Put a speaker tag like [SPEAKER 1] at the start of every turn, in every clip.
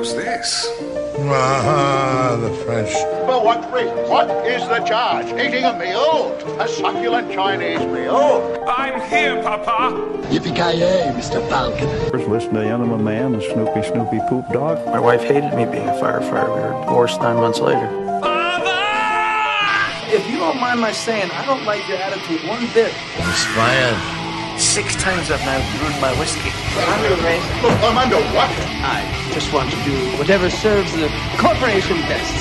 [SPEAKER 1] is this?
[SPEAKER 2] Ah, the French.
[SPEAKER 3] For what reason? What is the charge? Eating a meal? A succulent Chinese meal?
[SPEAKER 4] I'm here, Papa.
[SPEAKER 5] Yippee-ki-yay, Mr. Falcon.
[SPEAKER 6] First, listen to the Enema Man, the Snoopy Snoopy Poop Dog.
[SPEAKER 7] My wife hated me being a firefighter. We were divorced nine months later.
[SPEAKER 4] Father!
[SPEAKER 7] If you don't mind my saying, I don't like your attitude one bit.
[SPEAKER 2] Inspired.
[SPEAKER 7] Six times I've now ruined my whiskey.
[SPEAKER 3] I'm under arrest. I'm under what?
[SPEAKER 7] I just want to do whatever serves the corporation best.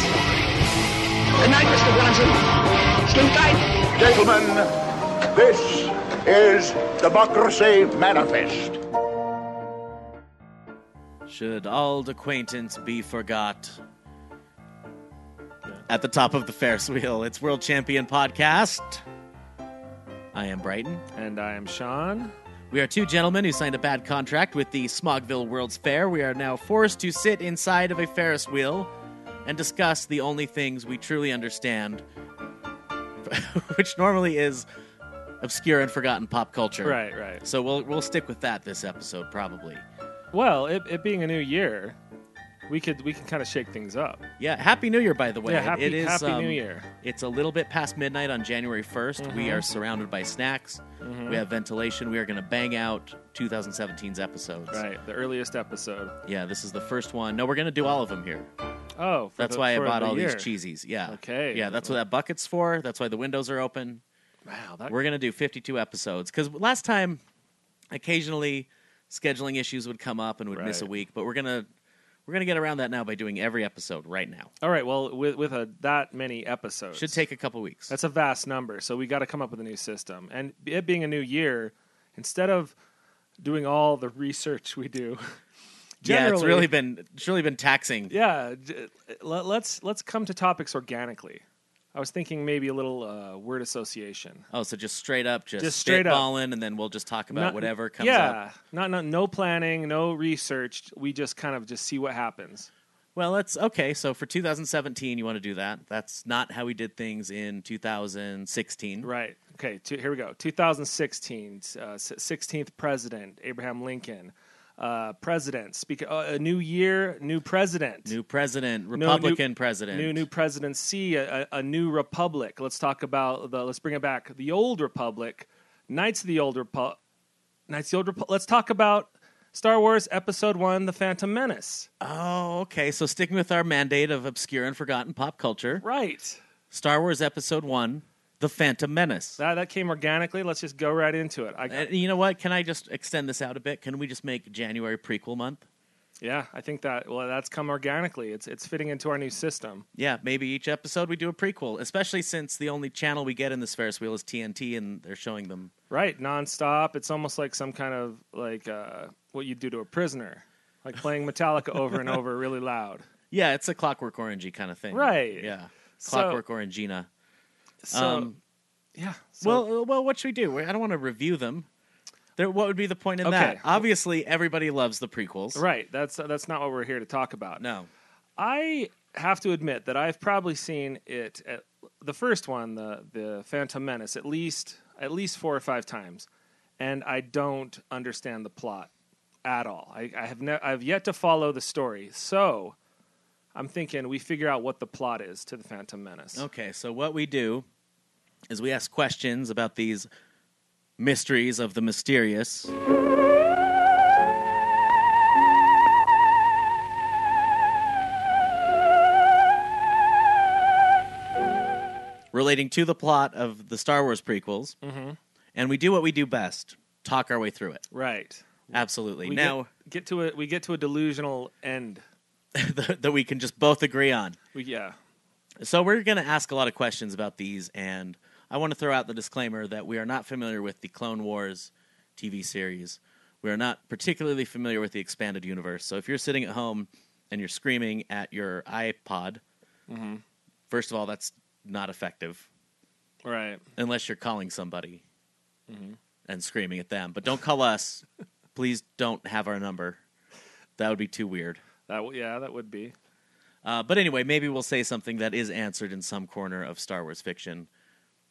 [SPEAKER 5] Good night, Mr. Bronson. Sleep tight.
[SPEAKER 3] Gentlemen, this is Democracy Manifest.
[SPEAKER 8] Should old acquaintance be forgot? At the top of the Ferris wheel, it's World Champion Podcast. I am Brighton.
[SPEAKER 9] And I am Sean.
[SPEAKER 8] We are two gentlemen who signed a bad contract with the Smogville World's Fair. We are now forced to sit inside of a Ferris wheel and discuss the only things we truly understand, which normally is obscure and forgotten pop culture.
[SPEAKER 9] Right, right.
[SPEAKER 8] So we'll we'll stick with that this episode probably.
[SPEAKER 9] Well, it, it being a new year, we could we can kind of shake things up.
[SPEAKER 8] Yeah, Happy New Year, by the way.
[SPEAKER 9] Yeah, happy,
[SPEAKER 8] it is,
[SPEAKER 9] happy
[SPEAKER 8] um,
[SPEAKER 9] New Year.
[SPEAKER 8] It's a little bit past midnight on January 1st. We
[SPEAKER 9] Mhm.
[SPEAKER 8] are surrounded by snacks.
[SPEAKER 9] Mm-hmm.
[SPEAKER 8] We have ventilation. We are going to bang out 2017's episodes.
[SPEAKER 9] Right, the earliest episode.
[SPEAKER 8] Yeah, this is the first one. No, we're going to do all of them here.
[SPEAKER 9] Oh, for
[SPEAKER 8] That's
[SPEAKER 9] the-
[SPEAKER 8] why I
[SPEAKER 9] for
[SPEAKER 8] bought
[SPEAKER 9] the
[SPEAKER 8] all
[SPEAKER 9] year.
[SPEAKER 8] these cheesies. Yeah.
[SPEAKER 9] Okay.
[SPEAKER 8] Yeah, that's what that bucket's for. That's why the windows are open.
[SPEAKER 9] Wow, that,
[SPEAKER 8] We're going to do 52 episodes because last time, occasionally, scheduling issues would come up and would miss a
[SPEAKER 9] Right.
[SPEAKER 8] week. But we're gonna we're gonna get around that now by doing every episode right now.
[SPEAKER 9] all right. Well, with with a that many episodes,
[SPEAKER 8] Should take a couple weeks.
[SPEAKER 9] That's a vast number, so we got to come up with a new system. And it being a new year, instead of doing all the research we do,
[SPEAKER 8] yeah, it's
[SPEAKER 9] generally-
[SPEAKER 8] really been it's really been taxing.
[SPEAKER 9] yeah, j- let, let's let's come to topics organically. I was thinking maybe a little uh, word association.
[SPEAKER 8] Oh, so just straight up, just,
[SPEAKER 9] Just straight up.
[SPEAKER 8] spitballing, and then we'll just talk about
[SPEAKER 9] Not-
[SPEAKER 8] whatever comes
[SPEAKER 9] yeah,
[SPEAKER 8] up.
[SPEAKER 9] not not no planning, no research. We just kind of just see what happens.
[SPEAKER 8] Well, that's okay. So for 2017, you want to do that? That's not how we did things in 2016.
[SPEAKER 9] Right. Okay. Two, here we go. 2016, uh, si- 16th president Abraham Lincoln. Uh, president. Speak. Uh, a new year, new president.
[SPEAKER 8] New president,
[SPEAKER 9] No,
[SPEAKER 8] Republican
[SPEAKER 9] new,
[SPEAKER 8] president.
[SPEAKER 9] New new presidency. A, a, a new republic. Let's talk about the. Let's bring it back. The old republic. Knights of the old republic. Knights of the old republic. Let's talk about Star Wars Episode One: The Phantom Menace.
[SPEAKER 8] Oh, okay. So sticking with our mandate of obscure and forgotten pop culture,
[SPEAKER 9] Right.
[SPEAKER 8] Star Wars Episode One, The Phantom Menace.
[SPEAKER 9] That that came organically. Let's just go right into it. I,
[SPEAKER 8] and you know what? Can I just extend this out a bit? Can we just make January prequel month?
[SPEAKER 9] yeah, I think that well, that's come organically. It's it's fitting into our new system.
[SPEAKER 8] Yeah, maybe each episode we do a prequel, especially since the only channel we get in this Ferris wheel is TNT, and they're showing them.
[SPEAKER 9] Right, nonstop. It's almost like some kind of like uh, what you do to a prisoner, like playing Metallica over and over really loud.
[SPEAKER 8] Yeah, it's a Clockwork Orangey kind of thing.
[SPEAKER 9] Right.
[SPEAKER 8] Yeah.
[SPEAKER 9] So-
[SPEAKER 8] Clockwork Orangina.
[SPEAKER 9] So
[SPEAKER 8] Um,
[SPEAKER 9] yeah, so,
[SPEAKER 8] Well, uh, well, what should we do? I don't want to review them. There, what would be the point in that?
[SPEAKER 9] Okay.
[SPEAKER 8] Obviously, everybody loves the prequels.
[SPEAKER 9] right. That's that's not what we're here to talk about.
[SPEAKER 8] No.
[SPEAKER 9] I have to admit that I've probably seen it at the first one, the the Phantom Menace, at least at least four or five times, and I don't understand the plot at all. I, I have ne- I've yet to follow the story, so I'm thinking we figure out what the plot is to the Phantom Menace.
[SPEAKER 8] Okay, so what we do is we ask questions about these mysteries of the mysterious. Relating to the plot of the Star Wars prequels, and we do what we do best: talk our way through it.
[SPEAKER 9] Right
[SPEAKER 8] Absolutely.
[SPEAKER 9] we
[SPEAKER 8] now
[SPEAKER 9] get, get to a we get to a delusional end.
[SPEAKER 8] that that we can just both agree on.
[SPEAKER 9] We, yeah,
[SPEAKER 8] So we're going to ask a lot of questions about these, and I want to throw out the disclaimer that we are not familiar with the Clone Wars TV series. We are not particularly familiar with the expanded universe. So if you're sitting at home and you're screaming at your iPod,
[SPEAKER 9] Mm-hmm.
[SPEAKER 8] first of all, that's not effective
[SPEAKER 9] right.
[SPEAKER 8] unless you're calling somebody and screaming at them. But don't call us. Please don't have our number. That would be too weird.
[SPEAKER 9] That w- yeah, that would be
[SPEAKER 8] Uh, but anyway, maybe we'll say something that is answered in some corner of Star Wars fiction.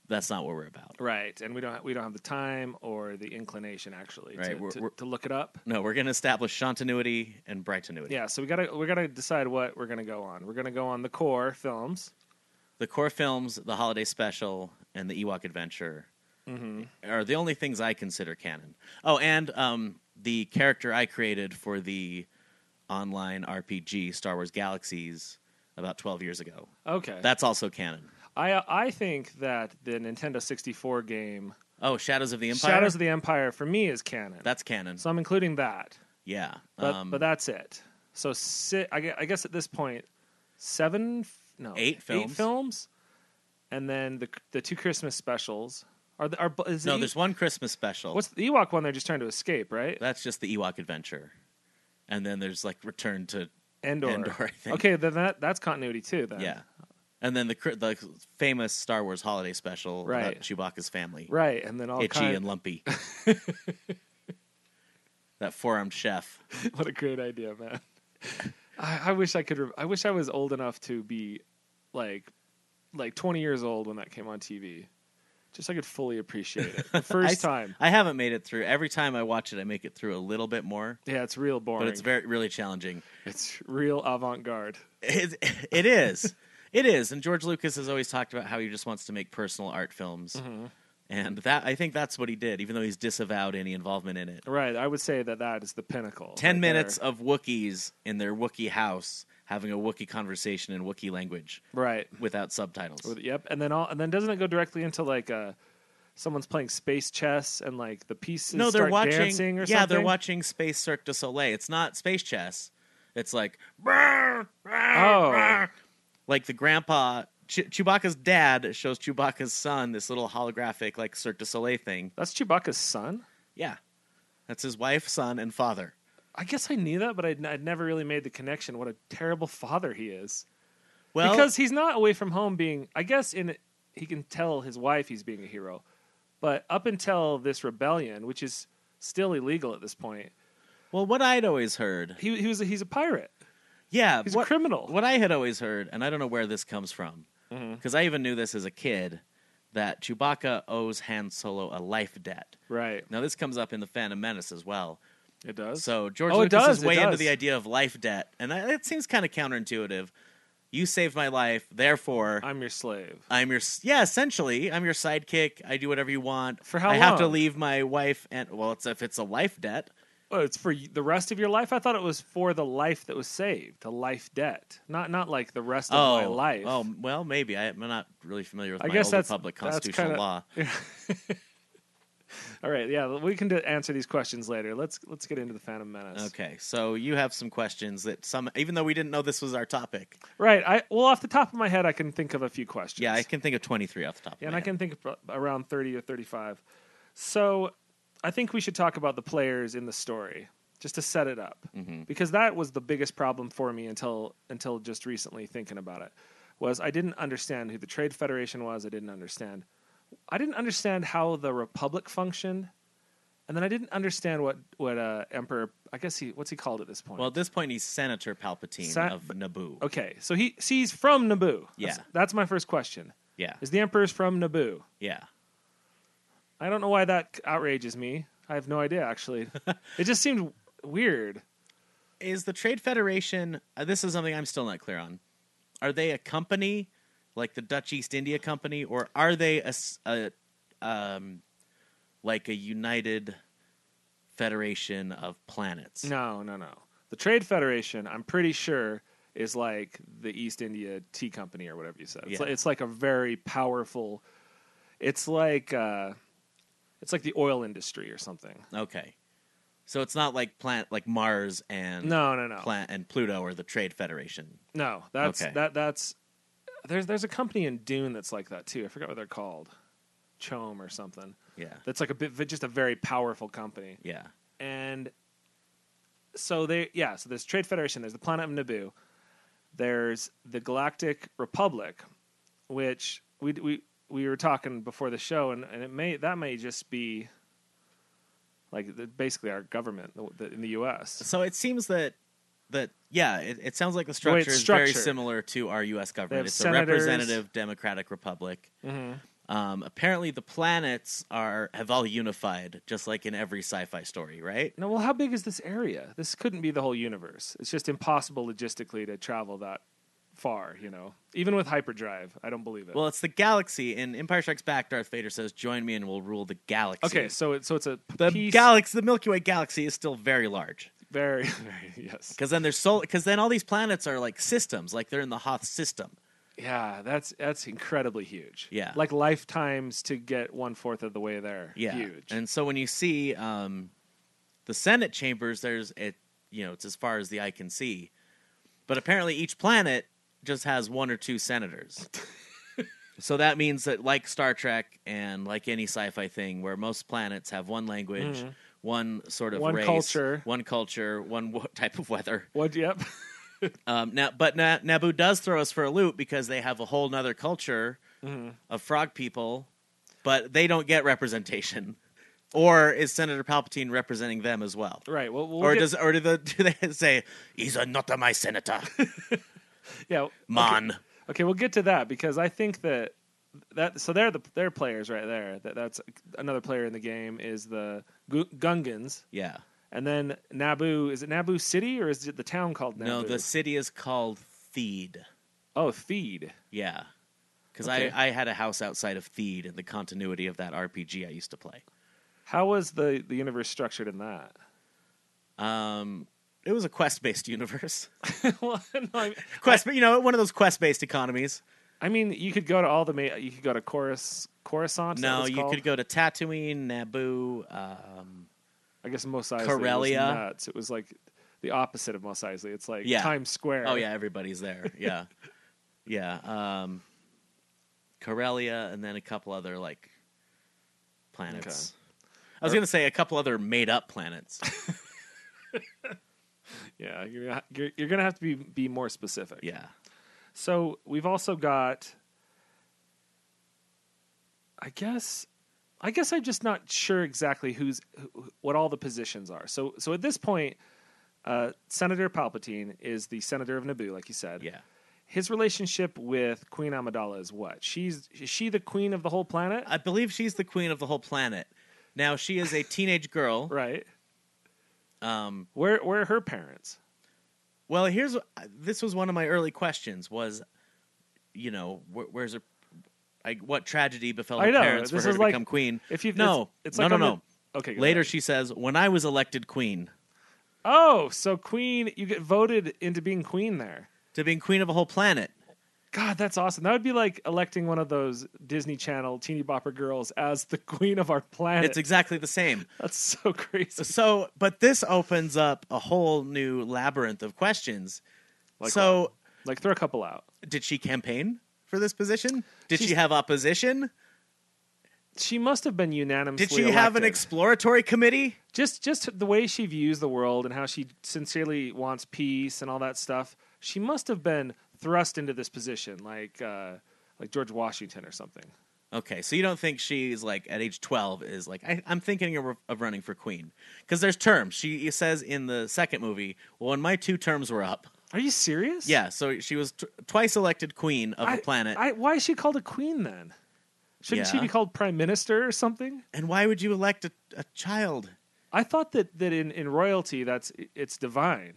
[SPEAKER 8] that's not what we're about.
[SPEAKER 9] Right, and we don't we don't have the time or the inclination actually
[SPEAKER 8] Right,
[SPEAKER 9] to,
[SPEAKER 8] we're-
[SPEAKER 9] to,
[SPEAKER 8] we're-
[SPEAKER 9] to look it up.
[SPEAKER 8] No, we're going to establish Chantinuity and Brightinuity.
[SPEAKER 9] Yeah, so we gotta we gotta decide what we're gonna go on. We're gonna go on the core films.
[SPEAKER 8] The core films, the holiday special, and the Ewok Adventure
[SPEAKER 9] Mm-hmm.
[SPEAKER 8] are the only things I consider canon. Oh, and um, the character I created for the online RPG Star Wars Galaxies about 12 years ago.
[SPEAKER 9] Okay,
[SPEAKER 8] That's also canon.
[SPEAKER 9] I I think that the Nintendo sixty four game
[SPEAKER 8] Oh, Shadows of the Empire?
[SPEAKER 9] Shadows of the Empire for me is canon.
[SPEAKER 8] That's canon.
[SPEAKER 9] so I'm including that,
[SPEAKER 8] yeah.
[SPEAKER 9] but
[SPEAKER 8] um,
[SPEAKER 9] but that's it. So si- I, gue- I guess at this point, seven f- no
[SPEAKER 8] Eight
[SPEAKER 9] eight
[SPEAKER 8] films.
[SPEAKER 9] films, and then the the two Christmas specials are the, are bu- is
[SPEAKER 8] no,
[SPEAKER 9] the,
[SPEAKER 8] there's one Christmas special.
[SPEAKER 9] what's the Ewok one? They're just trying to escape, right?
[SPEAKER 8] That's just the Ewok Adventure. And then there's like Return to
[SPEAKER 9] Endor.
[SPEAKER 8] Endor, I think.
[SPEAKER 9] Okay, then that that's continuity too. Then
[SPEAKER 8] Yeah. And then the cr- the famous Star Wars holiday special
[SPEAKER 9] Right.
[SPEAKER 8] about Chewbacca's family,
[SPEAKER 9] right, and then all
[SPEAKER 8] itchy
[SPEAKER 9] kind
[SPEAKER 8] and lumpy. that four-armed chef.
[SPEAKER 9] what a great idea, man. I, I wish I could. Re- I wish I was old enough to be like like twenty years old when that came on TV. Just so I could fully appreciate it. The
[SPEAKER 8] I
[SPEAKER 9] first
[SPEAKER 8] s-
[SPEAKER 9] time.
[SPEAKER 8] I haven't made it through. Every time I watch it, I make it through a little bit more,
[SPEAKER 9] Yeah, it's real boring.
[SPEAKER 8] but it's very really challenging.
[SPEAKER 9] it's real avant garde.
[SPEAKER 8] It, it is. It is. And George Lucas has always talked about how he just wants to make personal art films.
[SPEAKER 9] Mm-hmm.
[SPEAKER 8] And that I think that's what he did, even though he's disavowed any involvement in it.
[SPEAKER 9] Right. I would say that that is the pinnacle.
[SPEAKER 8] Ten
[SPEAKER 9] right
[SPEAKER 8] minutes
[SPEAKER 9] there.
[SPEAKER 8] of Wookiees in their Wookiee house having a Wookiee conversation in Wookiee language
[SPEAKER 9] Right.
[SPEAKER 8] without subtitles.
[SPEAKER 9] With- Yep. And then all and then doesn't it go directly into like uh someone's playing space chess and like the pieces
[SPEAKER 8] no, they're
[SPEAKER 9] start
[SPEAKER 8] watching.
[SPEAKER 9] dancing or
[SPEAKER 8] yeah,
[SPEAKER 9] something?
[SPEAKER 8] they're watching Space Cirque du Soleil. It's not space chess. It's like
[SPEAKER 9] Oh.
[SPEAKER 8] like the grandpa. Che- Chewbacca's dad shows Chewbacca's son this little holographic like Cirque du Soleil thing.
[SPEAKER 9] That's Chewbacca's son?
[SPEAKER 8] Yeah, that's his wife, son, and father.
[SPEAKER 9] I guess I knew that, but I'd, I'd never really made the connection. What a terrible father he is.
[SPEAKER 8] Well,
[SPEAKER 9] because he's not away from home being, I guess, in he can tell his wife he's being a hero. But up until this rebellion, which is still illegal at this point,
[SPEAKER 8] well, what I'd always heard
[SPEAKER 9] he, he was a, he's a pirate.
[SPEAKER 8] Yeah,
[SPEAKER 9] He's a criminal. Mm-hmm.
[SPEAKER 8] What I had always heard, and I don't know where this comes from, because I even knew this as a kid, that Chewbacca owes Han Solo a life debt.
[SPEAKER 9] Right.
[SPEAKER 8] Now this comes up in the Phantom Menace as well.
[SPEAKER 9] It does.
[SPEAKER 8] So George
[SPEAKER 9] Oh, it
[SPEAKER 8] Lucas
[SPEAKER 9] does,
[SPEAKER 8] is
[SPEAKER 9] it
[SPEAKER 8] way into
[SPEAKER 9] does.
[SPEAKER 8] the idea of life debt, and I, it seems kind of counterintuitive. You saved my life, therefore I'm,
[SPEAKER 9] I'm your slave.
[SPEAKER 8] your s- yeah, essentially I'm your sidekick. I do whatever you want.
[SPEAKER 9] For how
[SPEAKER 8] I have to
[SPEAKER 9] long?
[SPEAKER 8] leave my wife, and well, it's if it's a life debt.
[SPEAKER 9] Oh, it's for y- the rest of your life. I thought it was for the life that was saved, the life debt, not not like the rest of my life.
[SPEAKER 8] Oh, well, maybe I, am not really familiar with
[SPEAKER 9] I
[SPEAKER 8] my
[SPEAKER 9] guess
[SPEAKER 8] old
[SPEAKER 9] that's-
[SPEAKER 8] Republic
[SPEAKER 9] that's
[SPEAKER 8] constitutional
[SPEAKER 9] kinda-
[SPEAKER 8] law.
[SPEAKER 9] all right. Yeah, we can do, answer these questions later. Let's let's get into the Phantom Menace.
[SPEAKER 8] Okay, so you have some questions that some, even though we didn't know this was our topic.
[SPEAKER 9] Right. I well, off the top of my head, I can think of a few questions.
[SPEAKER 8] Yeah, I can think of 23 off the top.
[SPEAKER 9] Yeah,
[SPEAKER 8] of
[SPEAKER 9] and
[SPEAKER 8] my
[SPEAKER 9] I can think of around thirty or thirty-five. So, I think we should talk about the players in the story just to set it up,
[SPEAKER 8] Mm-hmm.
[SPEAKER 9] because that was the biggest problem for me until until just recently thinking about it. Was I didn't understand who the Trade Federation was. I didn't understand. I didn't understand how the Republic functioned, and then I didn't understand what what uh, Emperor. I guess he what's he called at this point?
[SPEAKER 8] Well, at this point, he's Senator Palpatine
[SPEAKER 9] Sen-
[SPEAKER 8] of Naboo.
[SPEAKER 9] okay, so he sees from Naboo. That's-
[SPEAKER 8] Yeah.
[SPEAKER 9] that's my first question.
[SPEAKER 8] Yeah,
[SPEAKER 9] Is the Emperor's from Naboo?
[SPEAKER 8] yeah.
[SPEAKER 9] I don't know why that outrages me. I have no idea, actually. it just seemed weird.
[SPEAKER 8] Is the Trade Federation? Uh, this is something I'm still not clear on. Are they a company like the Dutch East India Company, or are they a, s- a, um, like a United Federation of Planets?
[SPEAKER 9] No, no, no. The Trade Federation, I'm pretty sure, is like the East India Tea Company or whatever you said. It's,
[SPEAKER 8] Yeah.
[SPEAKER 9] like, it's like a very powerful. It's like uh, it's like the oil industry or something.
[SPEAKER 8] Okay. So it's not like plant like Mars and
[SPEAKER 9] No, no, no,
[SPEAKER 8] Plant and Pluto or the Trade Federation.
[SPEAKER 9] no. That's
[SPEAKER 8] Okay.
[SPEAKER 9] that. That's there's there's a company in Dune that's like that too. I forgot what they're called, Chome or something.
[SPEAKER 8] Yeah.
[SPEAKER 9] That's like a bit just a very powerful company.
[SPEAKER 8] Yeah.
[SPEAKER 9] and so they yeah so there's trade federation there's the planet of naboo there's the galactic republic which we we we were talking before the show and, and it may that may just be like the, basically our government the, the, in the us
[SPEAKER 8] So it seems that that yeah, it, it sounds like the
[SPEAKER 9] way it's
[SPEAKER 8] structure is very
[SPEAKER 9] structured.
[SPEAKER 8] similar to our U.S.
[SPEAKER 9] have
[SPEAKER 8] government. It's
[SPEAKER 9] senators. Mm-hmm.
[SPEAKER 8] a representative democratic republic. Um, apparently, the planets are have all unified, just like in every sci-fi story, right?
[SPEAKER 9] No, well, how big is this area? This couldn't be the whole universe. It's just impossible logistically to travel that far, you know. Even with hyperdrive, I don't believe it.
[SPEAKER 8] Well, it's the galaxy. In Empire Strikes Back, Darth Vader says, "Join me, and we'll rule the galaxy."
[SPEAKER 9] okay, so it, so it's a
[SPEAKER 8] the
[SPEAKER 9] piece
[SPEAKER 8] galaxy, the Milky Way galaxy, is still very large.
[SPEAKER 9] very, very yes.
[SPEAKER 8] Because then there's so because then all these planets are like systems, like they're in the Hoth system.
[SPEAKER 9] Yeah, that's that's incredibly huge.
[SPEAKER 8] Yeah.
[SPEAKER 9] like lifetimes to get one fourth of the way there.
[SPEAKER 8] Yeah,
[SPEAKER 9] huge.
[SPEAKER 8] And so when you see um, the Senate chambers, there's it, you know, it's as far as the eye can see, but apparently each planet just has one or two senators. so that means that, like Star Trek and like any sci-fi thing, where most planets have one language, one sort of
[SPEAKER 9] Mm-hmm. One
[SPEAKER 8] race,
[SPEAKER 9] culture.
[SPEAKER 8] one culture, one w- type of weather.
[SPEAKER 9] what? Yep.
[SPEAKER 8] Um, now, but Na- Naboo does throw us for a loop because they have a whole nother culture
[SPEAKER 9] Mm-hmm.
[SPEAKER 8] of frog people, but they don't get representation. Or is Senator Palpatine representing them as well?
[SPEAKER 9] right. Well, we'll
[SPEAKER 8] or
[SPEAKER 9] get-
[SPEAKER 8] does or do, the, do they say he's a not my senator,
[SPEAKER 9] yeah okay.
[SPEAKER 8] man?
[SPEAKER 9] Okay, we'll get to that because I think that that so they're the they're players right there. That that's another player in the game is the Gu- Gungans,
[SPEAKER 8] Yeah.
[SPEAKER 9] and then Naboo. Is it Naboo City or is it the town called Naboo?
[SPEAKER 8] No, the city is called Theed.
[SPEAKER 9] oh Feed.
[SPEAKER 8] Yeah. Because
[SPEAKER 9] Okay.
[SPEAKER 8] I, I had a house outside of Theed in the continuity of that RPG I used to play.
[SPEAKER 9] How was the the universe structured in that?
[SPEAKER 8] Um, it was a quest based universe.
[SPEAKER 9] well, no, I, mean,
[SPEAKER 8] Quest, you know, one of those quest based economies.
[SPEAKER 9] I mean, you could go to all the ma- you could go to Chorus Coruscant. is that
[SPEAKER 8] No,
[SPEAKER 9] what it's
[SPEAKER 8] you
[SPEAKER 9] called?
[SPEAKER 8] could go to Tatooine, Naboo. Um,
[SPEAKER 9] I guess Mos Eisley was
[SPEAKER 8] Corellia.
[SPEAKER 9] nuts. It was like the opposite of Mos Eisley. It's like
[SPEAKER 8] Yeah.
[SPEAKER 9] Times Square.
[SPEAKER 8] oh yeah, everybody's there. Yeah, yeah. Um, Corellia, and then a couple other like planets. I
[SPEAKER 9] Er
[SPEAKER 8] was gonna say a couple other made up planets.
[SPEAKER 9] yeah. You're gonna, you're, you're gonna have to be be more specific.
[SPEAKER 8] yeah,
[SPEAKER 9] So we've also got. I guess, I guess I'm just not sure exactly who's who, what all the positions are. So so at this point, uh, Senator Palpatine is the senator of Naboo, like you said.
[SPEAKER 8] yeah.
[SPEAKER 9] His relationship with Queen Amidala is what? She's is she the queen of the whole planet?
[SPEAKER 8] I believe she's the queen of the whole planet. Now she is a teenage girl.
[SPEAKER 9] right.
[SPEAKER 8] Um,
[SPEAKER 9] Where where are her parents?
[SPEAKER 8] Well, here's this was one of my early questions was, you know, where, where's her, I, what tragedy befell
[SPEAKER 9] I
[SPEAKER 8] her
[SPEAKER 9] know,
[SPEAKER 8] parents for
[SPEAKER 9] this
[SPEAKER 8] her
[SPEAKER 9] is
[SPEAKER 8] to
[SPEAKER 9] like-
[SPEAKER 8] become queen?
[SPEAKER 9] If you
[SPEAKER 8] no,
[SPEAKER 9] it's, it's
[SPEAKER 8] no,
[SPEAKER 9] like
[SPEAKER 8] no,
[SPEAKER 9] on the-
[SPEAKER 8] no.
[SPEAKER 9] okay. go
[SPEAKER 8] Later,
[SPEAKER 9] ahead.
[SPEAKER 8] she says, "When I was elected queen
[SPEAKER 9] Oh, so queen, you get voted into being queen there.
[SPEAKER 8] to being queen of a whole planet."
[SPEAKER 9] God, that's awesome. That would be like electing one of those Disney Channel teeny bopper girls as the queen of our planet.
[SPEAKER 8] It's exactly the same.
[SPEAKER 9] that's so crazy.
[SPEAKER 8] So, but this opens up a whole new labyrinth of questions.
[SPEAKER 9] Like
[SPEAKER 8] so,
[SPEAKER 9] Like throw a couple out.
[SPEAKER 8] did she campaign for this position? Did she
[SPEAKER 9] She's-
[SPEAKER 8] have opposition?
[SPEAKER 9] She must have been unanimously.
[SPEAKER 8] Did she have an
[SPEAKER 9] elected.
[SPEAKER 8] exploratory committee?
[SPEAKER 9] just just the way she views the world and how she sincerely wants peace and all that stuff. She must have been thrust into this position, like uh, like George Washington or something.
[SPEAKER 8] Okay, so you don't think she's like at age twelve is like I, I'm thinking of, of running for queen because there's terms. She says in the second movie, "Well, when my two terms were up,
[SPEAKER 9] Are you serious?
[SPEAKER 8] yeah." So she was t- twice elected queen of
[SPEAKER 9] I-
[SPEAKER 8] the planet,
[SPEAKER 9] I, why is she called a queen then? Shouldn't she
[SPEAKER 8] Yeah.
[SPEAKER 9] be called prime minister or something?
[SPEAKER 8] and why would you elect a, a child?
[SPEAKER 9] I thought that that in, in royalty that's it's divine,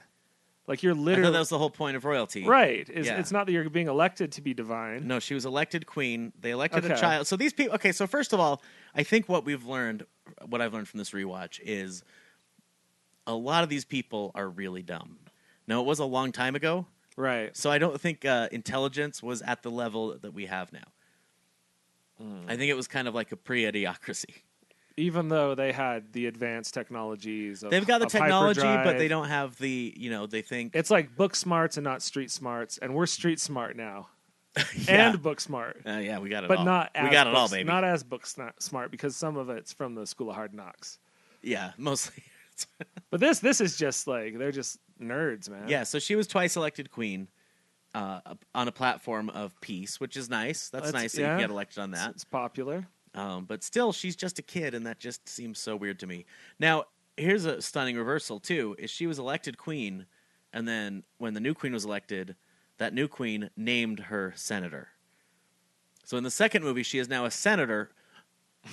[SPEAKER 9] like you're
[SPEAKER 8] I thought
[SPEAKER 9] literally
[SPEAKER 8] that was the whole point of royalty,
[SPEAKER 9] right. Is
[SPEAKER 8] Yeah.
[SPEAKER 9] it's not that you're being elected to be divine.
[SPEAKER 8] No, she was elected queen. They elected a
[SPEAKER 9] Okay.
[SPEAKER 8] child. So these people. Okay, so first of all, I think what we've learned, what I've learned from this rewatch is, a lot of these people are really dumb. Now it was a long time ago,
[SPEAKER 9] Right.
[SPEAKER 8] So I don't think uh, intelligence was at the level that we have now.
[SPEAKER 9] Hmm.
[SPEAKER 8] I think it was kind of like a pre-idiocracy.
[SPEAKER 9] Even though they had the advanced technologies, of,
[SPEAKER 8] They've got the
[SPEAKER 9] of
[SPEAKER 8] technology, but they
[SPEAKER 9] hyperdrive.
[SPEAKER 8] don't have the you know they think
[SPEAKER 9] It's like book smarts and not street smarts, and we're street smart now, and book smart,
[SPEAKER 8] uh, yeah we got it
[SPEAKER 9] but
[SPEAKER 8] all.
[SPEAKER 9] not as
[SPEAKER 8] we got it all
[SPEAKER 9] books-
[SPEAKER 8] baby
[SPEAKER 9] Not as book sna- smart because some of it's from the School of Hard Knocks.
[SPEAKER 8] yeah mostly
[SPEAKER 9] But this this is just like they're just nerds, man.
[SPEAKER 8] yeah so she was twice elected queen uh, on a platform of peace which is nice that's,
[SPEAKER 9] That's-
[SPEAKER 8] nice that you
[SPEAKER 9] yeah.
[SPEAKER 8] can get elected on that
[SPEAKER 9] it's popular.
[SPEAKER 8] Um, but still, she's just a kid, and that just seems so weird to me. Now, here's a stunning reversal too: is she was elected queen, and then when the new queen was elected, that new queen named her senator. So in the second movie, she is now a senator,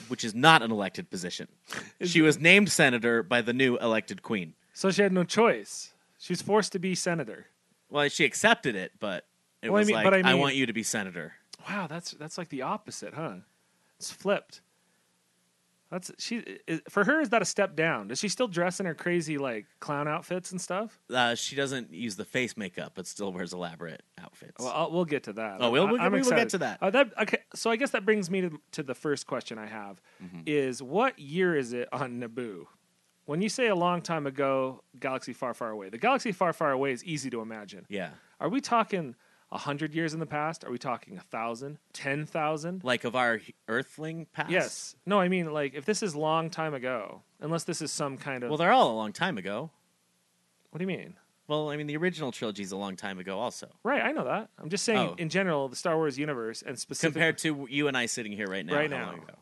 [SPEAKER 8] which is not an elected position. she was named senator by the new elected queen.
[SPEAKER 9] So she had no choice. She was forced to be senator.
[SPEAKER 8] Well, she accepted it, but it
[SPEAKER 9] Well, I
[SPEAKER 8] was
[SPEAKER 9] mean-
[SPEAKER 8] like,
[SPEAKER 9] but I
[SPEAKER 8] I
[SPEAKER 9] mean-
[SPEAKER 8] want you to be senator.
[SPEAKER 9] Wow, that's that's like the opposite, huh? It's flipped. That's she i- for her. Is that a step down? Does she still dress in her crazy like clown outfits and stuff?
[SPEAKER 8] Uh, she doesn't use the face makeup, but still wears elaborate outfits.
[SPEAKER 9] Well, uh, I'll, we'll get to that.
[SPEAKER 8] Oh, we'll-
[SPEAKER 9] I-
[SPEAKER 8] we'll-
[SPEAKER 9] I'm
[SPEAKER 8] we will get
[SPEAKER 9] excited.
[SPEAKER 8] to that.
[SPEAKER 9] Uh, that okay. So I guess that brings me to, to the first question I have:
[SPEAKER 8] Mm-hmm.
[SPEAKER 9] is what year is it on Naboo? When you say a long time ago, galaxy far, far away, the galaxy far, far away is easy to imagine.
[SPEAKER 8] yeah,
[SPEAKER 9] Are we talking a hundred years in the past? Are we talking a thousand, ten thousand?
[SPEAKER 8] like of our Earthling past.
[SPEAKER 9] Yes. No, I mean like if this is long time ago, unless this is some kind of
[SPEAKER 8] Well, they're all a long time ago.
[SPEAKER 9] what do you mean?
[SPEAKER 8] Well, I mean, the original trilogy is a long time ago, also.
[SPEAKER 9] Right, I know that. I'm just saying
[SPEAKER 8] Oh.
[SPEAKER 9] in general the Star Wars universe and specifically
[SPEAKER 8] Compared to you and I sitting here right now.
[SPEAKER 9] Right
[SPEAKER 8] how
[SPEAKER 9] now.
[SPEAKER 8] long ago?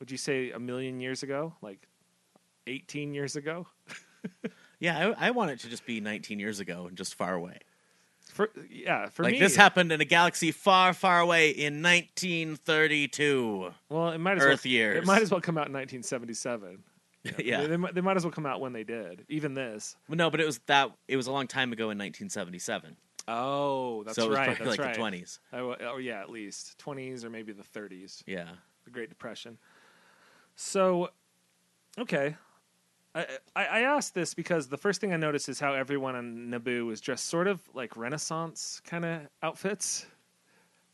[SPEAKER 9] would you say a million years ago? Like 18 years ago?
[SPEAKER 8] Yeah, I, I want it to just be 19 years ago and just far away.
[SPEAKER 9] For yeah, for
[SPEAKER 8] like
[SPEAKER 9] me
[SPEAKER 8] this happened in a galaxy far, far away in 1932.
[SPEAKER 9] Well, it might as
[SPEAKER 8] Earth
[SPEAKER 9] well, It
[SPEAKER 8] years.
[SPEAKER 9] might as well come out in 1977.
[SPEAKER 8] yeah.
[SPEAKER 9] They, they, might- they might as well come out when they did. Even this.
[SPEAKER 8] No, but it was that. It was a long time ago in 1977.
[SPEAKER 9] Oh, that's
[SPEAKER 8] so it was
[SPEAKER 9] right.
[SPEAKER 8] probably
[SPEAKER 9] that's
[SPEAKER 8] like
[SPEAKER 9] right.
[SPEAKER 8] the 20s.
[SPEAKER 9] Oh, oh yeah, at least 20s or maybe the 30s.
[SPEAKER 8] Yeah.
[SPEAKER 9] the Great Depression. So, okay, I, I I asked this because the first thing I noticed is how everyone on Naboo was dressed sort of like Renaissance kind of outfits.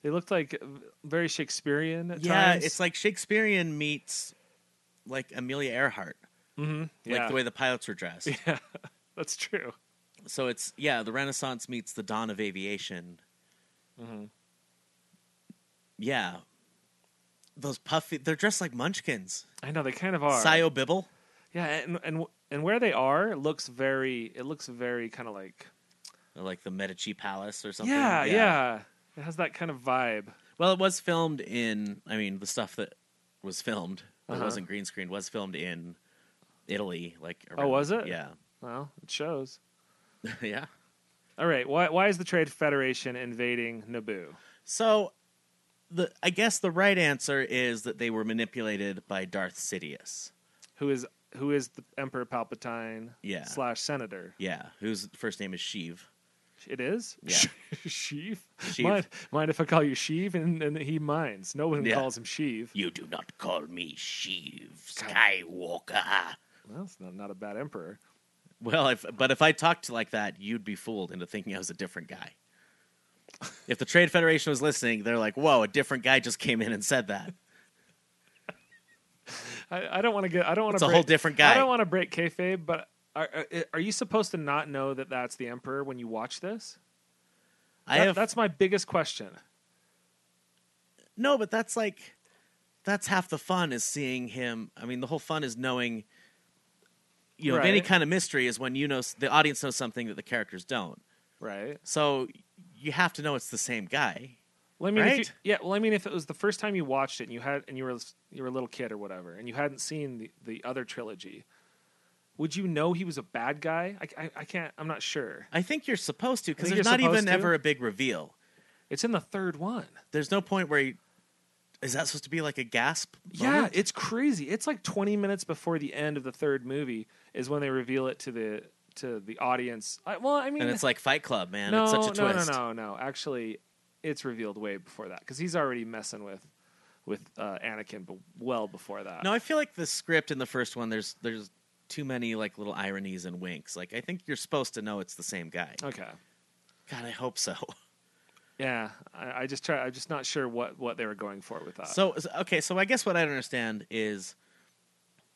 [SPEAKER 9] They looked like very Shakespearean. At
[SPEAKER 8] Yeah,
[SPEAKER 9] times.
[SPEAKER 8] it's like Shakespearean meets like Amelia Earhart, like
[SPEAKER 9] Mm-hmm. Yeah,
[SPEAKER 8] the way the pilots were dressed.
[SPEAKER 9] that's true.
[SPEAKER 8] So it's yeah, the Renaissance meets the dawn of aviation.
[SPEAKER 9] Mm-hmm.
[SPEAKER 8] Yeah, those puffy—they're dressed like munchkins.
[SPEAKER 9] I know they kind of are.
[SPEAKER 8] Sio Bibble.
[SPEAKER 9] yeah, and and and where they are it looks very. It looks very kind of like.
[SPEAKER 8] Or like the Medici Palace or something.
[SPEAKER 9] Yeah, yeah, It has that kind of vibe.
[SPEAKER 8] Well, it was filmed in. I mean, the stuff that was filmed that
[SPEAKER 9] Uh-huh.
[SPEAKER 8] wasn't green screen was filmed in Italy. Like, around,
[SPEAKER 9] Oh, was it?
[SPEAKER 8] Yeah,
[SPEAKER 9] Well, it shows.
[SPEAKER 8] yeah.
[SPEAKER 9] All right, why why is the Trade Federation invading Naboo?
[SPEAKER 8] So, the I guess the right answer is that they were manipulated by Darth Sidious.
[SPEAKER 9] who is who is the Emperor Palpatine
[SPEAKER 8] Yeah.
[SPEAKER 9] slash senator.
[SPEAKER 8] Yeah, whose first name is Sheev.
[SPEAKER 9] It is?
[SPEAKER 8] Yeah.
[SPEAKER 9] Sheev?
[SPEAKER 8] Sheev.
[SPEAKER 9] Mind, mind if I call you Sheev? And, and he minds. No one
[SPEAKER 8] Yeah.
[SPEAKER 9] calls him Sheev.
[SPEAKER 8] You do not call me Sheev Skywalker.
[SPEAKER 9] Well, that's not, not a bad emperor.
[SPEAKER 8] Well, if but if I talked like that, you'd be fooled into thinking I was a different guy. If the Trade Federation was listening, they're like, "Whoa, a different guy just came in and said that."
[SPEAKER 9] I, I don't want to get. I don't want
[SPEAKER 8] It's
[SPEAKER 9] to.
[SPEAKER 8] a whole different guy.
[SPEAKER 9] I don't want to break kayfabe, but are, are, are you supposed to not know that that's the emperor when you watch this?
[SPEAKER 8] I
[SPEAKER 9] That-
[SPEAKER 8] have
[SPEAKER 9] That's my biggest question.
[SPEAKER 8] no, but that's like that's half the fun is seeing him. I mean, the whole fun is knowing. You know, of any
[SPEAKER 9] Right.
[SPEAKER 8] kind of mystery is when you know s- the audience knows something that the characters don't.
[SPEAKER 9] Right.
[SPEAKER 8] So you have to know it's the same guy.
[SPEAKER 9] Well, I mean, if
[SPEAKER 8] Right?
[SPEAKER 9] you, yeah. Well, I mean, if it was the first time you watched it and you had and you were you were a little kid or whatever, and you hadn't seen the, the other trilogy, would you know he was a bad guy? I, I, I can't. I'm not sure.
[SPEAKER 8] I think you're supposed to because
[SPEAKER 9] think
[SPEAKER 8] there's
[SPEAKER 9] you're
[SPEAKER 8] not even
[SPEAKER 9] supposed to.
[SPEAKER 8] ever a big reveal.
[SPEAKER 9] It's in the third one.
[SPEAKER 8] There's no point where he, is that supposed to be like a gasp?
[SPEAKER 9] Yeah,
[SPEAKER 8] moment?
[SPEAKER 9] it's crazy. It's like 20 minutes before the end of the third movie is when they reveal it to the to the audience. I, well, I mean,
[SPEAKER 8] and it's like Fight Club, man.
[SPEAKER 9] no,
[SPEAKER 8] it's such a
[SPEAKER 9] no,
[SPEAKER 8] twist.
[SPEAKER 9] no, no, no. Actually, it's revealed way before that because he's already messing with with uh, Anakin, but well before that.
[SPEAKER 8] No, I feel like the script in the first one. There's there's too many like little ironies and winks. Like I think you're supposed to know it's the same guy.
[SPEAKER 9] Okay.
[SPEAKER 8] God, I hope so.
[SPEAKER 9] Yeah, I, I just try. I'm just not sure what what they were going for with that.
[SPEAKER 8] So okay, so I guess what I don't understand is.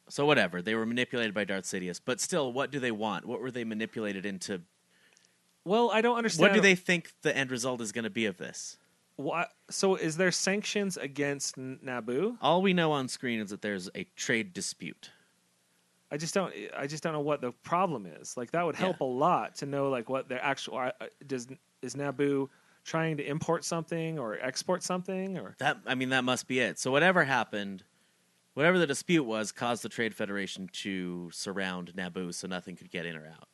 [SPEAKER 8] So whatever they were manipulated by Darth Sidious, but still, what do they want? What were they manipulated into?
[SPEAKER 9] well, I don't understand.
[SPEAKER 8] What do they think the end result is going to be of this?
[SPEAKER 9] Why, so is there sanctions against N- Naboo?
[SPEAKER 8] All we know on screen is that there's a trade dispute.
[SPEAKER 9] I just don't. I just don't know what the problem is. Like that would help a lot to know like what their actual I- I- does. Is Naboo trying to import something or export something or
[SPEAKER 8] That I mean, that must be it. So whatever happened, whatever the dispute was, caused the Trade Federation to surround Naboo, so nothing could get in or out.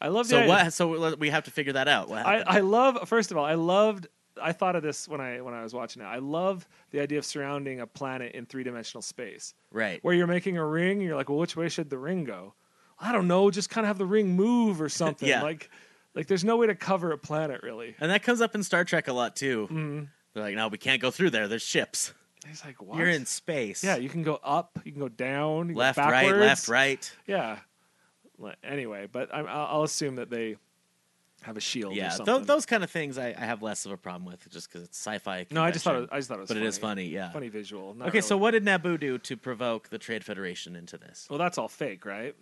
[SPEAKER 9] I love the
[SPEAKER 8] So
[SPEAKER 9] idea-
[SPEAKER 8] what? So we- we have to figure that out. What
[SPEAKER 9] I,
[SPEAKER 8] happened?
[SPEAKER 9] I love first of all I loved I thought of this when I when I was watching it. I love the idea of surrounding a planet in three dimensional space,
[SPEAKER 8] Right.
[SPEAKER 9] where you're making a ring. And you're like, well, which way should the ring go? I don't know. Just kind of have the ring move or something.
[SPEAKER 8] Yeah.
[SPEAKER 9] Like, like there's no way to cover a planet really.
[SPEAKER 8] And that comes up in Star Trek a lot too. They're like, no, we can't go through there. There's ships.
[SPEAKER 9] It's like what?
[SPEAKER 8] You're in space.
[SPEAKER 9] Yeah, you can go up, you can go down, you can go
[SPEAKER 8] left, right, left,
[SPEAKER 9] backwards.
[SPEAKER 8] right.
[SPEAKER 9] Yeah. Le- Anyway, but I'm, I'll I'll assume that they have a shield. or
[SPEAKER 8] Yeah,
[SPEAKER 9] something.
[SPEAKER 8] th- those kind of things I, I have less of a problem with just because it's sci-fi.
[SPEAKER 9] No, I just thought it,
[SPEAKER 8] convention.
[SPEAKER 9] I just thought it was.
[SPEAKER 8] but
[SPEAKER 9] funny.
[SPEAKER 8] it is funny. Yeah.
[SPEAKER 9] Funny visual. not
[SPEAKER 8] okay, so
[SPEAKER 9] really-
[SPEAKER 8] what did Naboo do to provoke the Trade Federation into this?
[SPEAKER 9] Well, that's all fake, right?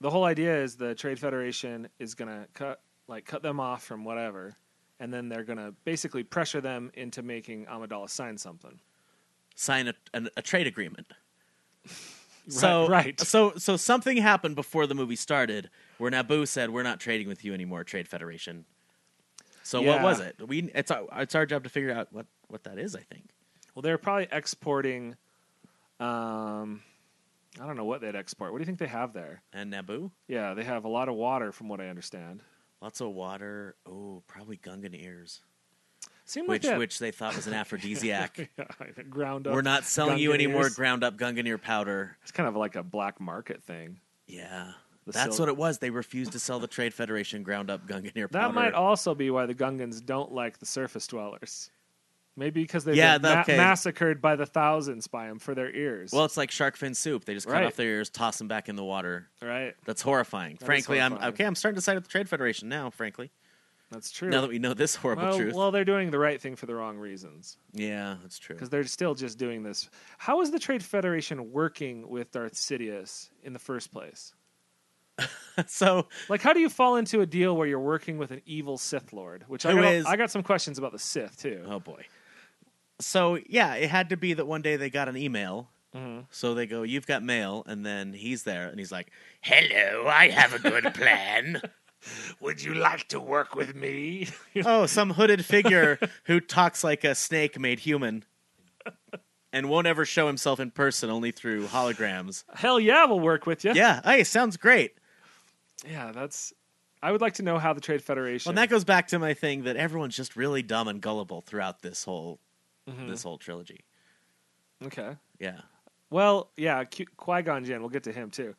[SPEAKER 9] The whole idea is the Trade Federation is gonna cut like cut them off from whatever, and then they're gonna basically pressure them into making Amidala sign something.
[SPEAKER 8] Sign a, an, a trade agreement. So
[SPEAKER 9] right.
[SPEAKER 8] So so something happened before the movie started where Naboo said, "We're not trading with you anymore, Trade Federation." So what
[SPEAKER 9] Yeah.
[SPEAKER 8] was it? We it's our, it's our job to figure out what what that is. I think.
[SPEAKER 9] Well, they're probably exporting. Um, I don't know what they'd export. What do you think they have there?
[SPEAKER 8] And Naboo,
[SPEAKER 9] Yeah, they have a lot of water, from what I understand.
[SPEAKER 8] lots of water. Oh, probably Gungan ears,
[SPEAKER 9] Seemed
[SPEAKER 8] which
[SPEAKER 9] like that.
[SPEAKER 8] which they thought was an aphrodisiac.
[SPEAKER 9] ground up.
[SPEAKER 8] We're not selling you
[SPEAKER 9] Gungan
[SPEAKER 8] any more
[SPEAKER 9] ears.
[SPEAKER 8] ground up Gungan ear powder.
[SPEAKER 9] It's kind of like a black market thing.
[SPEAKER 8] Yeah.
[SPEAKER 9] The
[SPEAKER 8] That's
[SPEAKER 9] sil-
[SPEAKER 8] what it was. They refused to sell the Trade Federation ground up Gungan ear
[SPEAKER 9] That
[SPEAKER 8] powder.
[SPEAKER 9] might also be why the Gungans don't like the surface dwellers. Maybe because they've
[SPEAKER 8] Yeah,
[SPEAKER 9] been
[SPEAKER 8] that-
[SPEAKER 9] ma-
[SPEAKER 8] okay.
[SPEAKER 9] massacred by the thousands by them for their ears.
[SPEAKER 8] well, it's like shark fin soup. They just cut
[SPEAKER 9] Right.
[SPEAKER 8] off their ears, toss them back in the water.
[SPEAKER 9] right,
[SPEAKER 8] That's horrifying.
[SPEAKER 9] is
[SPEAKER 8] frankly, I'm
[SPEAKER 9] horrifying.
[SPEAKER 8] okay. I'm starting to side with the Trade Federation now. Frankly,
[SPEAKER 9] that's true.
[SPEAKER 8] now that we know this horrible
[SPEAKER 9] well,
[SPEAKER 8] truth,
[SPEAKER 9] well, they're doing the right thing for the wrong reasons
[SPEAKER 8] yeah, that's true.
[SPEAKER 9] because they're still just doing this. How is the Trade Federation working with Darth Sidious in the first place?
[SPEAKER 8] so
[SPEAKER 9] Like, how do you fall into a deal where you're working with an evil Sith Lord? Which I
[SPEAKER 8] Who
[SPEAKER 9] got,
[SPEAKER 8] is-
[SPEAKER 9] I got some questions about the Sith too.
[SPEAKER 8] Oh boy. So yeah, it had to be that one day they got an email.
[SPEAKER 9] Mm-hmm.
[SPEAKER 8] So they go, "You've got mail," and then he's there, and he's like, "Hello, I have a good plan.
[SPEAKER 9] Would you like to work with me?
[SPEAKER 8] oh, some hooded figure who talks like a snake made human, and won't ever show himself in person, only through holograms.
[SPEAKER 9] Hell yeah, we'll work with you.
[SPEAKER 8] Uh, Yeah, hey, sounds great.
[SPEAKER 9] Yeah, that's. I would like to know how the Trade Federation.
[SPEAKER 8] Well, that goes back to my thing that everyone's just really dumb and gullible throughout this whole
[SPEAKER 9] Mm-hmm.
[SPEAKER 8] this whole trilogy.
[SPEAKER 9] okay.
[SPEAKER 8] Yeah,
[SPEAKER 9] Well, yeah, Qui Gon Jinn. We'll get to him too.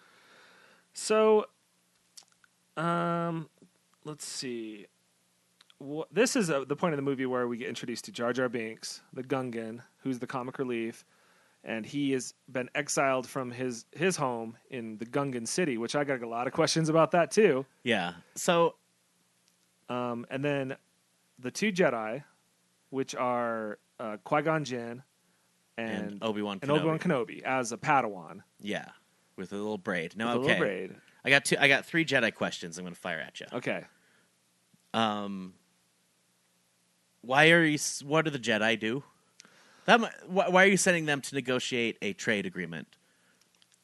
[SPEAKER 9] So, um, let's see. Wha this is uh the point of the movie where we get introduced to Jar Jar Binks, the Gungan, who's the comic relief, and he has been exiled from his his home in the Gungan city, which I got a lot of questions about that too.
[SPEAKER 8] yeah. So
[SPEAKER 9] Um, and then the two Jedi, which are uh, Qui Gon Jinn and,
[SPEAKER 8] and, Obi Wan
[SPEAKER 9] and Obi-Wan Kenobi as a Padawan.
[SPEAKER 8] Yeah, with a little braid.
[SPEAKER 9] with
[SPEAKER 8] Now,
[SPEAKER 9] a
[SPEAKER 8] okay,
[SPEAKER 9] little braid.
[SPEAKER 8] I got two. I got three Jedi questions. I'm going to fire at you.
[SPEAKER 9] Okay.
[SPEAKER 8] Um, why are you? s- What do the Jedi do? That mu- why, why are you sending them to negotiate a trade agreement?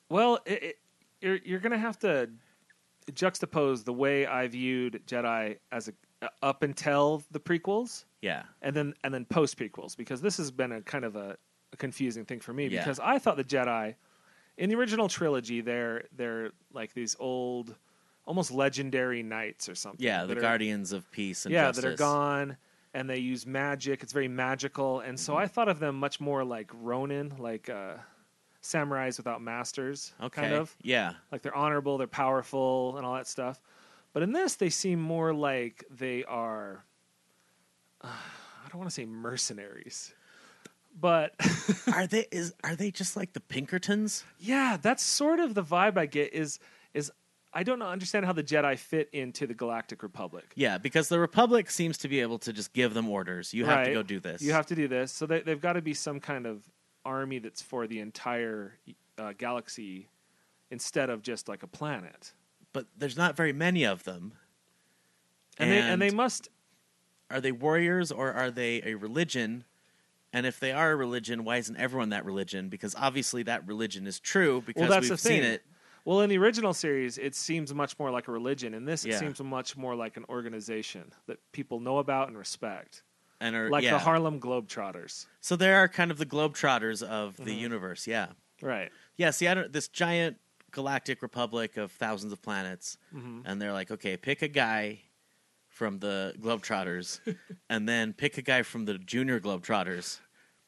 [SPEAKER 9] Well, it, it, you're you're gonna have to juxtapose the way I viewed Jedi as a uh, up until the prequels,
[SPEAKER 8] Yeah,
[SPEAKER 9] and then and then post prequels because this has been a kind of a, a confusing thing for me
[SPEAKER 8] Yeah.
[SPEAKER 9] because I thought the Jedi in the original trilogy they're they're like these old almost legendary knights or something.
[SPEAKER 8] yeah. The
[SPEAKER 9] that are-
[SPEAKER 8] Guardians of Peace and
[SPEAKER 9] yeah that are
[SPEAKER 8] Justice.
[SPEAKER 9] gone and they use magic it's very magical and
[SPEAKER 8] Mm-hmm.
[SPEAKER 9] so i thought of them much more like ronin like uh samurais without masters
[SPEAKER 8] Okay.
[SPEAKER 9] kind of
[SPEAKER 8] Yeah.
[SPEAKER 9] like they're honorable they're powerful and all that stuff but in this they seem more like they are uh, i don't want to say mercenaries but
[SPEAKER 8] are they is are they just like the Pinkertons?
[SPEAKER 9] yeah that's sort of the vibe i get is is i don't understand how the jedi fit into the galactic republic
[SPEAKER 8] Yeah, because the Republic seems to be able to just give them orders. You have to
[SPEAKER 9] Right.
[SPEAKER 8] go do this.
[SPEAKER 9] You have to do this. So they, they've got to be some kind of army that's for the entire uh, galaxy instead of just like a planet.
[SPEAKER 8] but there's not very many of them.
[SPEAKER 9] And, they and they must.
[SPEAKER 8] are they warriors or are they a religion? And if they are a religion, why isn't everyone that religion? Because obviously that religion is true because
[SPEAKER 9] Well, that's
[SPEAKER 8] we've
[SPEAKER 9] the thing.
[SPEAKER 8] seen it.
[SPEAKER 9] Well, in the original series, it seems much more like a religion. In this,
[SPEAKER 8] Yeah.
[SPEAKER 9] it seems much more like an organization that people know about and respect,
[SPEAKER 8] And are,
[SPEAKER 9] like
[SPEAKER 8] yeah.
[SPEAKER 9] the Harlem Globetrotters.
[SPEAKER 8] so there are kind of the globetrotters of the
[SPEAKER 9] Mm-hmm.
[SPEAKER 8] universe. Yeah,
[SPEAKER 9] Right.
[SPEAKER 8] yeah. See, I don't this giant
[SPEAKER 9] Mm-hmm.
[SPEAKER 8] galactic republic of thousands of planets, and they're like, okay, pick a guy from the Globetrotters, and then pick a guy from the Junior Globetrotters,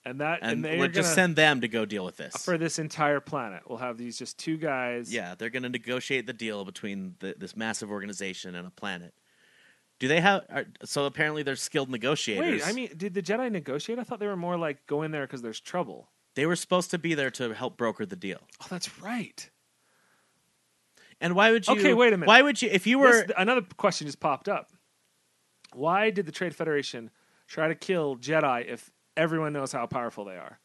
[SPEAKER 9] and that and,
[SPEAKER 8] and,
[SPEAKER 9] they're
[SPEAKER 8] we'll just
[SPEAKER 9] gonna-
[SPEAKER 8] send them to go deal with this.
[SPEAKER 9] for this entire planet. We'll have these just two guys.
[SPEAKER 8] Yeah, they're going to negotiate the deal between the, this massive organization and a planet. Do they have? Are, so apparently, they're skilled negotiators.
[SPEAKER 9] Wait, I mean, did the Jedi negotiate? I thought they were more like go in there because there's trouble.
[SPEAKER 8] they were supposed to be there to help broker the deal.
[SPEAKER 9] Oh, that's right.
[SPEAKER 8] And why would you?
[SPEAKER 9] Okay, wait a minute.
[SPEAKER 8] Why would you? If you were,
[SPEAKER 9] This- another question just popped up. Why did the Trade Federation try to kill Jedi if everyone knows how powerful they are?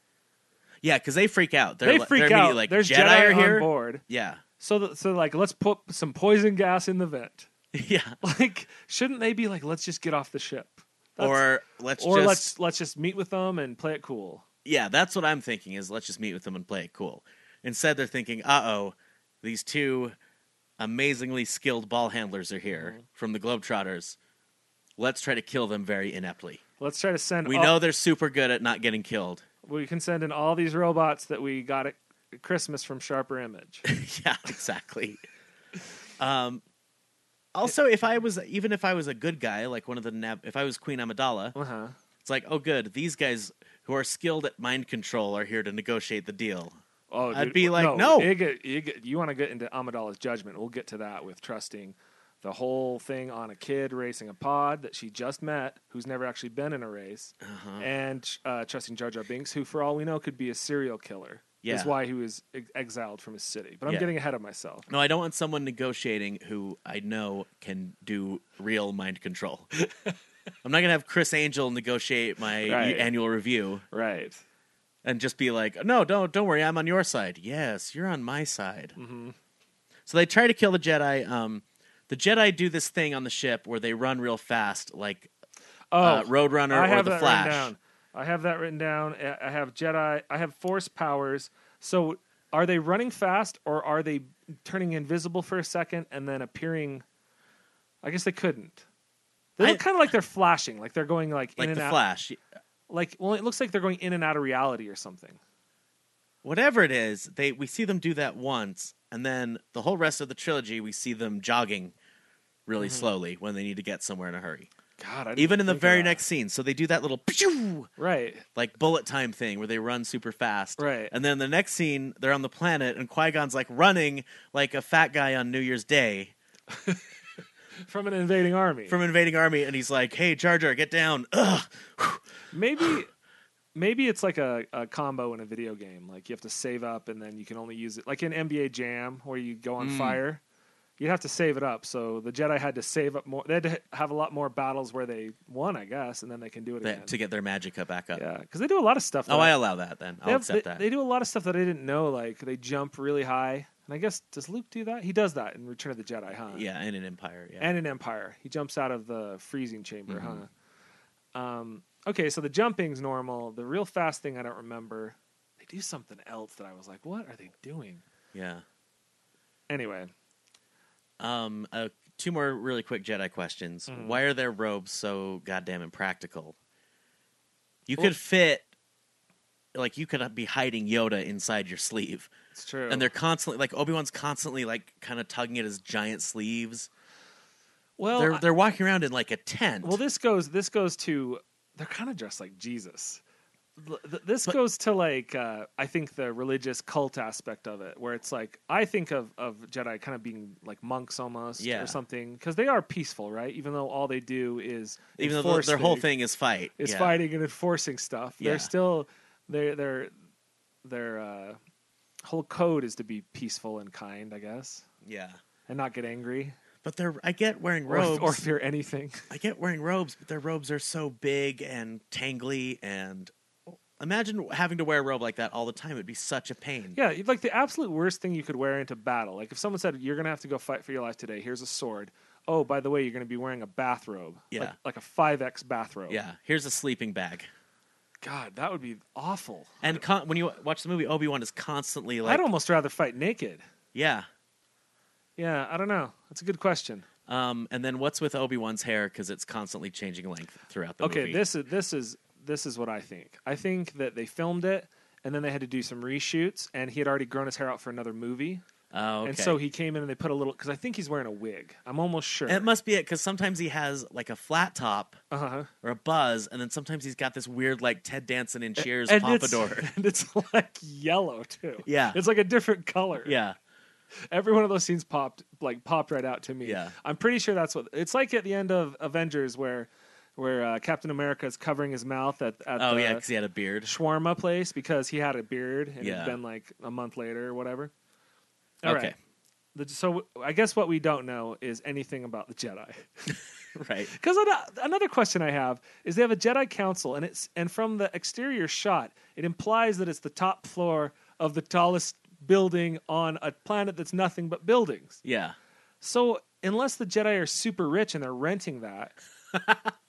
[SPEAKER 8] yeah, because they freak out. They're,
[SPEAKER 9] they
[SPEAKER 8] li-
[SPEAKER 9] freak
[SPEAKER 8] they're immediately
[SPEAKER 9] out.
[SPEAKER 8] Like
[SPEAKER 9] there's
[SPEAKER 8] Jedi,
[SPEAKER 9] Jedi,
[SPEAKER 8] are here.
[SPEAKER 9] on board.
[SPEAKER 8] Yeah,
[SPEAKER 9] So, th- so like, let's put some poison gas in the vent.
[SPEAKER 8] yeah.
[SPEAKER 9] Like, shouldn't they be like, let's just get off the ship, That's-
[SPEAKER 8] or let's
[SPEAKER 9] or
[SPEAKER 8] just
[SPEAKER 9] let's let's just meet with them and play it cool.
[SPEAKER 8] yeah. That's what I'm thinking. Is let's just meet with them and play it cool. Instead, they're thinking, uh oh, these two amazingly skilled ball handlers are here from the Globetrotters. Let's try to kill them very ineptly.
[SPEAKER 9] Let's try to send.
[SPEAKER 8] We
[SPEAKER 9] all-
[SPEAKER 8] know they're super good at not getting killed.
[SPEAKER 9] we can send in all these robots that we got at Christmas from Sharper Image.
[SPEAKER 8] yeah, exactly. um, also, if I was even if I was a good guy, like one of the nav- if I was Queen Amidala,
[SPEAKER 9] Uh huh.
[SPEAKER 8] it's like, oh, good, these guys who are skilled at mind control are here to negotiate the deal.
[SPEAKER 9] Oh,
[SPEAKER 8] I'd
[SPEAKER 9] dude,
[SPEAKER 8] be like, no.
[SPEAKER 9] It get, it get, you want to get into Amidala's judgment. We'll get to that with trusting the whole thing on a kid racing a pod that she just met, who's never actually been in a race,
[SPEAKER 8] Uh-huh.
[SPEAKER 9] and uh, trusting Jar Jar Binks, who, for all we know, could be a serial killer.
[SPEAKER 8] Yeah.
[SPEAKER 9] Is why he was ex- exiled from his city. But I'm
[SPEAKER 8] Yeah.
[SPEAKER 9] getting ahead of myself.
[SPEAKER 8] No, I don't want someone negotiating who I know can do real mind control. I'm not gonna have Chris Angel negotiate my
[SPEAKER 9] Right.
[SPEAKER 8] annual review
[SPEAKER 9] Right.
[SPEAKER 8] and just be like, "No, don't, don't worry, I'm on your side." Yes, you're on my side. Mm-hmm. So they try to kill the Jedi. Um, the Jedi do this thing on the ship where they run real fast, like
[SPEAKER 9] Oh,
[SPEAKER 8] uh, Roadrunner
[SPEAKER 9] I
[SPEAKER 8] or
[SPEAKER 9] have
[SPEAKER 8] the
[SPEAKER 9] that
[SPEAKER 8] Flash.
[SPEAKER 9] written down. I have that written down. I- I have Jedi. I have Force powers. So are they running fast or are they turning invisible for a second and then appearing? I guess they couldn't. They look
[SPEAKER 8] I-
[SPEAKER 9] kind of like they're flashing, like they're going like,
[SPEAKER 8] like
[SPEAKER 9] in and
[SPEAKER 8] the
[SPEAKER 9] out.
[SPEAKER 8] Flash.
[SPEAKER 9] Like well, it looks like they're going in and out of reality or something.
[SPEAKER 8] Whatever it is, they we see them do that once, and then the whole rest of the trilogy, we see them jogging really
[SPEAKER 9] Mm-hmm.
[SPEAKER 8] slowly when they need to get somewhere in a hurry.
[SPEAKER 9] God, I didn't
[SPEAKER 8] Even in the
[SPEAKER 9] think of
[SPEAKER 8] very
[SPEAKER 9] that.
[SPEAKER 8] next scene, so they do that little pew!
[SPEAKER 9] Right.
[SPEAKER 8] like bullet time thing where they run super fast.
[SPEAKER 9] Right.
[SPEAKER 8] And then the next scene, they're on the planet and Qui Gon's like running like a fat guy on New Year's Day
[SPEAKER 9] From an invading army.
[SPEAKER 8] from invading army, and he's like, "Hey, Jar Jar, get down!" Ugh.
[SPEAKER 9] maybe maybe it's like a, a combo in a video game like you have to save up and then you can only use it like in nba jam where you go
[SPEAKER 8] Hmm.
[SPEAKER 9] on fire you'd have to save it up so the jedi had to save up more they had to have a lot more battles where they won i guess and then they can do it
[SPEAKER 8] That-
[SPEAKER 9] again
[SPEAKER 8] to get their magicka back up.
[SPEAKER 9] yeah because they do a lot of stuff that
[SPEAKER 8] Oh, I allow that then. I'll
[SPEAKER 9] they, have-
[SPEAKER 8] accept
[SPEAKER 9] they-
[SPEAKER 8] that.
[SPEAKER 9] they do a lot of stuff that i didn't know like they jump really high and i guess does luke do that he does that in return of the jedi huh
[SPEAKER 8] yeah, in an empire. Yeah.
[SPEAKER 9] and an empire. He jumps out of the freezing chamber,
[SPEAKER 8] Mm-hmm.
[SPEAKER 9] huh? Um, okay, so the jumping's normal. The real fast thing I don't remember. They do something else that I was like, what are they doing?
[SPEAKER 8] yeah.
[SPEAKER 9] Anyway,
[SPEAKER 8] Um, uh, two more really quick Jedi questions.
[SPEAKER 9] Mm-hmm.
[SPEAKER 8] Why are their robes so goddamn impractical? You
[SPEAKER 9] Well-
[SPEAKER 8] could fit, like, you could be hiding Yoda inside your sleeve.
[SPEAKER 9] it's true.
[SPEAKER 8] and they're constantly like Obi Wan's constantly like kind of tugging at his giant sleeves.
[SPEAKER 9] well,
[SPEAKER 8] they're
[SPEAKER 9] I-
[SPEAKER 8] they're walking around in like a tent.
[SPEAKER 9] well, this goes this goes to they're kind of dressed like Jesus. Th- th- This goes to like uh, I think the religious cult aspect of it, where it's like I think of of Jedi kind of being like monks almost
[SPEAKER 8] Yeah.
[SPEAKER 9] or something, because they are peaceful, right? Even though all they do is
[SPEAKER 8] even though
[SPEAKER 9] enforce
[SPEAKER 8] their whole
[SPEAKER 9] things.
[SPEAKER 8] thing is fight.
[SPEAKER 9] is
[SPEAKER 8] yeah.
[SPEAKER 9] fighting and enforcing stuff.
[SPEAKER 8] Yeah.
[SPEAKER 9] They're still their their their uh, whole code is to be peaceful and kind, I guess,
[SPEAKER 8] Yeah,
[SPEAKER 9] and not get angry
[SPEAKER 8] but they're I get wearing
[SPEAKER 9] or,
[SPEAKER 8] robes.
[SPEAKER 9] or fear anything.
[SPEAKER 8] I get wearing robes, but their robes are so big and tangly. And imagine having to wear a robe like that all the time. It'd be such a pain.
[SPEAKER 9] Yeah, like the absolute worst thing you could wear into battle. Like if someone said you're gonna have to go fight for your life today, here's a sword. Oh, by the way, you're gonna be wearing a bathrobe. like,
[SPEAKER 8] Yeah.
[SPEAKER 9] like a five X bathrobe.
[SPEAKER 8] Yeah, here's a sleeping bag.
[SPEAKER 9] God, that would be awful.
[SPEAKER 8] And con- when you watch the movie, Obi Wan is constantly like,
[SPEAKER 9] I'd almost rather fight naked.
[SPEAKER 8] yeah.
[SPEAKER 9] Yeah, I don't know. That's a good question.
[SPEAKER 8] Um, and then what's with Obi Wan's hair? Because it's constantly changing length throughout the
[SPEAKER 9] okay,
[SPEAKER 8] movie.
[SPEAKER 9] this is this is this is what I think. I think that they filmed it and then they had to do some reshoots, and he had already grown his hair out for another movie.
[SPEAKER 8] Oh, okay.
[SPEAKER 9] And so he came in and they put a little because I think he's wearing a wig. I'm almost sure.
[SPEAKER 8] it must be it because sometimes he has like a flat top
[SPEAKER 9] uh-huh.
[SPEAKER 8] or a buzz, and then sometimes he's got this weird like Ted Danson in Cheers
[SPEAKER 9] and
[SPEAKER 8] pompadour.
[SPEAKER 9] It's, and it's like yellow too.
[SPEAKER 8] Yeah.
[SPEAKER 9] It's like a different color.
[SPEAKER 8] yeah,
[SPEAKER 9] Every one of those scenes popped like popped right out to me.
[SPEAKER 8] Yeah.
[SPEAKER 9] I'm pretty sure that's what it's like at the end of Avengers where where uh, Captain America is covering his mouth at, at
[SPEAKER 8] oh
[SPEAKER 9] the
[SPEAKER 8] yeah, because he had a beard.
[SPEAKER 9] shawarma place because he had a beard and
[SPEAKER 8] Yeah.
[SPEAKER 9] it'd been like a month later or whatever. All right.
[SPEAKER 8] okay,
[SPEAKER 9] The- so I guess what we don't know is anything about the Jedi.
[SPEAKER 8] right.
[SPEAKER 9] Because another question I have is they have a Jedi Council, and it's and from the exterior shot, it implies that it's the top floor of the tallest building on a planet that's nothing but buildings.
[SPEAKER 8] Yeah,
[SPEAKER 9] So unless the Jedi are super rich and they're renting that,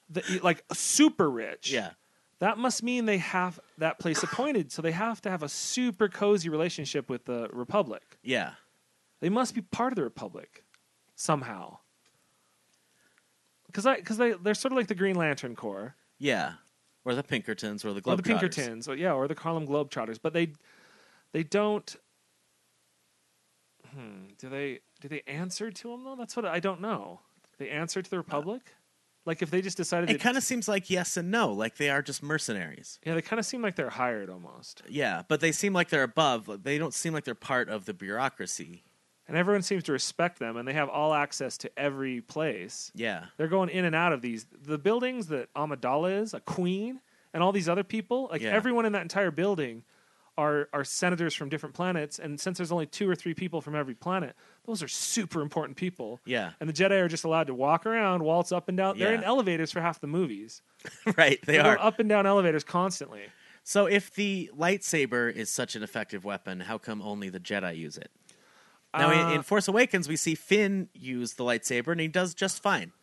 [SPEAKER 9] the, e, like super rich,
[SPEAKER 8] yeah.
[SPEAKER 9] that must mean they have that place appointed. So they have to have a super cozy relationship with the Republic.
[SPEAKER 8] Yeah.
[SPEAKER 9] They must be part of the Republic somehow. Because because they they're sort of like the Green Lantern Corps
[SPEAKER 8] Yeah. Or the Pinkertons or the Globetrotters.
[SPEAKER 9] or the Pinkertons, or yeah, or the Harlem Globetrotters. But they they don't. Hmm, do they do they answer to them though? That's what I don't know. They answer to the Republic, like if they just decided
[SPEAKER 8] It
[SPEAKER 9] to,
[SPEAKER 8] kind of seems like yes and no, like they are just mercenaries.
[SPEAKER 9] yeah, they kind of seem like they're hired almost,
[SPEAKER 8] Yeah, but they seem like they're above. like, They don't seem like they're part of the bureaucracy.
[SPEAKER 9] and everyone seems to respect them, and they have all access to every place.
[SPEAKER 8] Yeah.
[SPEAKER 9] They're going in and out of these the buildings that Amidala is a queen and all these other people. Like
[SPEAKER 8] Yeah.
[SPEAKER 9] everyone in that entire building are are senators from different planets. And since there's only two or three people from every planet, those are super important people.
[SPEAKER 8] Yeah.
[SPEAKER 9] And the Jedi are just allowed to walk around, waltz up and down. They're in
[SPEAKER 8] Yeah.
[SPEAKER 9] elevators for half the movies.
[SPEAKER 8] right, they
[SPEAKER 9] They're
[SPEAKER 8] are.
[SPEAKER 9] going up and down elevators constantly.
[SPEAKER 8] So if the lightsaber is such an effective weapon, how come only the Jedi use it? Now
[SPEAKER 9] Uh,
[SPEAKER 8] in, in Force Awakens, we see Finn use the lightsaber and he does just fine.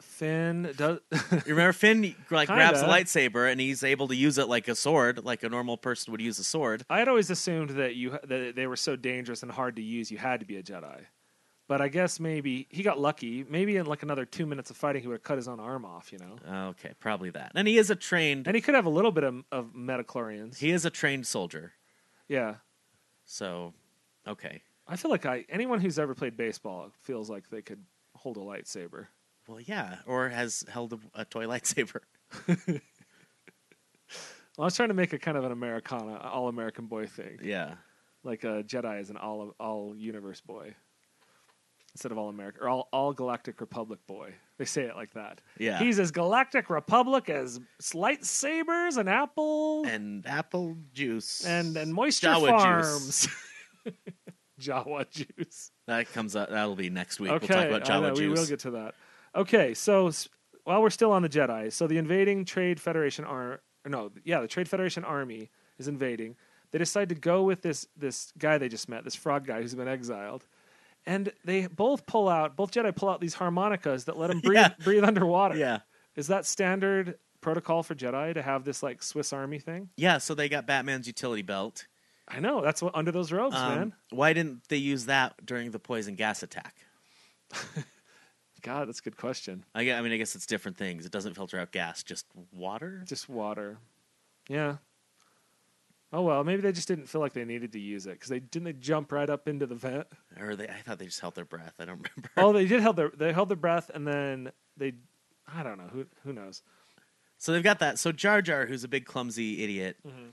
[SPEAKER 9] Finn does
[SPEAKER 8] You remember Finn like grabs the
[SPEAKER 9] Kinda.
[SPEAKER 8] lightsaber and he's able to use it like a sword, like a normal person would use a sword.
[SPEAKER 9] I had always assumed that you that they were so dangerous and hard to use, you had to be a Jedi. But I guess maybe he got lucky. Maybe in like another two minutes of fighting, he would have cut his own arm off. You know,
[SPEAKER 8] Okay, probably that. And he is a trained
[SPEAKER 9] and he could have a little bit of, of metachlorians.
[SPEAKER 8] he is a trained soldier.
[SPEAKER 9] yeah,
[SPEAKER 8] So, okay.
[SPEAKER 9] I feel like I anyone who's ever played baseball feels like they could hold a lightsaber.
[SPEAKER 8] Well, yeah, or has held a, a toy lightsaber.
[SPEAKER 9] Well, I was trying to make a kind of an Americana, all American boy thing,
[SPEAKER 8] Yeah.
[SPEAKER 9] like a Jedi is an all all universe boy instead of all American or all all Galactic Republic boy. They say it like that.
[SPEAKER 8] Yeah.
[SPEAKER 9] He's as Galactic Republic as lightsabers and Apple and
[SPEAKER 8] and apple juice.
[SPEAKER 9] and, Moisture
[SPEAKER 8] Jawa
[SPEAKER 9] Farms. Jawa juice.
[SPEAKER 8] That comes up. That'll be next week.
[SPEAKER 9] Okay,
[SPEAKER 8] we'll talk about
[SPEAKER 9] I know,
[SPEAKER 8] Jawa
[SPEAKER 9] we
[SPEAKER 8] juice.
[SPEAKER 9] will get to that. Okay, so s- while we're still on the Jedi, so the invading Trade Federation ar- or no, yeah, the Trade Federation army is invading. They decide to go with this this guy they just met, this frog guy who's been exiled, and they both pull out, both Jedi pull out these harmonicas that let them breathe
[SPEAKER 8] Yeah.
[SPEAKER 9] breathe underwater.
[SPEAKER 8] Yeah.
[SPEAKER 9] Is that standard protocol for Jedi to have this like Swiss Army thing?
[SPEAKER 8] Yeah, so they got Batman's utility belt.
[SPEAKER 9] I know that's what under those robes,
[SPEAKER 8] Um,
[SPEAKER 9] man.
[SPEAKER 8] Why didn't they use that during the poison gas attack?
[SPEAKER 9] God, that's a good question.
[SPEAKER 8] I, gue- I mean, I guess it's different things. It doesn't filter out gas, just water.
[SPEAKER 9] Just water. Yeah. Oh well, maybe they just didn't feel like they needed to use it because they didn't they jump right up into the vent.
[SPEAKER 8] Or they, I thought they just held their breath. I don't remember.
[SPEAKER 9] Oh, they did held their they held their breath and then they, I don't know who who knows.
[SPEAKER 8] So they've got that. So Jar Jar, who's a big clumsy idiot,
[SPEAKER 9] Mm-hmm.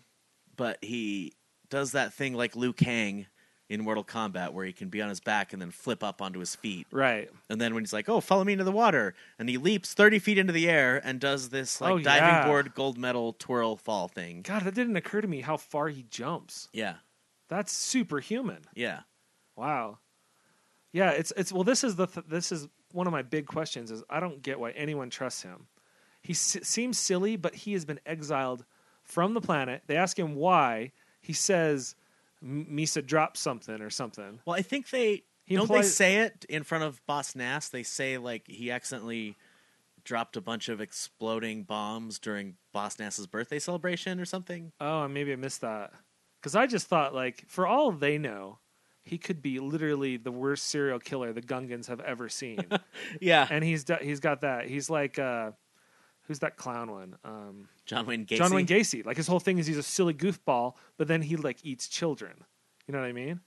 [SPEAKER 8] but he does that thing like Liu Kang in Mortal Kombat, where he can be on his back and then flip up onto his feet.
[SPEAKER 9] Right.
[SPEAKER 8] And then when he's like, "Oh, follow me into the water," and he leaps thirty feet into the air and does this like
[SPEAKER 9] Oh,
[SPEAKER 8] diving
[SPEAKER 9] yeah.
[SPEAKER 8] board gold medal twirl fall thing.
[SPEAKER 9] God, that didn't occur to me how far he jumps.
[SPEAKER 8] Yeah,
[SPEAKER 9] That's superhuman.
[SPEAKER 8] yeah,
[SPEAKER 9] Wow. Yeah, it's it's well. This is the th- this is one of my big questions. Is I don't get why anyone trusts him. He s- seems silly, but he has been exiled from the planet. They ask him why. He says, "M- "Misa dropped something or something."
[SPEAKER 8] Well, I think they
[SPEAKER 9] He
[SPEAKER 8] don't they
[SPEAKER 9] implies-
[SPEAKER 8] say it in front of Boss Nass. They say like he accidentally dropped a bunch of exploding bombs during Boss Nass's birthday celebration or something.
[SPEAKER 9] Oh, and maybe I missed that because I just thought, like, for all they know, he could be literally the worst serial killer the Gungans have ever seen,
[SPEAKER 8] Yeah,
[SPEAKER 9] and he's d- he's got that. He's like, uh, who's that clown one? Um,
[SPEAKER 8] John Wayne Gacy.
[SPEAKER 9] John Wayne Gacy. Like his whole thing is he's a silly goofball, but then he like eats children. You know what I mean?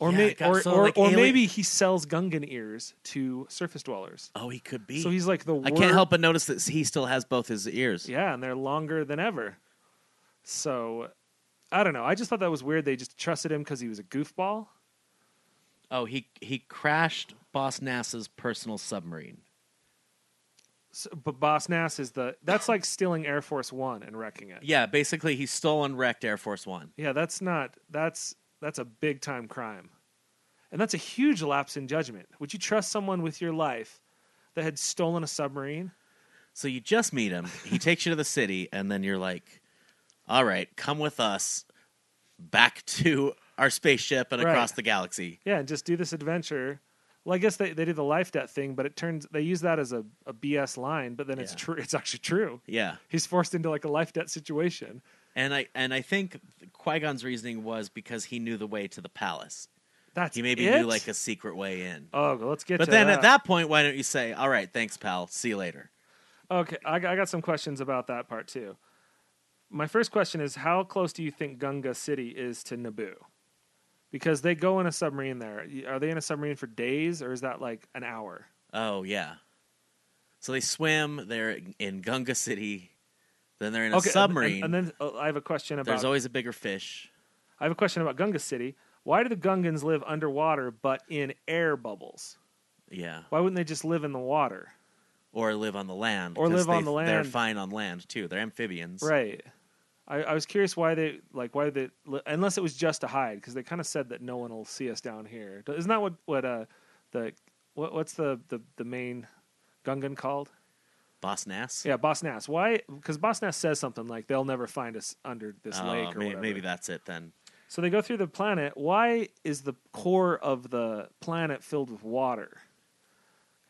[SPEAKER 9] Or,
[SPEAKER 8] Yeah,
[SPEAKER 9] may-
[SPEAKER 8] it got
[SPEAKER 9] or,
[SPEAKER 8] so,
[SPEAKER 9] or,
[SPEAKER 8] like,
[SPEAKER 9] or
[SPEAKER 8] alien-
[SPEAKER 9] maybe he sells Gungan ears to surface dwellers.
[SPEAKER 8] Oh, he could be.
[SPEAKER 9] So he's like the.
[SPEAKER 8] I
[SPEAKER 9] wor-
[SPEAKER 8] can't help but notice that he still has both his ears.
[SPEAKER 9] Yeah, and they're longer than ever. So, I don't know. I just thought that was weird. They just trusted him because he was a goofball.
[SPEAKER 8] Oh, he he crashed Boss NASA's personal submarine.
[SPEAKER 9] So, but Boss Nass is the. That's like stealing Air Force One and wrecking it.
[SPEAKER 8] Yeah, basically he stole and wrecked Air Force One.
[SPEAKER 9] Yeah, that's not. That's that's a big time crime, and that's a huge lapse in judgment. Would you trust someone with your life that had stolen a submarine?
[SPEAKER 8] So you just meet him. He takes you to the city, and then you're like, "All right, come with us back to our spaceship and
[SPEAKER 9] Right.
[SPEAKER 8] across the galaxy."
[SPEAKER 9] Yeah, and just do this adventure. Well, I guess they, they did the life debt thing, but it turns they use that as a, a BS line, but then it's
[SPEAKER 8] Yeah.
[SPEAKER 9] true. It's actually true.
[SPEAKER 8] Yeah,
[SPEAKER 9] He's forced into like a life debt situation.
[SPEAKER 8] and I and I think Qui Gon's reasoning was because he knew the way to the palace.
[SPEAKER 9] That's
[SPEAKER 8] He maybe
[SPEAKER 9] it?
[SPEAKER 8] knew like a secret way in.
[SPEAKER 9] Oh, well, let's get.
[SPEAKER 8] But
[SPEAKER 9] to
[SPEAKER 8] then at that point, why don't you say, "All right, thanks, pal. See you later."
[SPEAKER 9] okay, I, got- I got some questions about that part too. My first question is, how close do you think Gunga City is to Naboo? Because they go in a submarine there. Y- Are they in a submarine for days, or is that like an hour?
[SPEAKER 8] Oh yeah. So they swim. They're in Gunga City. Then they're in a
[SPEAKER 9] and-
[SPEAKER 8] submarine.
[SPEAKER 9] And, and then uh, I have a question about.
[SPEAKER 8] There's always a bigger fish.
[SPEAKER 9] I have a question about Gunga City. Why do the Gungans live underwater but in air bubbles?
[SPEAKER 8] Yeah.
[SPEAKER 9] Why wouldn't they just live in the water?
[SPEAKER 8] or live on the land
[SPEAKER 9] Or
[SPEAKER 8] 'cause
[SPEAKER 9] live on
[SPEAKER 8] they-
[SPEAKER 9] the
[SPEAKER 8] They're
[SPEAKER 9] land.
[SPEAKER 8] fine on land too. They're amphibians.
[SPEAKER 9] Right. I, I was curious why they like why they li- unless it was just to hide because they kind of said that no one will see us down here. Isn't that what what uh the what what's the the, the main Gungan called?
[SPEAKER 8] Boss Nass.
[SPEAKER 9] Yeah, Boss Nass. Why? Because Boss Nass says something like they'll never find us under this
[SPEAKER 8] Oh,
[SPEAKER 9] lake or
[SPEAKER 8] may-
[SPEAKER 9] whatever.
[SPEAKER 8] maybe that's it then.
[SPEAKER 9] So they go through the planet. Why is the core of the planet filled with water?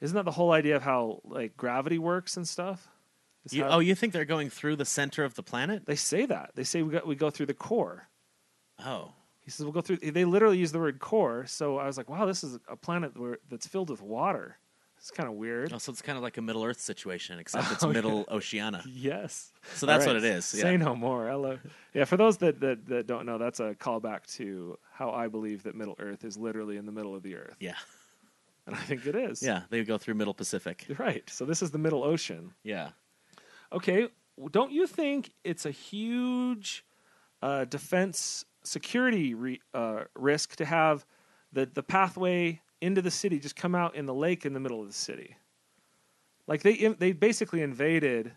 [SPEAKER 9] Isn't that the whole idea of how like gravity works and stuff? Is
[SPEAKER 8] You,
[SPEAKER 9] how-
[SPEAKER 8] oh, you think they're going through the center of the planet?
[SPEAKER 9] they say that. They say we go, we go through the core.
[SPEAKER 8] Oh,
[SPEAKER 9] He says we'll go through. They literally use the word core. So I was like, wow, this is a planet where, that's filled with water. It's kind of weird.
[SPEAKER 8] oh so it's kind of like a Middle Earth situation, except it's
[SPEAKER 9] Oh, yeah.
[SPEAKER 8] Middle Oceania.
[SPEAKER 9] Yes.
[SPEAKER 8] So that's
[SPEAKER 9] All
[SPEAKER 8] what it is, yeah.
[SPEAKER 9] Say no more. I love. Yeah. For those that, that that don't know, that's a callback to how I believe that Middle Earth is literally in the middle of the Earth,
[SPEAKER 8] Yeah,
[SPEAKER 9] and I think it is.
[SPEAKER 8] yeah. They go through Middle Pacific.
[SPEAKER 9] You're Right. So this is the Middle Ocean.
[SPEAKER 8] Yeah,
[SPEAKER 9] Okay. w- Don't you think it's a huge uh, defense security re- uh, risk to have the, the pathway into the city just come out in the lake in the middle of the city? Like they in- they basically invaded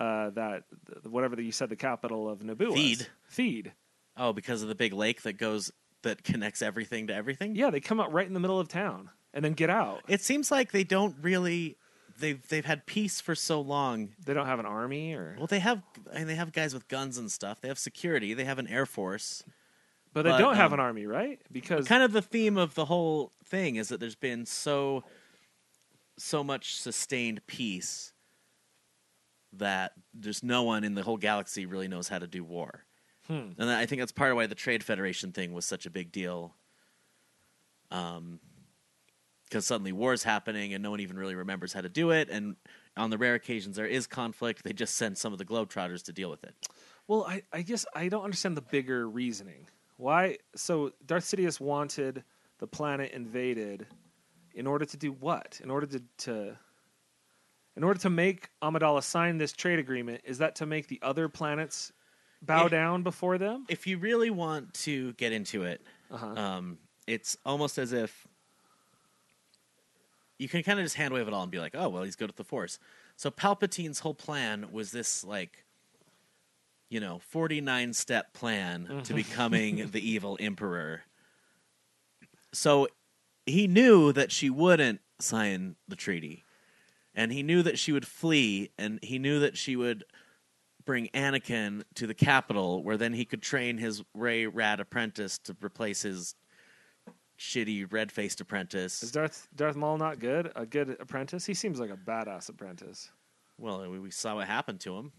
[SPEAKER 9] uh, that th- whatever that you said the capital of Naboo was.
[SPEAKER 8] Theed.
[SPEAKER 9] Feed.
[SPEAKER 8] Oh, because of the big lake that goes that connects everything to everything.
[SPEAKER 9] Yeah, they come out right in the middle of town and then get out.
[SPEAKER 8] It seems like they don't really. They've they've had peace for so long.
[SPEAKER 9] They don't have an army or
[SPEAKER 8] Well, they have and they have guys with guns and stuff. They have security. They have an air force.
[SPEAKER 9] but they
[SPEAKER 8] but,
[SPEAKER 9] don't have an
[SPEAKER 8] um,
[SPEAKER 9] army, right? Because
[SPEAKER 8] kind of the theme of the whole thing is that there's been so so much sustained peace that there's no one in the whole galaxy really knows how to do war. And I think that's part of why the Trade Federation thing was such a big deal. Um because suddenly war's happening and no one even really remembers how to do it and on the rare occasions there is conflict, they just send some of the globetrotters to deal with it.
[SPEAKER 9] Well, I, I guess I don't understand the bigger reasoning. Why? So Darth Sidious wanted the planet invaded in order to do what? In order to, to in order to make Amidala sign this trade agreement, is that to make the other planets bow
[SPEAKER 8] If-
[SPEAKER 9] down before them?
[SPEAKER 8] if you really want to get into it, um, it's almost as if you can kind of just hand wave it all and be like, "Oh, well, he's good with the Force." So Palpatine's whole plan was this, like, you know, forty-nine step plan to becoming the evil emperor. So he knew that she wouldn't sign the treaty, and he knew that she would flee, and he knew that she would bring Anakin to the capital, where then he could train his Ray Rad apprentice to replace his shitty red faced
[SPEAKER 9] Is
[SPEAKER 8] apprentice.
[SPEAKER 9] Darth Darth Maul not good? A good apprentice? He seems like a badass apprentice.
[SPEAKER 8] Well, we we saw what happened to him.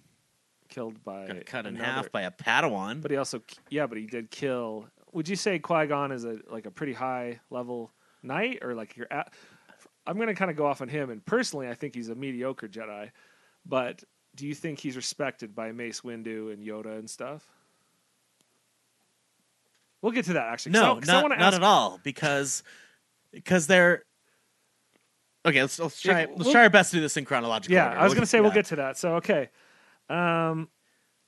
[SPEAKER 9] Killed by
[SPEAKER 8] Got cut in
[SPEAKER 9] another-
[SPEAKER 8] half by a Padawan.
[SPEAKER 9] But he also, yeah, but he did kill. Would you say Qui Gon is a like a pretty high level knight, or like you're at? I'm gonna kind of go off on him, and personally, I think he's a mediocre Jedi. But do you think he's respected by Mace Windu and Yoda and stuff? We'll get to that actually. 'cause I-
[SPEAKER 8] No,
[SPEAKER 9] 'cause I
[SPEAKER 8] not,
[SPEAKER 9] wanna
[SPEAKER 8] not
[SPEAKER 9] ask-
[SPEAKER 8] at all. Because because they're okay. Let's let's try
[SPEAKER 9] Yeah,
[SPEAKER 8] let's
[SPEAKER 9] we'll-
[SPEAKER 8] try our best to do this in chronological.
[SPEAKER 9] Yeah,
[SPEAKER 8] order.
[SPEAKER 9] I was going to say we'll
[SPEAKER 8] yeah.
[SPEAKER 9] get to that. So okay, um,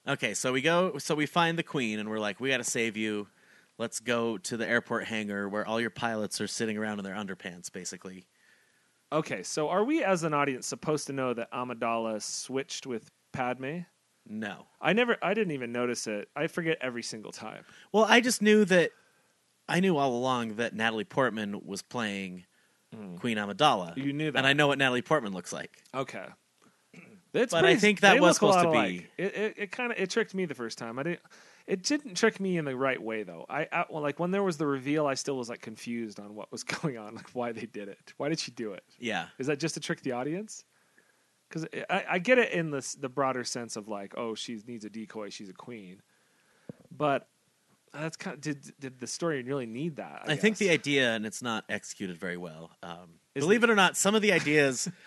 [SPEAKER 8] Okay, so we go. So we find the queen, and we're like, "We got to save you. Let's go to the airport hangar where all your pilots are sitting around in their underpants, basically."
[SPEAKER 9] okay. So are we as an audience supposed to know that Amidala switched with Padme?
[SPEAKER 8] No.
[SPEAKER 9] I never. I didn't even notice it. I forget every single time.
[SPEAKER 8] Well, I just knew that. I knew all along that Natalie Portman was playing Queen Amidala.
[SPEAKER 9] Hmm. You knew that.
[SPEAKER 8] and I know what Natalie Portman looks like.
[SPEAKER 9] Okay. That's
[SPEAKER 8] But I think that
[SPEAKER 9] they
[SPEAKER 8] was
[SPEAKER 9] look a
[SPEAKER 8] supposed
[SPEAKER 9] lot
[SPEAKER 8] to
[SPEAKER 9] alike. It, it, it kind of it tricked me the first time. I didn't. It didn't trick me in the right way though. I, I well, like when there was the reveal, I still was like confused on what was going on, like why they did it. Why did she do it?
[SPEAKER 8] Yeah,
[SPEAKER 9] Is that just to trick the audience? Because I, I get it in this the broader sense of like, oh, she needs a decoy. She's a queen, but that's kind of did did the story really need that?
[SPEAKER 8] I, think the
[SPEAKER 9] guess?
[SPEAKER 8] idea, and it's not executed very well. Um,
[SPEAKER 9] Isn't
[SPEAKER 8] believe it or not, some of the ideas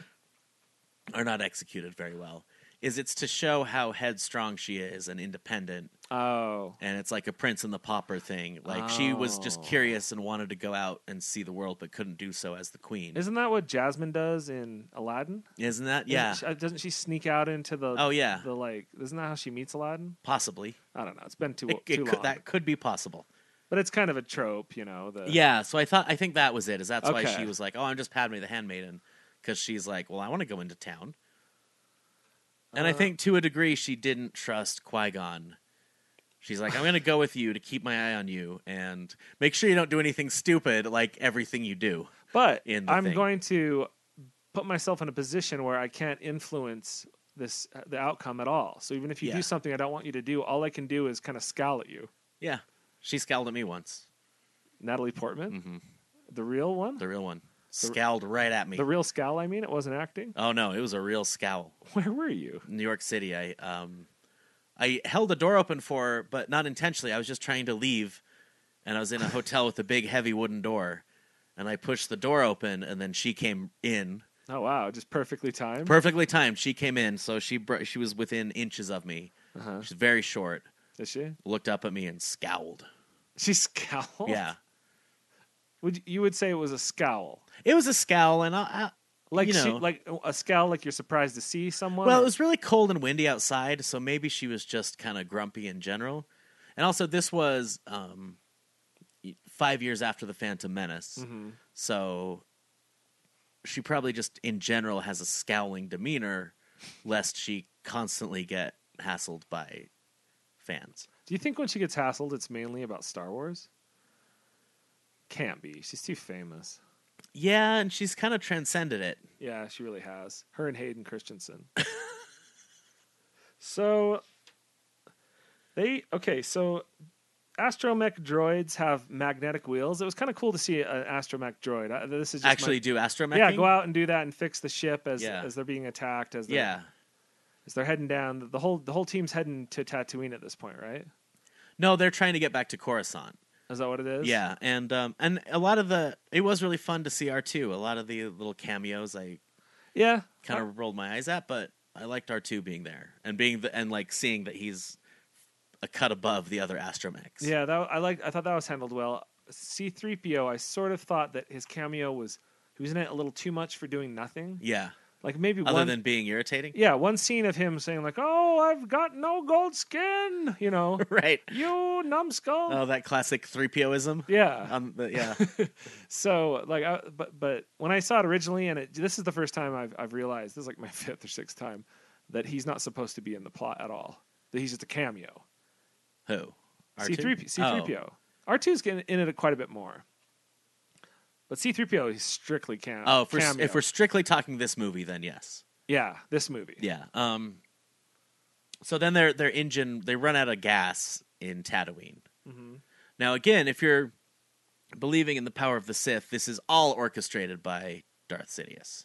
[SPEAKER 8] are not executed very well. Is it's to show how headstrong she is and independent,
[SPEAKER 9] oh
[SPEAKER 8] and it's like a prince and the pauper thing. Like she was just
[SPEAKER 9] Oh.
[SPEAKER 8] curious and wanted to go out and see the world, but couldn't do so as the queen.
[SPEAKER 9] isn't that what Jasmine does in Aladdin?
[SPEAKER 8] Isn't that?
[SPEAKER 9] Isn't
[SPEAKER 8] Yeah,
[SPEAKER 9] she- uh, doesn't she sneak out into the?
[SPEAKER 8] Oh, yeah.
[SPEAKER 9] The like, isn't that how she meets Aladdin?
[SPEAKER 8] possibly.
[SPEAKER 9] I don't know. It's been too
[SPEAKER 8] It,
[SPEAKER 9] too
[SPEAKER 8] it could,
[SPEAKER 9] long.
[SPEAKER 8] that could be possible.
[SPEAKER 9] But it's kind of a trope, you know. The,
[SPEAKER 8] Yeah, so I thought I think that was it. Is that's why
[SPEAKER 9] Okay.
[SPEAKER 8] she was like, "Oh, I'm just Padme the Handmaiden," because she's like, "Well, I want to go into town." And
[SPEAKER 9] Uh.
[SPEAKER 8] I think to a degree she didn't trust Qui Gon. She's like, "I'm going to go with you to keep my eye on you and make sure you don't do anything stupid, like everything you do."
[SPEAKER 9] But
[SPEAKER 8] in the
[SPEAKER 9] I'm
[SPEAKER 8] thing.
[SPEAKER 9] going to put myself in a position where I can't influence this uh, the outcome at all. So even if you
[SPEAKER 8] Yeah.
[SPEAKER 9] do something I don't want you to do, all I can do is kind of scowl at you.
[SPEAKER 8] Yeah, she scowled at me once.
[SPEAKER 9] Natalie Portman, the real one,
[SPEAKER 8] Mm-hmm. The real one scowled right at me.
[SPEAKER 9] the real scowl. I mean, it wasn't acting.
[SPEAKER 8] oh no, it was a real scowl.
[SPEAKER 9] Where were you?
[SPEAKER 8] New York City. I um, I held the door open for, her, but not intentionally. I was just trying to leave, and I was in a hotel with a big, heavy wooden door, and I pushed the door open, and then she came in.
[SPEAKER 9] Oh wow, just perfectly timed.
[SPEAKER 8] Perfectly timed. She came in, so she br- she was within inches of me.
[SPEAKER 9] Uh-huh.
[SPEAKER 8] She's very short.
[SPEAKER 9] Is she?
[SPEAKER 8] Looked up at me and scowled.
[SPEAKER 9] She scowled.
[SPEAKER 8] Yeah,
[SPEAKER 9] Would you- you would say it was a scowl?
[SPEAKER 8] it was a scowl, and I, I
[SPEAKER 9] like
[SPEAKER 8] you
[SPEAKER 9] she-
[SPEAKER 8] know.
[SPEAKER 9] like a scowl like you're surprised to see someone
[SPEAKER 8] Well,
[SPEAKER 9] or-
[SPEAKER 8] it was really cold and windy outside, so maybe she was just kind of grumpy in general. And also, this was um, five years after the Phantom Menace,
[SPEAKER 9] Mm-hmm.
[SPEAKER 8] so she probably just in general has a scowling demeanor, lest she constantly get hassled by fans.
[SPEAKER 9] do you think when she gets hassled it's mainly about star wars can't be she's too famous
[SPEAKER 8] Yeah, and she's kind of transcended it.
[SPEAKER 9] yeah she really has her and hayden christensen so they okay so astromech droids have magnetic wheels it was kind of cool to see an astromech droid I, this is just my-
[SPEAKER 8] Actually, do astromech?
[SPEAKER 9] yeah go out and do that and fix the ship as
[SPEAKER 8] Yeah.
[SPEAKER 9] as they're being attacked as they're,
[SPEAKER 8] Yeah.
[SPEAKER 9] as they're heading down the whole the whole team's heading to tatooine at this point right
[SPEAKER 8] No, they're trying to get back to Coruscant.
[SPEAKER 9] Is that what it is?
[SPEAKER 8] Yeah, and um, and a lot of the it was really fun to see R two. A lot of the little cameos I
[SPEAKER 9] Yeah.
[SPEAKER 8] kind of rolled my eyes at, but I liked R two being there and being the, and like seeing that he's a cut above the other astromechs.
[SPEAKER 9] Yeah, that I like I thought that was handled well. C3PO, I sort of thought that his cameo was he was in it a little too much for doing nothing.
[SPEAKER 8] yeah.
[SPEAKER 9] Like maybe
[SPEAKER 8] Other
[SPEAKER 9] one
[SPEAKER 8] than being irritating,
[SPEAKER 9] Yeah, one scene of him saying like, "Oh, I've got no gold skin," you know.
[SPEAKER 8] right?
[SPEAKER 9] you numbskull.
[SPEAKER 8] Oh, that classic three POism.
[SPEAKER 9] yeah.
[SPEAKER 8] Um, but yeah,
[SPEAKER 9] So like, I, but but when I saw it originally, and it, this is the first time I've I've realized this is like my fifth or sixth time that he's not supposed to be in the plot at all. That he's just a cameo.
[SPEAKER 8] who?
[SPEAKER 9] C three
[SPEAKER 8] R2?
[SPEAKER 9] C three
[SPEAKER 8] Oh.
[SPEAKER 9] PO. R 2s getting in it quite a bit more, but C three PO is strictly cam.
[SPEAKER 8] Oh, if we're,
[SPEAKER 9] cameo.
[SPEAKER 8] if we're strictly talking this movie, then yes.
[SPEAKER 9] yeah, this movie.
[SPEAKER 8] Yeah. Um. So then their their engine they run out of gas in Tatooine. Now again, if you're believing in the power of the Sith, this is all orchestrated by Darth Sidious.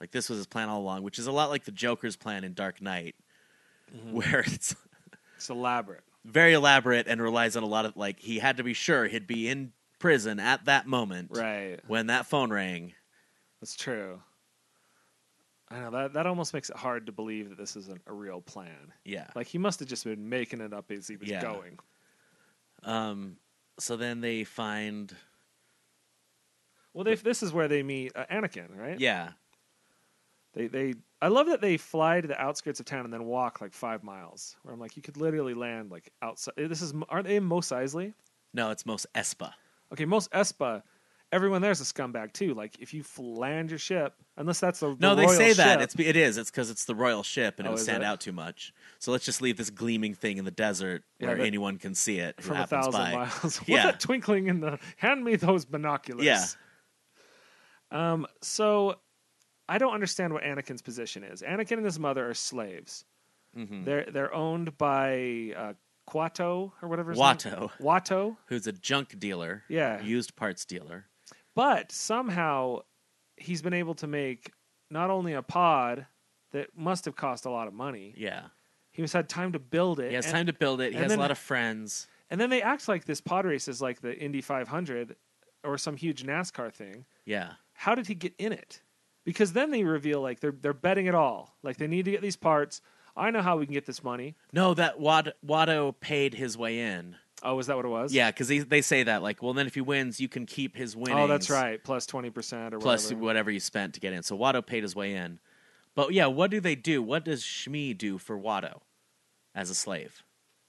[SPEAKER 8] Like this was his plan all along, which is a lot like the Joker's plan in Dark Knight, where it's
[SPEAKER 9] It's elaborate.
[SPEAKER 8] very elaborate and relies on a lot of like he had to be sure he'd be in prison at that moment
[SPEAKER 9] Right,
[SPEAKER 8] when that phone rang.
[SPEAKER 9] that's true. I know that that almost makes it hard to believe that this isn't a real plan.
[SPEAKER 8] Yeah.
[SPEAKER 9] Like he must have just been making it up as he was
[SPEAKER 8] Yeah.
[SPEAKER 9] going.
[SPEAKER 8] So then they find
[SPEAKER 9] Well, they, this is where they meet uh, Anakin, right?
[SPEAKER 8] yeah.
[SPEAKER 9] They they I love that they fly to the outskirts of town and then walk like five miles. Where I'm like, you could literally land like outside. This is aren't they in Mos Eisley?
[SPEAKER 8] No, it's most Espa.
[SPEAKER 9] Okay, most Espa, everyone there's a scumbag too. Like if you f- land your ship, unless that's the, the
[SPEAKER 8] No, they
[SPEAKER 9] royal
[SPEAKER 8] say
[SPEAKER 9] ship,
[SPEAKER 8] that it's it is. It's because it's the royal ship and
[SPEAKER 9] Oh,
[SPEAKER 8] it would
[SPEAKER 9] is
[SPEAKER 8] stand
[SPEAKER 9] it?
[SPEAKER 8] out too much. So let's just leave this gleaming thing in the desert
[SPEAKER 9] Yeah,
[SPEAKER 8] where
[SPEAKER 9] that-
[SPEAKER 8] anyone can see it who
[SPEAKER 9] from a
[SPEAKER 8] happens
[SPEAKER 9] thousand
[SPEAKER 8] by.
[SPEAKER 9] miles. What's
[SPEAKER 8] Yeah.
[SPEAKER 9] that twinkling in the? Hand me those binoculars.
[SPEAKER 8] Yeah.
[SPEAKER 9] Um. So, I don't understand what Anakin's position is. Anakin and his mother are slaves.
[SPEAKER 8] Mm-hmm.
[SPEAKER 9] They're they're owned by uh, Quato or whatever. his name-
[SPEAKER 8] Watto.
[SPEAKER 9] Watto.
[SPEAKER 8] Who's a junk dealer?
[SPEAKER 9] Yeah.
[SPEAKER 8] used parts dealer.
[SPEAKER 9] But somehow, he's been able to make not only a pod that must have cost a lot of money.
[SPEAKER 8] Yeah,
[SPEAKER 9] He has had time to build it.
[SPEAKER 8] he has
[SPEAKER 9] and-
[SPEAKER 8] time to build it. He
[SPEAKER 9] and
[SPEAKER 8] has
[SPEAKER 9] then-
[SPEAKER 8] a lot of friends.
[SPEAKER 9] And then they act like this pod race is like the Indy 500 or some huge NASCAR thing.
[SPEAKER 8] Yeah,
[SPEAKER 9] How did he get in it? Because then they reveal like they're they're betting it all. Like they need to get these parts. I know how we can get this money.
[SPEAKER 8] no, that Wad- Watto paid his way in.
[SPEAKER 9] Oh, is that what it was?
[SPEAKER 8] Yeah, because they say that like, well, then if he wins, you can keep his winnings.
[SPEAKER 9] Oh, that's right. Plus twenty percent or
[SPEAKER 8] Plus
[SPEAKER 9] whatever.
[SPEAKER 8] whatever you spent to get in. So Watto paid his way in. But yeah, what do they do? What does Shmi do for Watto as a slave?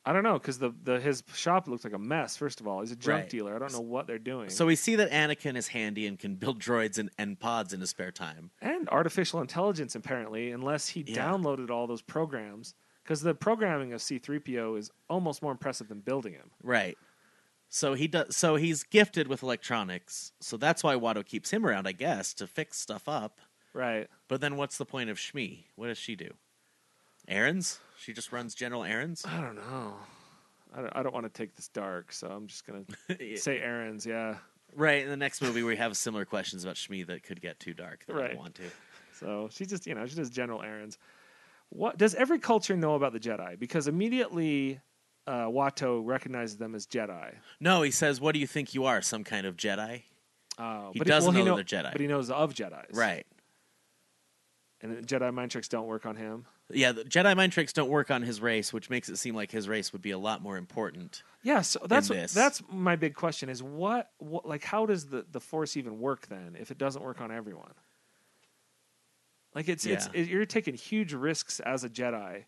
[SPEAKER 9] I don't know because the, the his shop looked like a mess. First of all, he's a junk
[SPEAKER 8] Right.
[SPEAKER 9] dealer. I don't know what they're doing.
[SPEAKER 8] So we see that Anakin is handy and can build droids and, and pods in his spare time.
[SPEAKER 9] and artificial intelligence apparently, unless he
[SPEAKER 8] Yeah.
[SPEAKER 9] downloaded all those programs, because the programming of C three PO is almost more impressive than building him.
[SPEAKER 8] Right. So he does. So he's gifted with electronics. So that's why Watto keeps him around, I guess, to fix stuff up.
[SPEAKER 9] Right.
[SPEAKER 8] But then, what's the point of Shmi? What does she do? Errands? She just runs general errands.
[SPEAKER 9] I don't know. I don't, I don't want to take this dark, so I'm just gonna say errands. Yeah.
[SPEAKER 8] Right. In the next movie, we have similar questions about Shmi that could get too dark. That I
[SPEAKER 9] Right.
[SPEAKER 8] don't want to.
[SPEAKER 9] So she just you know she does general errands. What does every culture know about the Jedi? Because immediately, uh, Watto recognizes them as Jedi.
[SPEAKER 8] No, he says, "What do you think you are? Some kind of Jedi?"
[SPEAKER 9] Uh,
[SPEAKER 8] He
[SPEAKER 9] but
[SPEAKER 8] doesn't
[SPEAKER 9] he
[SPEAKER 8] know
[SPEAKER 9] kno-
[SPEAKER 8] that they're Jedi.
[SPEAKER 9] but he knows of Jedi's,
[SPEAKER 8] Right.
[SPEAKER 9] And the Jedi mind tricks don't work on him.
[SPEAKER 8] Yeah, the Jedi mind tricks don't work on his race, which makes it seem like his race would be a lot more important.
[SPEAKER 9] Yeah, so that's what,
[SPEAKER 8] this.
[SPEAKER 9] that's my big question is what, what like how does the the force even work then if it doesn't work on everyone? Like it's it's
[SPEAKER 8] Yeah.
[SPEAKER 9] it, you're taking huge risks as a Jedi,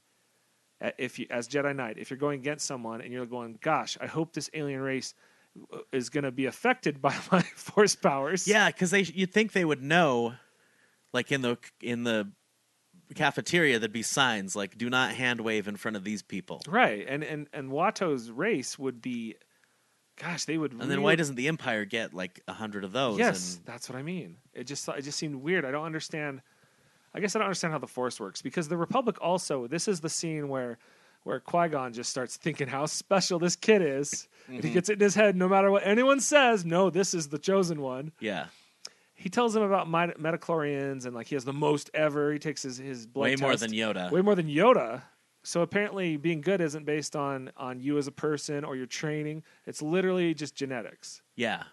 [SPEAKER 9] a- if you as Jedi Knight if you're going against someone and you're going, gosh, I hope this alien race uh, is going to be affected by my force powers.
[SPEAKER 8] Yeah, because they you'd think they would know, like in the in the cafeteria, there'd be signs like "Do not hand wave in front of these people."
[SPEAKER 9] right. And and and Watto's race would be, gosh, they would.
[SPEAKER 8] And then why doesn't the Empire get like a hundred of those?
[SPEAKER 9] Yes,
[SPEAKER 8] and-
[SPEAKER 9] that's what I mean. It just it just seemed weird. I don't understand. I guess I don't understand how the Force works because the Republic also. This is the scene where where Qui Gon just starts thinking how special this kid is, and
[SPEAKER 8] Mm-hmm.
[SPEAKER 9] he gets it in his head. No matter what anyone says, no, this is the chosen one.
[SPEAKER 8] yeah,
[SPEAKER 9] He tells him about mi- metachlorians and like he has the most ever. He takes his his blood
[SPEAKER 8] way more
[SPEAKER 9] test.
[SPEAKER 8] than Yoda.
[SPEAKER 9] way more than Yoda. So apparently, being good isn't based on on you as a person or your training. It's literally just genetics.
[SPEAKER 8] yeah,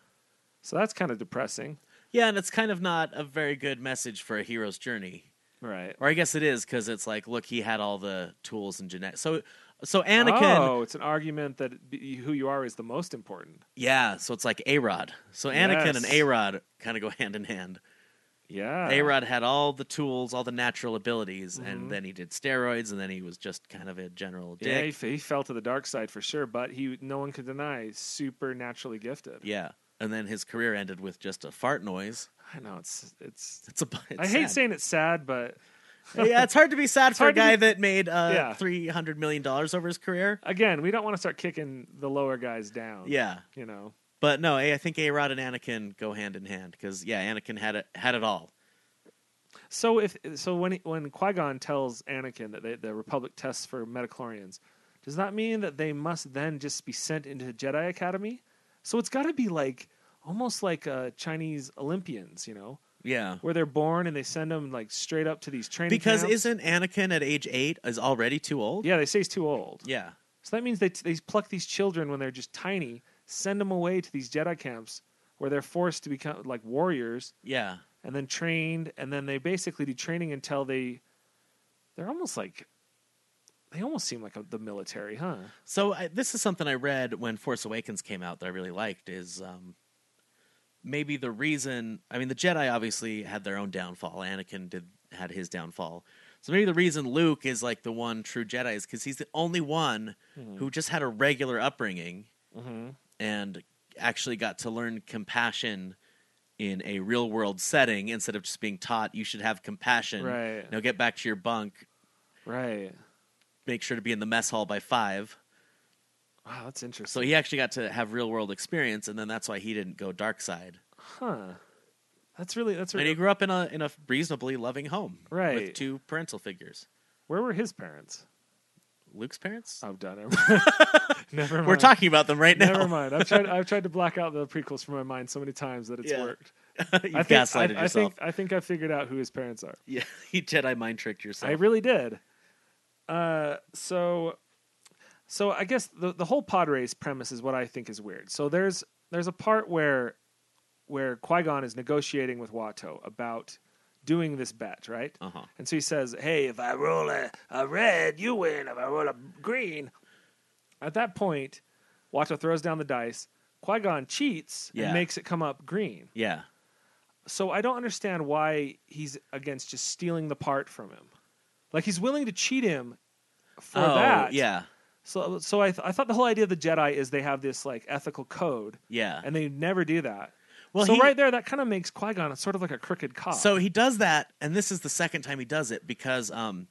[SPEAKER 9] So that's kind of depressing,
[SPEAKER 8] yeah, and it's kind of not a very good message for a hero's journey.
[SPEAKER 9] right?
[SPEAKER 8] Or I guess it is because it's like, look, he had all the tools and genetics. So, so Anakin,
[SPEAKER 9] Oh, it's an argument that b- who you are is the most important.
[SPEAKER 8] yeah. So it's like A Rod. So Anakin and
[SPEAKER 9] Yes.
[SPEAKER 8] A Rod kind of go hand in hand.
[SPEAKER 9] Yeah.
[SPEAKER 8] A Rod had all the tools, all the natural abilities, and then he did steroids, and then he was just kind of a general dick.
[SPEAKER 9] Mm-hmm. Yeah, he, f- he fell to the dark side for sure, but he no one could deny he's supernaturally gifted.
[SPEAKER 8] Yeah. And then his career ended with just a fart noise.
[SPEAKER 9] I know it's it's.
[SPEAKER 8] It's a. It's
[SPEAKER 9] I hate
[SPEAKER 8] sad.
[SPEAKER 9] saying it's sad, but
[SPEAKER 8] yeah, it's hard to be sad for a
[SPEAKER 9] hard to
[SPEAKER 8] guy
[SPEAKER 9] be-
[SPEAKER 8] that made uh,
[SPEAKER 9] Yeah.
[SPEAKER 8] three hundred million dollars over his career.
[SPEAKER 9] again, we don't want to start kicking the lower guys down.
[SPEAKER 8] Yeah,
[SPEAKER 9] you know.
[SPEAKER 8] but no, I I think A Rod and Anakin go hand in hand because yeah, Anakin had it had it all.
[SPEAKER 9] So if so, when he, when Qui Gon tells Anakin that they, the Republic tests for metachlorians, does that mean that they must then just be sent into Jedi Academy? So it's got to be like almost like uh, Chinese Olympians, you know,
[SPEAKER 8] Yeah,
[SPEAKER 9] where they're born and they send them like straight up to these training
[SPEAKER 8] because
[SPEAKER 9] camps.
[SPEAKER 8] isn't Anakin at age eight is already too old?
[SPEAKER 9] yeah they say he's too old
[SPEAKER 8] yeah,
[SPEAKER 9] so that means they they pluck these children when they're just tiny send them away to these jedi camps where they're forced to become like warriors
[SPEAKER 8] yeah.
[SPEAKER 9] and then trained and then they basically do training until they they're almost like They almost seem like a, the military, huh?
[SPEAKER 8] So I, this is something I read when Force Awakens came out that I really liked is um, maybe the reason. I mean, the Jedi obviously had their own downfall. Anakin did had his downfall. So maybe the reason Luke is like the one true Jedi is because he's the only one who just had a regular upbringing and actually got to learn compassion in a real world setting instead of just being taught you should have compassion.
[SPEAKER 9] Right.
[SPEAKER 8] Now get back to your bunk.
[SPEAKER 9] Right.
[SPEAKER 8] Make sure to be in the mess hall by five.
[SPEAKER 9] Wow, that's
[SPEAKER 8] So
[SPEAKER 9] interesting.
[SPEAKER 8] he actually got to have real world experience, and then that's why he didn't go dark side.
[SPEAKER 9] huh. That's really that's
[SPEAKER 8] And he
[SPEAKER 9] really.
[SPEAKER 8] grew up in a in a reasonably loving home, With
[SPEAKER 9] Right.
[SPEAKER 8] two parental figures,
[SPEAKER 9] Where were his parents? Oh,
[SPEAKER 8] Luke's parents.
[SPEAKER 9] I've done it. Uh, Never mind.
[SPEAKER 8] We're talking about them right now.
[SPEAKER 9] Never mind. I've tried. I've tried to block out the prequels from my mind so many times that it's
[SPEAKER 8] Yeah.
[SPEAKER 9] worked.
[SPEAKER 8] You've
[SPEAKER 9] I think,
[SPEAKER 8] gaslighted
[SPEAKER 9] I, I
[SPEAKER 8] yourself.
[SPEAKER 9] think I think I figured out who his parents are.
[SPEAKER 8] yeah, you Jedi mind tricked yourself.
[SPEAKER 9] I really did. Uh, so, so I guess the the whole pod race premise is what I think is weird. So there's there's a part where where Qui Gon is negotiating with Watto about doing this bet, right?
[SPEAKER 8] Uh-huh.
[SPEAKER 9] And so he says, "Hey, if I roll a, a red, you win. If I roll a green." At that point, Watto throws down the dice. Qui Gon cheats
[SPEAKER 8] Yeah.
[SPEAKER 9] and makes it come up green.
[SPEAKER 8] yeah,
[SPEAKER 9] So I don't understand why he's against just stealing the part from him. Like he's willing to cheat him for
[SPEAKER 8] oh
[SPEAKER 9] that.
[SPEAKER 8] yeah,
[SPEAKER 9] So so I th- I thought the whole idea of the Jedi is they have this like ethical code
[SPEAKER 8] yeah.
[SPEAKER 9] and they never do that.
[SPEAKER 8] Well,
[SPEAKER 9] so
[SPEAKER 8] he-
[SPEAKER 9] right there that kind of makes Qui-Gon sort of like a crooked cop.
[SPEAKER 8] So he does that, and this is the second time he does it because um,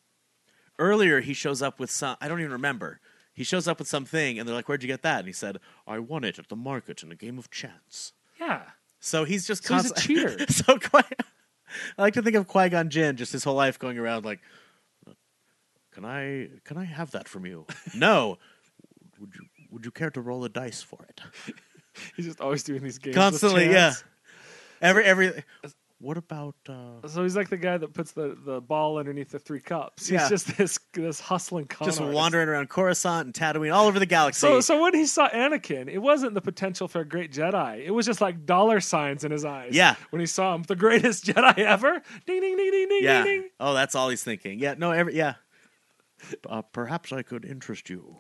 [SPEAKER 8] earlier he shows up with some. I don't even remember. He shows up with something, and they're like, "Where'd you get that?" And he said, "I won it at the market in a game of chance."
[SPEAKER 9] yeah.
[SPEAKER 8] So he's just
[SPEAKER 9] So he's a
[SPEAKER 8] constantly-
[SPEAKER 9] cheater.
[SPEAKER 8] so Qui- I like to think of Qui Gon Jinn just his whole life going around like, "Can I can I have that from you?" no. Would you Would you care to roll a dice for it?
[SPEAKER 9] He's just always doing these games with
[SPEAKER 8] Constantly, yeah.
[SPEAKER 9] chance.
[SPEAKER 8] Every every. What about? Uh,
[SPEAKER 9] So he's like the guy that puts the, the ball underneath the three cups.
[SPEAKER 8] Yeah.
[SPEAKER 9] He's just this this hustling con
[SPEAKER 8] just
[SPEAKER 9] artist.
[SPEAKER 8] wandering around Coruscant and Tatooine, all over the galaxy.
[SPEAKER 9] So, so when he saw Anakin, it wasn't the potential for a great Jedi. It was just like dollar signs in his eyes.
[SPEAKER 8] Yeah.
[SPEAKER 9] When he saw him, the greatest Jedi ever. Ding, ding, ding, ding, ding,
[SPEAKER 8] yeah.
[SPEAKER 9] ding, ding.
[SPEAKER 8] Oh, that's all he's thinking. Yeah. No. Every. Yeah. Uh, perhaps I could interest you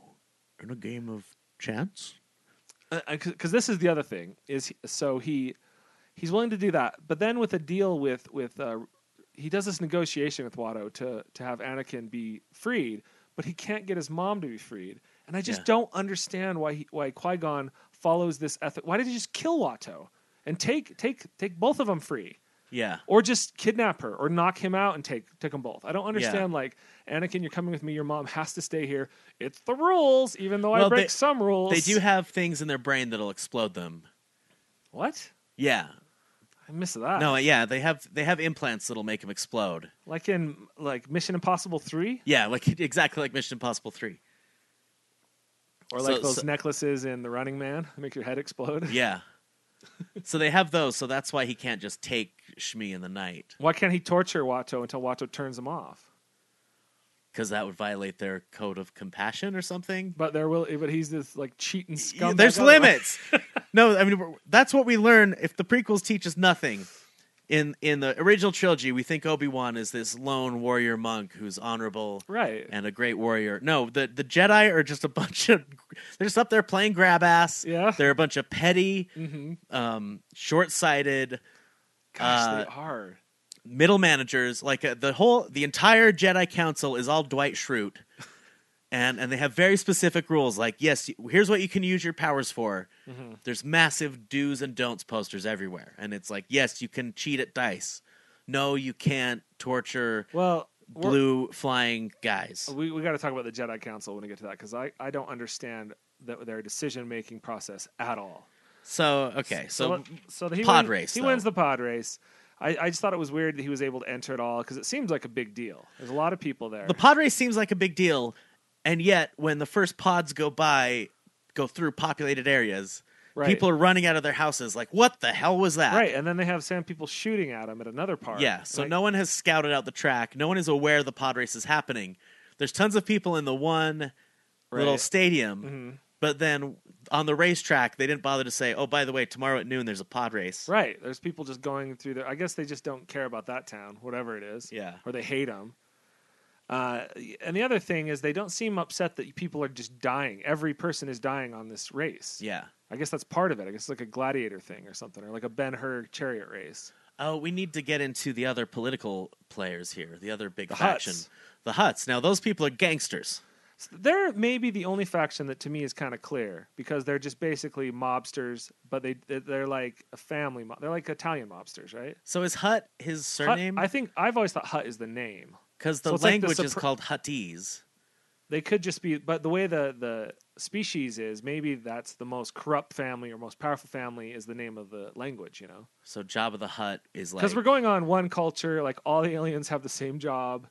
[SPEAKER 8] in a game of chance.
[SPEAKER 9] Uh, Because this is the other thing is he- so he he's willing to do that, but then with a deal with with uh, he does this negotiation with Watto to to have Anakin be freed, but he can't get his mom to be freed, and I just
[SPEAKER 8] Yeah.
[SPEAKER 9] don't understand why he, why Qui Gon follows this ethic. Why did he just kill Watto and take take take both of them free?
[SPEAKER 8] Yeah.
[SPEAKER 9] or just kidnap her or knock him out and take take them both. I don't understand. Like Anakin, you're coming with me. Your mom has to stay here. It's the rules, even though I
[SPEAKER 8] Well,
[SPEAKER 9] break
[SPEAKER 8] they-
[SPEAKER 9] some rules.
[SPEAKER 8] They do have things in their brain that'll explode them.
[SPEAKER 9] what?
[SPEAKER 8] Yeah.
[SPEAKER 9] I miss that.
[SPEAKER 8] No. Yeah. They have they have implants that'll make them explode.
[SPEAKER 9] like in like Mission Impossible three,
[SPEAKER 8] Yeah. Like exactly like Mission Impossible Three.
[SPEAKER 9] or like
[SPEAKER 8] So-
[SPEAKER 9] those
[SPEAKER 8] so-
[SPEAKER 9] necklaces in The Running Man that make your head explode.
[SPEAKER 8] Yeah. so they have those. So that's why he can't just take Shmi in the night
[SPEAKER 9] Why can't he torture Watto until Watto turns him off?
[SPEAKER 8] because that would violate their code of compassion or something.
[SPEAKER 9] But there will. But he's this like cheating
[SPEAKER 8] Yeah,
[SPEAKER 9] scumbag.
[SPEAKER 8] there's
[SPEAKER 9] otherwise.
[SPEAKER 8] limits. no, I mean we're- that's what we learn. If the prequels teach us nothing, in in the original trilogy, we think Obi Wan is this lone warrior monk who's honorable
[SPEAKER 9] Right.
[SPEAKER 8] and a great warrior. No, the the Jedi are just a bunch of they're just up there playing grab ass.
[SPEAKER 9] Yeah. Mm-hmm.
[SPEAKER 8] they're a bunch of petty, um, short sighted
[SPEAKER 9] Gosh,
[SPEAKER 8] uh,
[SPEAKER 9] they are.
[SPEAKER 8] middle managers. Like uh, the whole the entire Jedi Council is all Dwight Schrute. And, and they have very specific rules like yes you- here's what you can use your powers for
[SPEAKER 9] Mm-hmm.
[SPEAKER 8] there's massive do's and don'ts posters everywhere and it's like yes you can cheat at dice no you can't torture
[SPEAKER 9] Well, we're-
[SPEAKER 8] blue flying guys
[SPEAKER 9] We we got to talk about the Jedi Council when we get to that because I, I don't understand the, their decision making process at all.
[SPEAKER 8] so okay so,
[SPEAKER 9] let- so he
[SPEAKER 8] pod
[SPEAKER 9] wins,
[SPEAKER 8] race,
[SPEAKER 9] He
[SPEAKER 8] though.
[SPEAKER 9] wins the pod race. I, I just thought it was weird that he was able to enter at all because it seems like a big deal. There's a lot of people there.
[SPEAKER 8] the pod race seems like a big deal and yet when the first pods go by go through populated areas
[SPEAKER 9] Right.
[SPEAKER 8] people are running out of their houses like what the hell was that
[SPEAKER 9] right, and then they have some people shooting at him at another part.
[SPEAKER 8] Yeah, so
[SPEAKER 9] Like,
[SPEAKER 8] no one has scouted out the track. No one is aware the pod race is happening. There's tons of people in the one little
[SPEAKER 9] Right. Mm-hmm.
[SPEAKER 8] stadium, but then on the racetrack, they didn't bother to say, oh, by the way, tomorrow at noon there's a pod race.
[SPEAKER 9] Right, there's people just going through there. I guess they just don't care about that town, whatever it is.
[SPEAKER 8] Yeah.
[SPEAKER 9] or they hate him. Uh, and the other thing is they don't seem upset that people are just dying. Every person is dying on this race.
[SPEAKER 8] Yeah.
[SPEAKER 9] I guess that's part of it. I guess it's like a gladiator thing or something, or like a Ben Hur chariot race.
[SPEAKER 8] Oh, we need to get into the other political players here, the other big
[SPEAKER 9] The
[SPEAKER 8] faction,
[SPEAKER 9] Huts.
[SPEAKER 8] the Huts. Now those people are gangsters.
[SPEAKER 9] So they're maybe the only faction that to me is kind of clear because they're just basically mobsters, but they they're- they're like a family. Mob- they're like Italian mobsters, right?
[SPEAKER 8] So is Hut his
[SPEAKER 9] Hut,
[SPEAKER 8] surname?
[SPEAKER 9] I think I've always thought Hut is the name.
[SPEAKER 8] Because the
[SPEAKER 9] so it's like the
[SPEAKER 8] language is
[SPEAKER 9] Sopra-
[SPEAKER 8] called Huttese.
[SPEAKER 9] They could just be, but the way the the species is, maybe that's the most corrupt family or most powerful family is the name of the language, you know?
[SPEAKER 8] So Jabba the Hut is like
[SPEAKER 9] Because we're going on one culture, like all the aliens have the same job,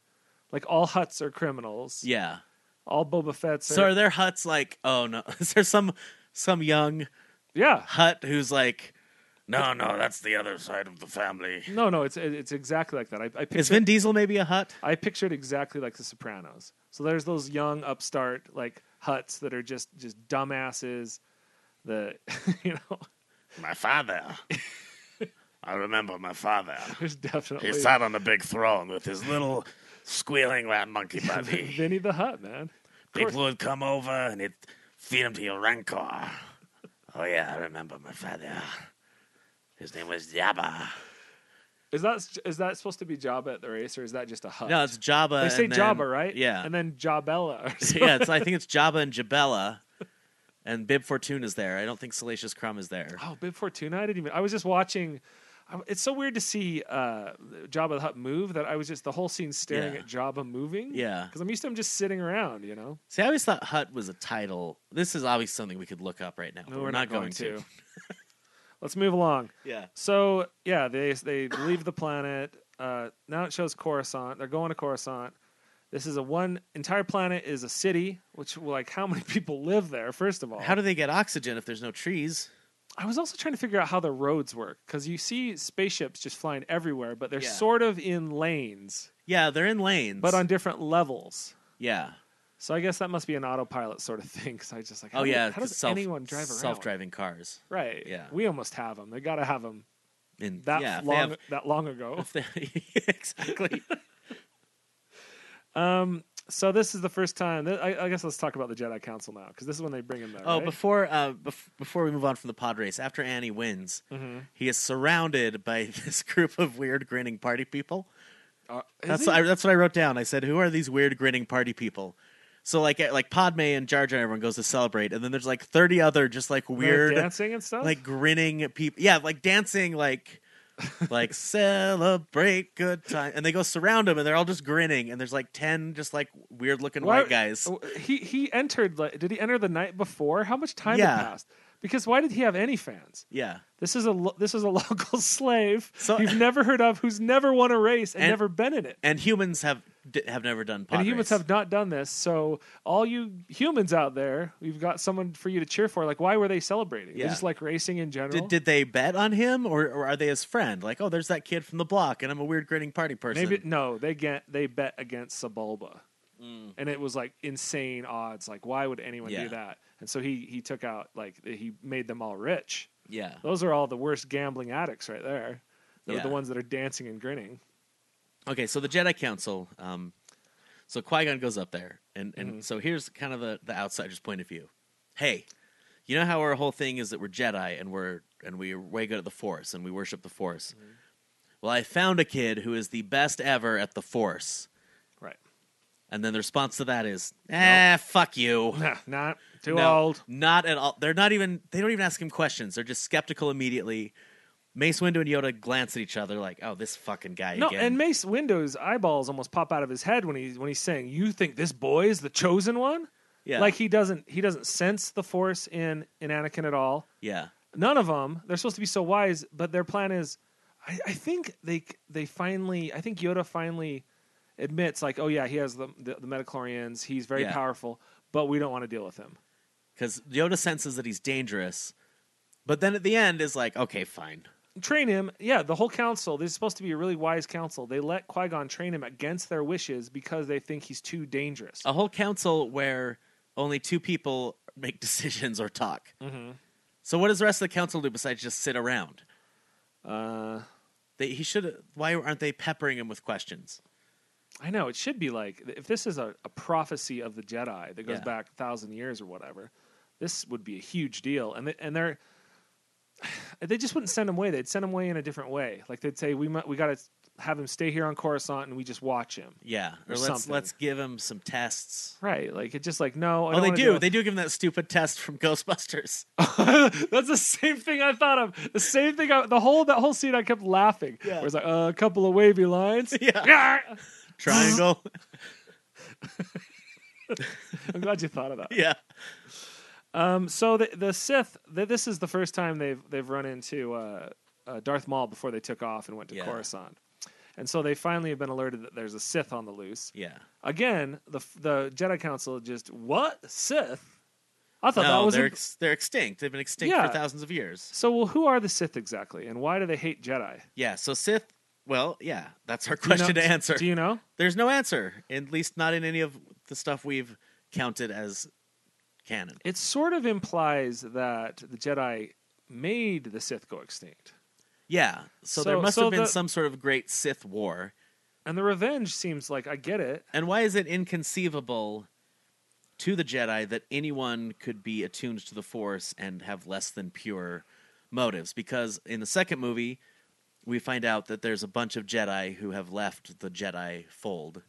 [SPEAKER 9] like all Huts are criminals,
[SPEAKER 8] yeah.
[SPEAKER 9] all Boba Fett's are,
[SPEAKER 8] So are there Huts like oh no? Is there some some young
[SPEAKER 9] yeah.
[SPEAKER 8] Hut who's like no no that's the other side of the family?
[SPEAKER 9] No, no, it's it's exactly like that. I, I picture
[SPEAKER 8] Is Vin Diesel maybe a Hut?
[SPEAKER 9] I pictured exactly like The Sopranos. So there's those young upstart like huts that are just just dumbasses. The you know
[SPEAKER 1] My father. I remember my father.
[SPEAKER 9] there's definitely
[SPEAKER 1] He sat on a big throne with his little squealing rat monkey buddy.
[SPEAKER 9] Vinny the Hut man.
[SPEAKER 1] People would come over and he'd feed him to your rancor. Oh, yeah, I remember my father. His name was Jabba.
[SPEAKER 9] Is that is that supposed to be Jabba at the race or is that just a hut?
[SPEAKER 8] No, it's Jabba.
[SPEAKER 9] they say
[SPEAKER 8] and then-
[SPEAKER 9] Jabba right.
[SPEAKER 8] Yeah,
[SPEAKER 9] and then Jabella. Or something.
[SPEAKER 8] yeah. It's, I think it's Jabba and Jabella, and Bib Fortune is there. I don't think Salacious Crumb is there.
[SPEAKER 9] Oh, Bib Fortuna! I didn't even. I was just watching. I- It's so weird to see uh, Jabba the Hutt move that I was just the whole scene staring
[SPEAKER 8] Yeah.
[SPEAKER 9] at Jabba moving.
[SPEAKER 8] Yeah.
[SPEAKER 9] because I'm used to him just sitting around. You know,
[SPEAKER 8] See, I always thought Hut was a title. This is obviously something we could look up right now. but we're, not, going, to.
[SPEAKER 9] Let's move along.
[SPEAKER 8] Yeah.
[SPEAKER 9] So yeah, they they leave the planet. Uh, now it shows Coruscant. They're going to Coruscant. This is a one entire planet is a city, which like how many people live there? First of all,
[SPEAKER 8] How do they get oxygen if there's no trees?
[SPEAKER 9] I was also trying to figure out how the roads work because you see spaceships just flying everywhere, but they're
[SPEAKER 8] Yeah.
[SPEAKER 9] sort of in lanes,
[SPEAKER 8] Yeah, they're in lanes.
[SPEAKER 9] but on different levels.
[SPEAKER 8] yeah.
[SPEAKER 9] So I guess that must be an autopilot sort of thing. Because I was just like, how
[SPEAKER 8] Oh
[SPEAKER 9] do-
[SPEAKER 8] yeah.
[SPEAKER 9] how
[SPEAKER 8] it's
[SPEAKER 9] does
[SPEAKER 8] self,
[SPEAKER 9] anyone drive around?
[SPEAKER 8] Self-driving cars.
[SPEAKER 9] right?
[SPEAKER 8] Yeah.
[SPEAKER 9] we almost have them. They gotta have them
[SPEAKER 8] And
[SPEAKER 9] that
[SPEAKER 8] yeah, if they
[SPEAKER 9] long
[SPEAKER 8] have-
[SPEAKER 9] that long ago.
[SPEAKER 8] if they- exactly.
[SPEAKER 9] So this is the first time. I, I guess let's talk about the Jedi Council now, because this is when they bring him there.
[SPEAKER 8] Oh,
[SPEAKER 9] right?
[SPEAKER 8] before uh, bef- before we move on from the pod race, after Annie wins,
[SPEAKER 9] Mm-hmm.
[SPEAKER 8] he is surrounded by this group of weird grinning party people.
[SPEAKER 9] Uh, Is
[SPEAKER 8] That's
[SPEAKER 9] he?
[SPEAKER 8] what I, that's what I wrote down. I said, "Who are these weird grinning party people?" So like at- like Padme and Jar Jar, everyone goes to celebrate, and then there's like thirty other just like
[SPEAKER 9] They're
[SPEAKER 8] weird
[SPEAKER 9] dancing and stuff.
[SPEAKER 8] like grinning people. Yeah, like dancing like like celebrate good time, and they go surround him, and they're all just grinning, and there's like ten just like weird looking
[SPEAKER 9] Why-
[SPEAKER 8] white guys.
[SPEAKER 9] oh, He he entered. Like, did he enter the night before? How much time
[SPEAKER 8] Yeah.
[SPEAKER 9] had passed? Because why did he have any fans?
[SPEAKER 8] Yeah.
[SPEAKER 9] This is a lo- this is a local slave
[SPEAKER 8] So-
[SPEAKER 9] you've never heard of, who's never won a race and,
[SPEAKER 8] And-
[SPEAKER 9] never been in it.
[SPEAKER 8] And humans have d- have never done pod
[SPEAKER 9] And humans
[SPEAKER 8] race.
[SPEAKER 9] have not done this. So all you humans out there, we've got someone for you to cheer for. Like, why were they celebrating? They
[SPEAKER 8] Yeah.
[SPEAKER 9] just like racing in general.
[SPEAKER 8] Did, did they bet on him, or, or are they his friend? Like, oh, there's that kid from the block, and I'm a weird grinning party person.
[SPEAKER 9] Maybe no, they get they bet against Sebulba, and it was like insane odds. Like, why would anyone
[SPEAKER 8] Mm. Yeah.
[SPEAKER 9] do that? And so he he took out like he made them all rich.
[SPEAKER 8] yeah,
[SPEAKER 9] Those are all the worst gambling addicts right there. They're the
[SPEAKER 8] Yeah.
[SPEAKER 9] ones that are dancing and grinning.
[SPEAKER 8] Okay, so the Jedi Council. Um, so Qui Gon goes up there, and, and
[SPEAKER 9] Mm-hmm.
[SPEAKER 8] so here's kind of the, the outsider's point of view. Hey, you know how our whole thing is that we're Jedi and we're and we're way good at the Force and we worship the Force.
[SPEAKER 9] Mm-hmm.
[SPEAKER 8] Well, I found a kid who is the best ever at the Force,
[SPEAKER 9] Right.
[SPEAKER 8] and then the response to that is, "Ah, fuck you."
[SPEAKER 9] Nah, not too
[SPEAKER 8] No,
[SPEAKER 9] old.
[SPEAKER 8] Not at all. They're not even. They don't even ask him questions. They're just skeptical immediately. Mace Windu and Yoda glance at each other like, "Oh, this fucking guy
[SPEAKER 9] No,
[SPEAKER 8] again."
[SPEAKER 9] and Mace Windu's eyeballs almost pop out of his head when he's when he's saying, "You think this boy is the chosen one?"
[SPEAKER 8] yeah,
[SPEAKER 9] Like he doesn't he doesn't sense the Force in in Anakin at all.
[SPEAKER 8] yeah,
[SPEAKER 9] none of them they're supposed to be so wise but their plan is I, I think they they finally i think yoda finally admits like oh yeah he has the the, the metachlorians he's very
[SPEAKER 8] Yeah.
[SPEAKER 9] powerful but we don't want to deal with him
[SPEAKER 8] because Yoda senses that he's dangerous, but then at the end is like, "Okay, fine."
[SPEAKER 9] train him yeah the whole council this is supposed to be a really wise council they let qui-gon train him against their wishes because they think he's too dangerous
[SPEAKER 8] A whole council where only two people make decisions or talk.
[SPEAKER 9] Mm-hmm.
[SPEAKER 8] So what does the rest of the council do besides just sit around?
[SPEAKER 9] uh,
[SPEAKER 8] They, he should. Why aren't they peppering him with questions?
[SPEAKER 9] I know it should be like if this is a, a prophecy of the Jedi that goes
[SPEAKER 8] Yeah.
[SPEAKER 9] back a thousand years or whatever, this would be a huge deal. And they, and they're they just wouldn't send him away. They'd send him away in a different way. Like they'd say we mu- we got to have him stay here on Coruscant and we just watch him.
[SPEAKER 8] Yeah, or,
[SPEAKER 9] Or
[SPEAKER 8] let's
[SPEAKER 9] something.
[SPEAKER 8] let's give him some tests.
[SPEAKER 9] Right? Like it's just like no. I
[SPEAKER 8] Oh,
[SPEAKER 9] don't
[SPEAKER 8] they
[SPEAKER 9] wanna
[SPEAKER 8] do.
[SPEAKER 9] go-
[SPEAKER 8] They do give him that stupid test from Ghostbusters.
[SPEAKER 9] That's the same thing I thought of. The same thing. I, the whole that whole scene, I kept laughing.
[SPEAKER 8] Yeah.
[SPEAKER 9] Where it's like uh, a couple of wavy lines.
[SPEAKER 8] Yeah.
[SPEAKER 9] Yarr!
[SPEAKER 8] Triangle.
[SPEAKER 9] I'm glad you thought of that.
[SPEAKER 8] yeah.
[SPEAKER 9] Um, so the the Sith. Th- this is the first time they've they've run into uh, uh, Darth Maul before they took off and went to
[SPEAKER 8] Yeah.
[SPEAKER 9] Coruscant, and so they finally have been alerted that there's a Sith on the loose.
[SPEAKER 8] Yeah.
[SPEAKER 9] Again, the f- the Jedi Council just what Sith? I thought that
[SPEAKER 8] no,
[SPEAKER 9] was
[SPEAKER 8] they're
[SPEAKER 9] a-
[SPEAKER 8] ex- they're extinct. They've been extinct
[SPEAKER 9] Yeah.
[SPEAKER 8] for thousands of years.
[SPEAKER 9] so. Well, who are the Sith exactly, and why do they hate Jedi?
[SPEAKER 8] Yeah. So Sith. Well, yeah, that's our
[SPEAKER 9] Do you
[SPEAKER 8] question
[SPEAKER 9] know-
[SPEAKER 8] to answer.
[SPEAKER 9] Do you know?
[SPEAKER 8] There's no answer, at least not in any of the stuff we've counted as canon.
[SPEAKER 9] It sort of implies that the Jedi made the Sith go extinct,
[SPEAKER 8] Yeah.
[SPEAKER 9] So-
[SPEAKER 8] So, there must
[SPEAKER 9] so
[SPEAKER 8] have been
[SPEAKER 9] the-
[SPEAKER 8] some sort of great Sith war.
[SPEAKER 9] and the revenge seems like I get it.
[SPEAKER 8] And why is it inconceivable to the Jedi that anyone could be attuned to the Force and have less than pure motives? Because in the second movie, we find out that there's a bunch of Jedi who have left the Jedi fold.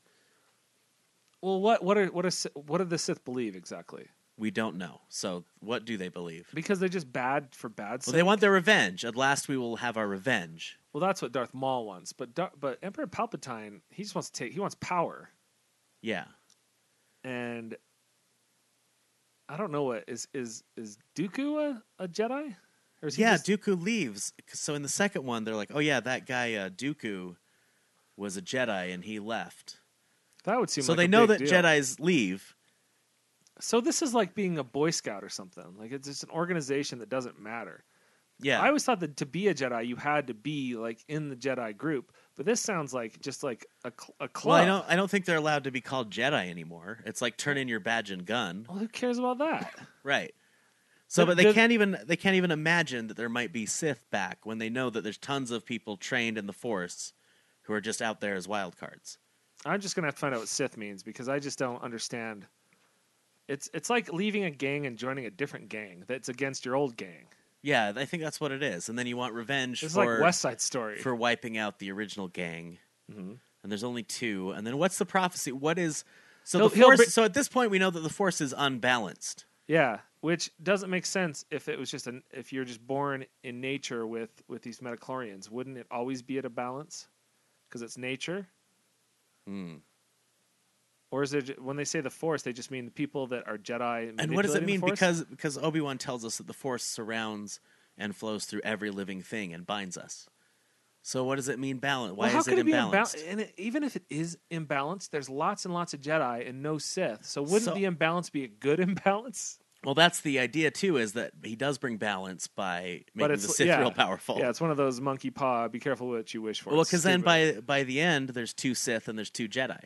[SPEAKER 9] Well, what what are what are Sith- what do the Sith believe exactly?
[SPEAKER 8] We don't know. So what do they believe?
[SPEAKER 9] Because they're just bad for bad.
[SPEAKER 8] Well,
[SPEAKER 9] sake.
[SPEAKER 8] they want their revenge. At last, we will have our revenge.
[SPEAKER 9] Well, that's what Darth Maul wants, but Dar- but Emperor Palpatine, he just wants to take. He wants power,
[SPEAKER 8] Yeah.
[SPEAKER 9] and I don't know what is is is Dooku a, a Jedi? Or is he
[SPEAKER 8] Yeah,
[SPEAKER 9] just-
[SPEAKER 8] Dooku leaves. So in the second one, they're like, oh, yeah, that guy, uh, Dooku, was a Jedi and he left.
[SPEAKER 9] that would seem.
[SPEAKER 8] So
[SPEAKER 9] like
[SPEAKER 8] they
[SPEAKER 9] a
[SPEAKER 8] know that
[SPEAKER 9] big deal.
[SPEAKER 8] Jedi's leave.
[SPEAKER 9] So this is like being a Boy Scout or something. Like it's just an organization that doesn't matter.
[SPEAKER 8] Yeah.
[SPEAKER 9] I always thought that to be a Jedi, you had to be like in the Jedi group, but this sounds like just like a cl- a club.
[SPEAKER 8] Well, I don't. I don't think they're allowed to be called Jedi anymore. It's like turn in your badge and gun,
[SPEAKER 9] Well, who cares about that?
[SPEAKER 8] right? So,
[SPEAKER 9] Oh. But
[SPEAKER 8] but they
[SPEAKER 9] the-
[SPEAKER 8] can't even. They can't even imagine that there might be Sith back when they know that there's tons of people trained in the Force who are just out there as wild cards.
[SPEAKER 9] I'm just gonna have to find out what Sith means because I just don't understand. It's it's like leaving a gang and joining a different gang that's against your old gang.
[SPEAKER 8] Yeah, I think that's what it is. And then you want revenge
[SPEAKER 9] It's
[SPEAKER 8] for
[SPEAKER 9] like West Side Mm-hmm. Story.
[SPEAKER 8] for wiping out the original gang. And there's only two. And then what's the prophecy? What is so
[SPEAKER 9] He'll-
[SPEAKER 8] the
[SPEAKER 9] he'll
[SPEAKER 8] Force?
[SPEAKER 9] bri-
[SPEAKER 8] so at this point, we know that the Force is unbalanced.
[SPEAKER 9] yeah, which doesn't make sense if it was just an if you're just born in nature with with these metachlorians. Wouldn't it always be at a balance because it's nature?
[SPEAKER 8] Hmm.
[SPEAKER 9] Or is it when they say the Force, they just mean the people that are Jedi?
[SPEAKER 8] And what does
[SPEAKER 9] manipulating
[SPEAKER 8] it
[SPEAKER 9] the
[SPEAKER 8] mean?
[SPEAKER 9] Force?
[SPEAKER 8] Because because Obi Wan tells us that the Force surrounds and flows through every living thing and binds us. So what does it mean balance? Why
[SPEAKER 9] Well, how
[SPEAKER 8] is
[SPEAKER 9] could
[SPEAKER 8] it
[SPEAKER 9] be
[SPEAKER 8] imbalanced?
[SPEAKER 9] imbal- and it- even if it is imbalanced, there's lots and lots of Jedi and no Sith. So wouldn't
[SPEAKER 8] So-
[SPEAKER 9] the imbalance be a good imbalance?
[SPEAKER 8] well, that's the idea too. Is that he does bring balance by
[SPEAKER 9] But
[SPEAKER 8] making
[SPEAKER 9] it's
[SPEAKER 8] the Sith
[SPEAKER 9] yeah.
[SPEAKER 8] real powerful.
[SPEAKER 9] Yeah, it's one of those monkey paw. Be careful what you wish for.
[SPEAKER 8] well,
[SPEAKER 9] It's
[SPEAKER 8] because then
[SPEAKER 9] stupid.
[SPEAKER 8] by by the end, there's two Sith and there's two Jedi.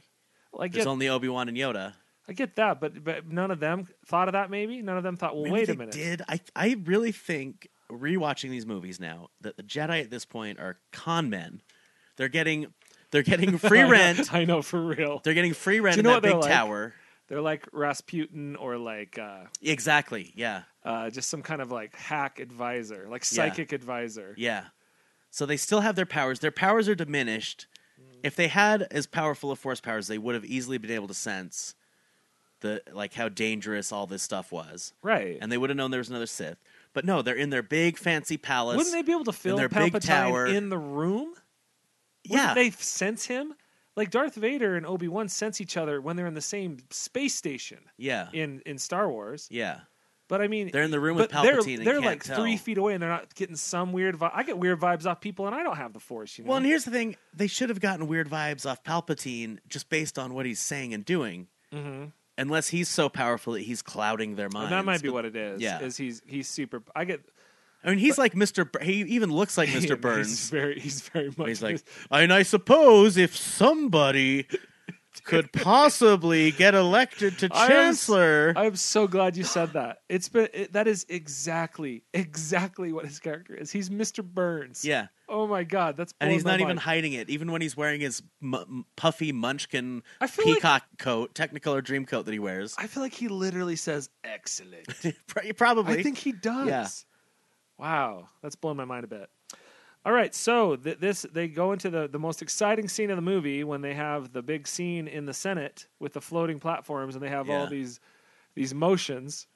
[SPEAKER 9] Well, I
[SPEAKER 8] There's
[SPEAKER 9] get
[SPEAKER 8] only Obi Wan and Yoda.
[SPEAKER 9] I get that, but but none of them thought of that. Maybe none of them thought. Well,
[SPEAKER 8] Maybe
[SPEAKER 9] wait
[SPEAKER 8] they
[SPEAKER 9] a minute.
[SPEAKER 8] Did I? I really think rewatching these movies now that the Jedi at this point are con men. They're getting they're getting free rent.
[SPEAKER 9] I know for real.
[SPEAKER 8] They're getting free rent
[SPEAKER 9] Do you know
[SPEAKER 8] in that
[SPEAKER 9] what they're
[SPEAKER 8] big
[SPEAKER 9] like?
[SPEAKER 8] tower.
[SPEAKER 9] They're like Rasputin or like uh,
[SPEAKER 8] Exactly. Yeah.
[SPEAKER 9] uh, just some kind of like hack advisor, like psychic advisor.
[SPEAKER 8] Yeah. So they still have their powers. Their powers are diminished. If they had as powerful of force powers, they would have easily been able to sense the like how dangerous all this stuff was.
[SPEAKER 9] Right.
[SPEAKER 8] And they would have known there was another Sith. But no, they're in their big fancy palace.
[SPEAKER 9] Wouldn't they be able to film
[SPEAKER 8] their
[SPEAKER 9] Palpatine
[SPEAKER 8] big tower.
[SPEAKER 9] in the room?
[SPEAKER 8] yeah.
[SPEAKER 9] Wouldn't they sense him? Like Darth Vader and Obi Wan sense each other when they're in the same space station
[SPEAKER 8] yeah.
[SPEAKER 9] in in Star Wars.
[SPEAKER 8] Yeah.
[SPEAKER 9] But I mean,
[SPEAKER 8] They're in the room
[SPEAKER 9] but
[SPEAKER 8] with
[SPEAKER 9] they're-
[SPEAKER 8] Palpatine
[SPEAKER 9] They're,
[SPEAKER 8] and can't
[SPEAKER 9] like three
[SPEAKER 8] tell.
[SPEAKER 9] feet away, and they're not getting some weird. Vi- I get weird vibes off people, and I don't have the Force. You know,
[SPEAKER 8] Well, and here's the thing: they should have gotten weird vibes off Palpatine just based on what he's saying and doing. Mm-hmm. Unless he's so powerful that he's clouding their minds.
[SPEAKER 9] and that might be
[SPEAKER 8] But-
[SPEAKER 9] what it is.
[SPEAKER 8] yeah.
[SPEAKER 9] is he's he's super. I get
[SPEAKER 8] I mean, he's like Mr. Bur- he even looks like
[SPEAKER 9] he's
[SPEAKER 8] Mr. Burns.
[SPEAKER 9] very he's very much.
[SPEAKER 8] He's like, and I suppose if somebody could possibly get elected to
[SPEAKER 9] I am s-
[SPEAKER 8] chancellor.
[SPEAKER 9] I'm so glad you said that. It's been it, that is exactly exactly what his character is. He's Mr. Burns.
[SPEAKER 8] yeah,
[SPEAKER 9] Oh my god, that's
[SPEAKER 8] and
[SPEAKER 9] blows
[SPEAKER 8] he's
[SPEAKER 9] my
[SPEAKER 8] not even
[SPEAKER 9] mind.
[SPEAKER 8] hiding it. Even when he's wearing his m- m- puffy munchkin
[SPEAKER 9] I feel like-
[SPEAKER 8] peacock coat, Technicolor dream coat that he wears,
[SPEAKER 9] I feel like he literally says excellent.
[SPEAKER 8] Pro- probably.
[SPEAKER 9] I think he does.
[SPEAKER 8] Yeah.
[SPEAKER 9] Wow, that's blown my mind a bit. All right, so th- this they go into the the most exciting scene of the movie when they have the big scene in the Senate with the floating platforms and they have all
[SPEAKER 8] Yeah.
[SPEAKER 9] these these motions.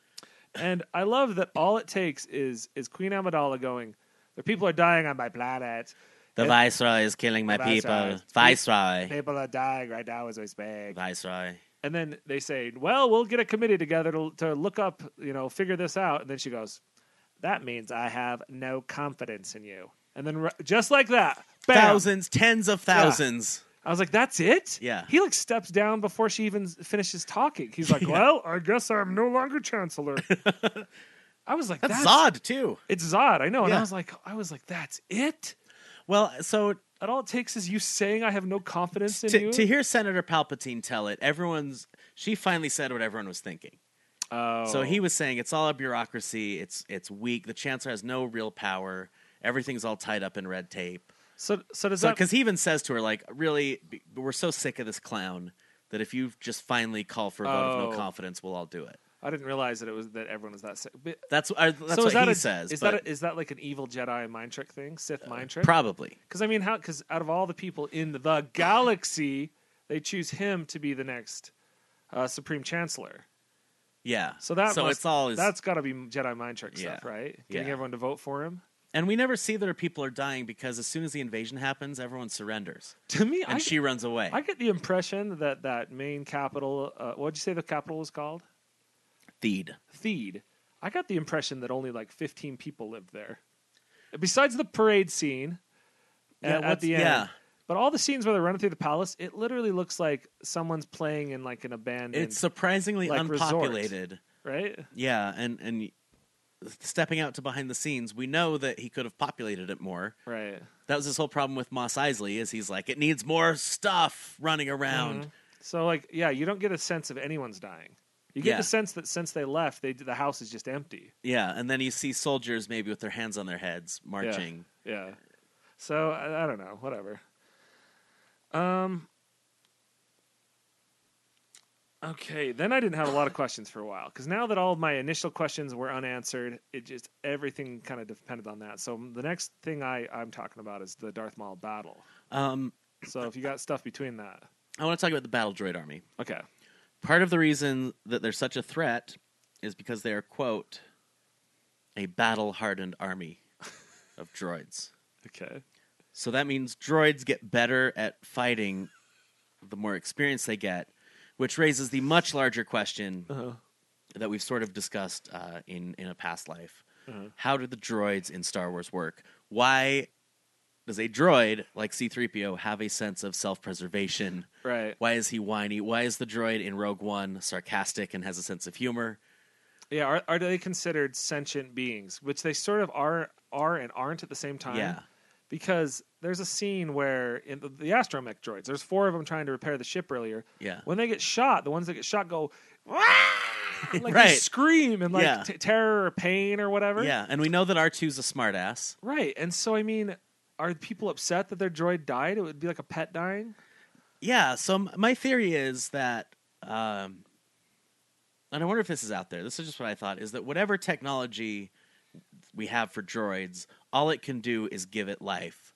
[SPEAKER 9] And I love that all it takes is is Queen Amidala going, "The people are dying on my planet.
[SPEAKER 8] the viceroy is killing my
[SPEAKER 9] The viceroy
[SPEAKER 8] people.
[SPEAKER 9] is-
[SPEAKER 8] Viceroy,
[SPEAKER 9] People are dying right now as we speak."
[SPEAKER 8] viceroy.
[SPEAKER 9] And then they say, "Well, we'll get a committee together to to look up, you know, figure this out." And then she goes, "That means I have no confidence in you." And then r- just like that, bam.
[SPEAKER 8] Thousands, tens of thousands.
[SPEAKER 9] I was like, "That's it."
[SPEAKER 8] Yeah.
[SPEAKER 9] He like steps down before she even s- finishes talking. He's like, "Well, I guess I'm no longer chancellor." I was like,
[SPEAKER 8] That's,
[SPEAKER 9] "That's,
[SPEAKER 8] odd too.
[SPEAKER 9] It's Zod, I know. And
[SPEAKER 8] Yeah.
[SPEAKER 9] I was like, "I was like, that's it."
[SPEAKER 8] Well, so
[SPEAKER 9] And all it takes is you saying, "I have no confidence in
[SPEAKER 8] to,
[SPEAKER 9] you."
[SPEAKER 8] to hear Senator Palpatine tell it, everyone's she finally said what everyone was thinking.
[SPEAKER 9] oh.
[SPEAKER 8] So he was saying it's all a bureaucracy. It's it's weak. The chancellor has no real power. Everything's all tied up in red tape.
[SPEAKER 9] So so does
[SPEAKER 8] So
[SPEAKER 9] that
[SPEAKER 8] because he even says to her like, really, b- we're so sick of this clown that if you just finally call for a vote of
[SPEAKER 9] Oh.
[SPEAKER 8] no confidence, we'll all do it.
[SPEAKER 9] I didn't realize that it was that everyone was that sick. But
[SPEAKER 8] That's uh, that's
[SPEAKER 9] so
[SPEAKER 8] what
[SPEAKER 9] is that
[SPEAKER 8] he
[SPEAKER 9] a,
[SPEAKER 8] says.
[SPEAKER 9] Is
[SPEAKER 8] but Uh,
[SPEAKER 9] that a, is that like an evil Jedi mind trick thing? Sith mind trick?
[SPEAKER 8] probably?
[SPEAKER 9] Because I mean, how? Because out of all the people in the galaxy, they choose him to be the next uh, Supreme Chancellor.
[SPEAKER 8] Yeah.
[SPEAKER 9] So that
[SPEAKER 8] so
[SPEAKER 9] must-
[SPEAKER 8] it's all is,
[SPEAKER 9] that's got to be Jedi mind trick stuff,
[SPEAKER 8] Yeah.
[SPEAKER 9] right? Getting
[SPEAKER 8] Yeah.
[SPEAKER 9] everyone to vote for him.
[SPEAKER 8] and we never see that her people are dying because as soon as the invasion happens, everyone surrenders
[SPEAKER 9] To me,
[SPEAKER 8] and
[SPEAKER 9] I,
[SPEAKER 8] she runs away.
[SPEAKER 9] I get the impression that that main capital. Uh, what did you say the capital was called?
[SPEAKER 8] Theed.
[SPEAKER 9] Theed. I got the impression that only like 15 people lived there, besides the parade scene a- at,
[SPEAKER 8] what's-
[SPEAKER 9] the end.
[SPEAKER 8] yeah.
[SPEAKER 9] But all the scenes where they're running through the palace, it literally looks like someone's playing in like an abandoned,
[SPEAKER 8] It's surprisingly
[SPEAKER 9] like, resort.
[SPEAKER 8] unpopulated.
[SPEAKER 9] right?
[SPEAKER 8] Yeah, and and stepping out to behind the scenes, we know that he could have populated it more.
[SPEAKER 9] Right.
[SPEAKER 8] That was his whole problem with Moss Isley is he's like it needs more stuff running around.
[SPEAKER 9] Mm-hmm. So like, yeah, you don't get a sense of anyone's dying. You get
[SPEAKER 8] Yeah.
[SPEAKER 9] the sense that since they left, they the house is just empty.
[SPEAKER 8] Yeah, and then you see soldiers maybe with their hands on their heads
[SPEAKER 9] Yeah.
[SPEAKER 8] marching.
[SPEAKER 9] Yeah. So I, I don't know. Whatever. Um. Okay. Then I didn't have a lot of questions for a while because now that all of my initial questions were unanswered, it just everything kind of depended on that. So the next thing I I'm talking about is the Darth Maul battle.
[SPEAKER 8] Um,
[SPEAKER 9] So if you got stuff between that,
[SPEAKER 8] I want to talk about the battle droid army.
[SPEAKER 9] okay.
[SPEAKER 8] Part of the reason that they're such a threat is because they are quote a battle hardened army of droids.
[SPEAKER 9] Okay.
[SPEAKER 8] So that means droids get better at fighting the more experience they get, which raises the much larger question
[SPEAKER 9] Uh-huh.
[SPEAKER 8] that we've sort of discussed uh, in, in a past life.
[SPEAKER 9] Uh-huh.
[SPEAKER 8] How do the droids in Star Wars work? Why does a droid like C3PO have a sense of self preservation?
[SPEAKER 9] Right.
[SPEAKER 8] Why is he whiny? Why is the droid in Rogue One sarcastic and has a sense of humor?
[SPEAKER 9] Yeah. Are are they considered sentient beings? Which they sort of are are and aren't at the same time.
[SPEAKER 8] Yeah.
[SPEAKER 9] because there's a scene where in the, the astromech droids, there's four of them trying to repair the ship earlier.
[SPEAKER 8] Yeah.
[SPEAKER 9] When they get shot, the ones that get shot go "Wah!" like
[SPEAKER 8] Right.
[SPEAKER 9] they scream and like
[SPEAKER 8] Yeah.
[SPEAKER 9] t- terror or pain or whatever.
[SPEAKER 8] Yeah, and we know that R2's a smartass.
[SPEAKER 9] Right. And so I mean, are people upset that their droid died? It would be like a pet dying.
[SPEAKER 8] Yeah. So m- my theory is that, um, and I wonder if this is out there. This is just what I thought: is that whatever technology we have for droids, all it can do is give it life,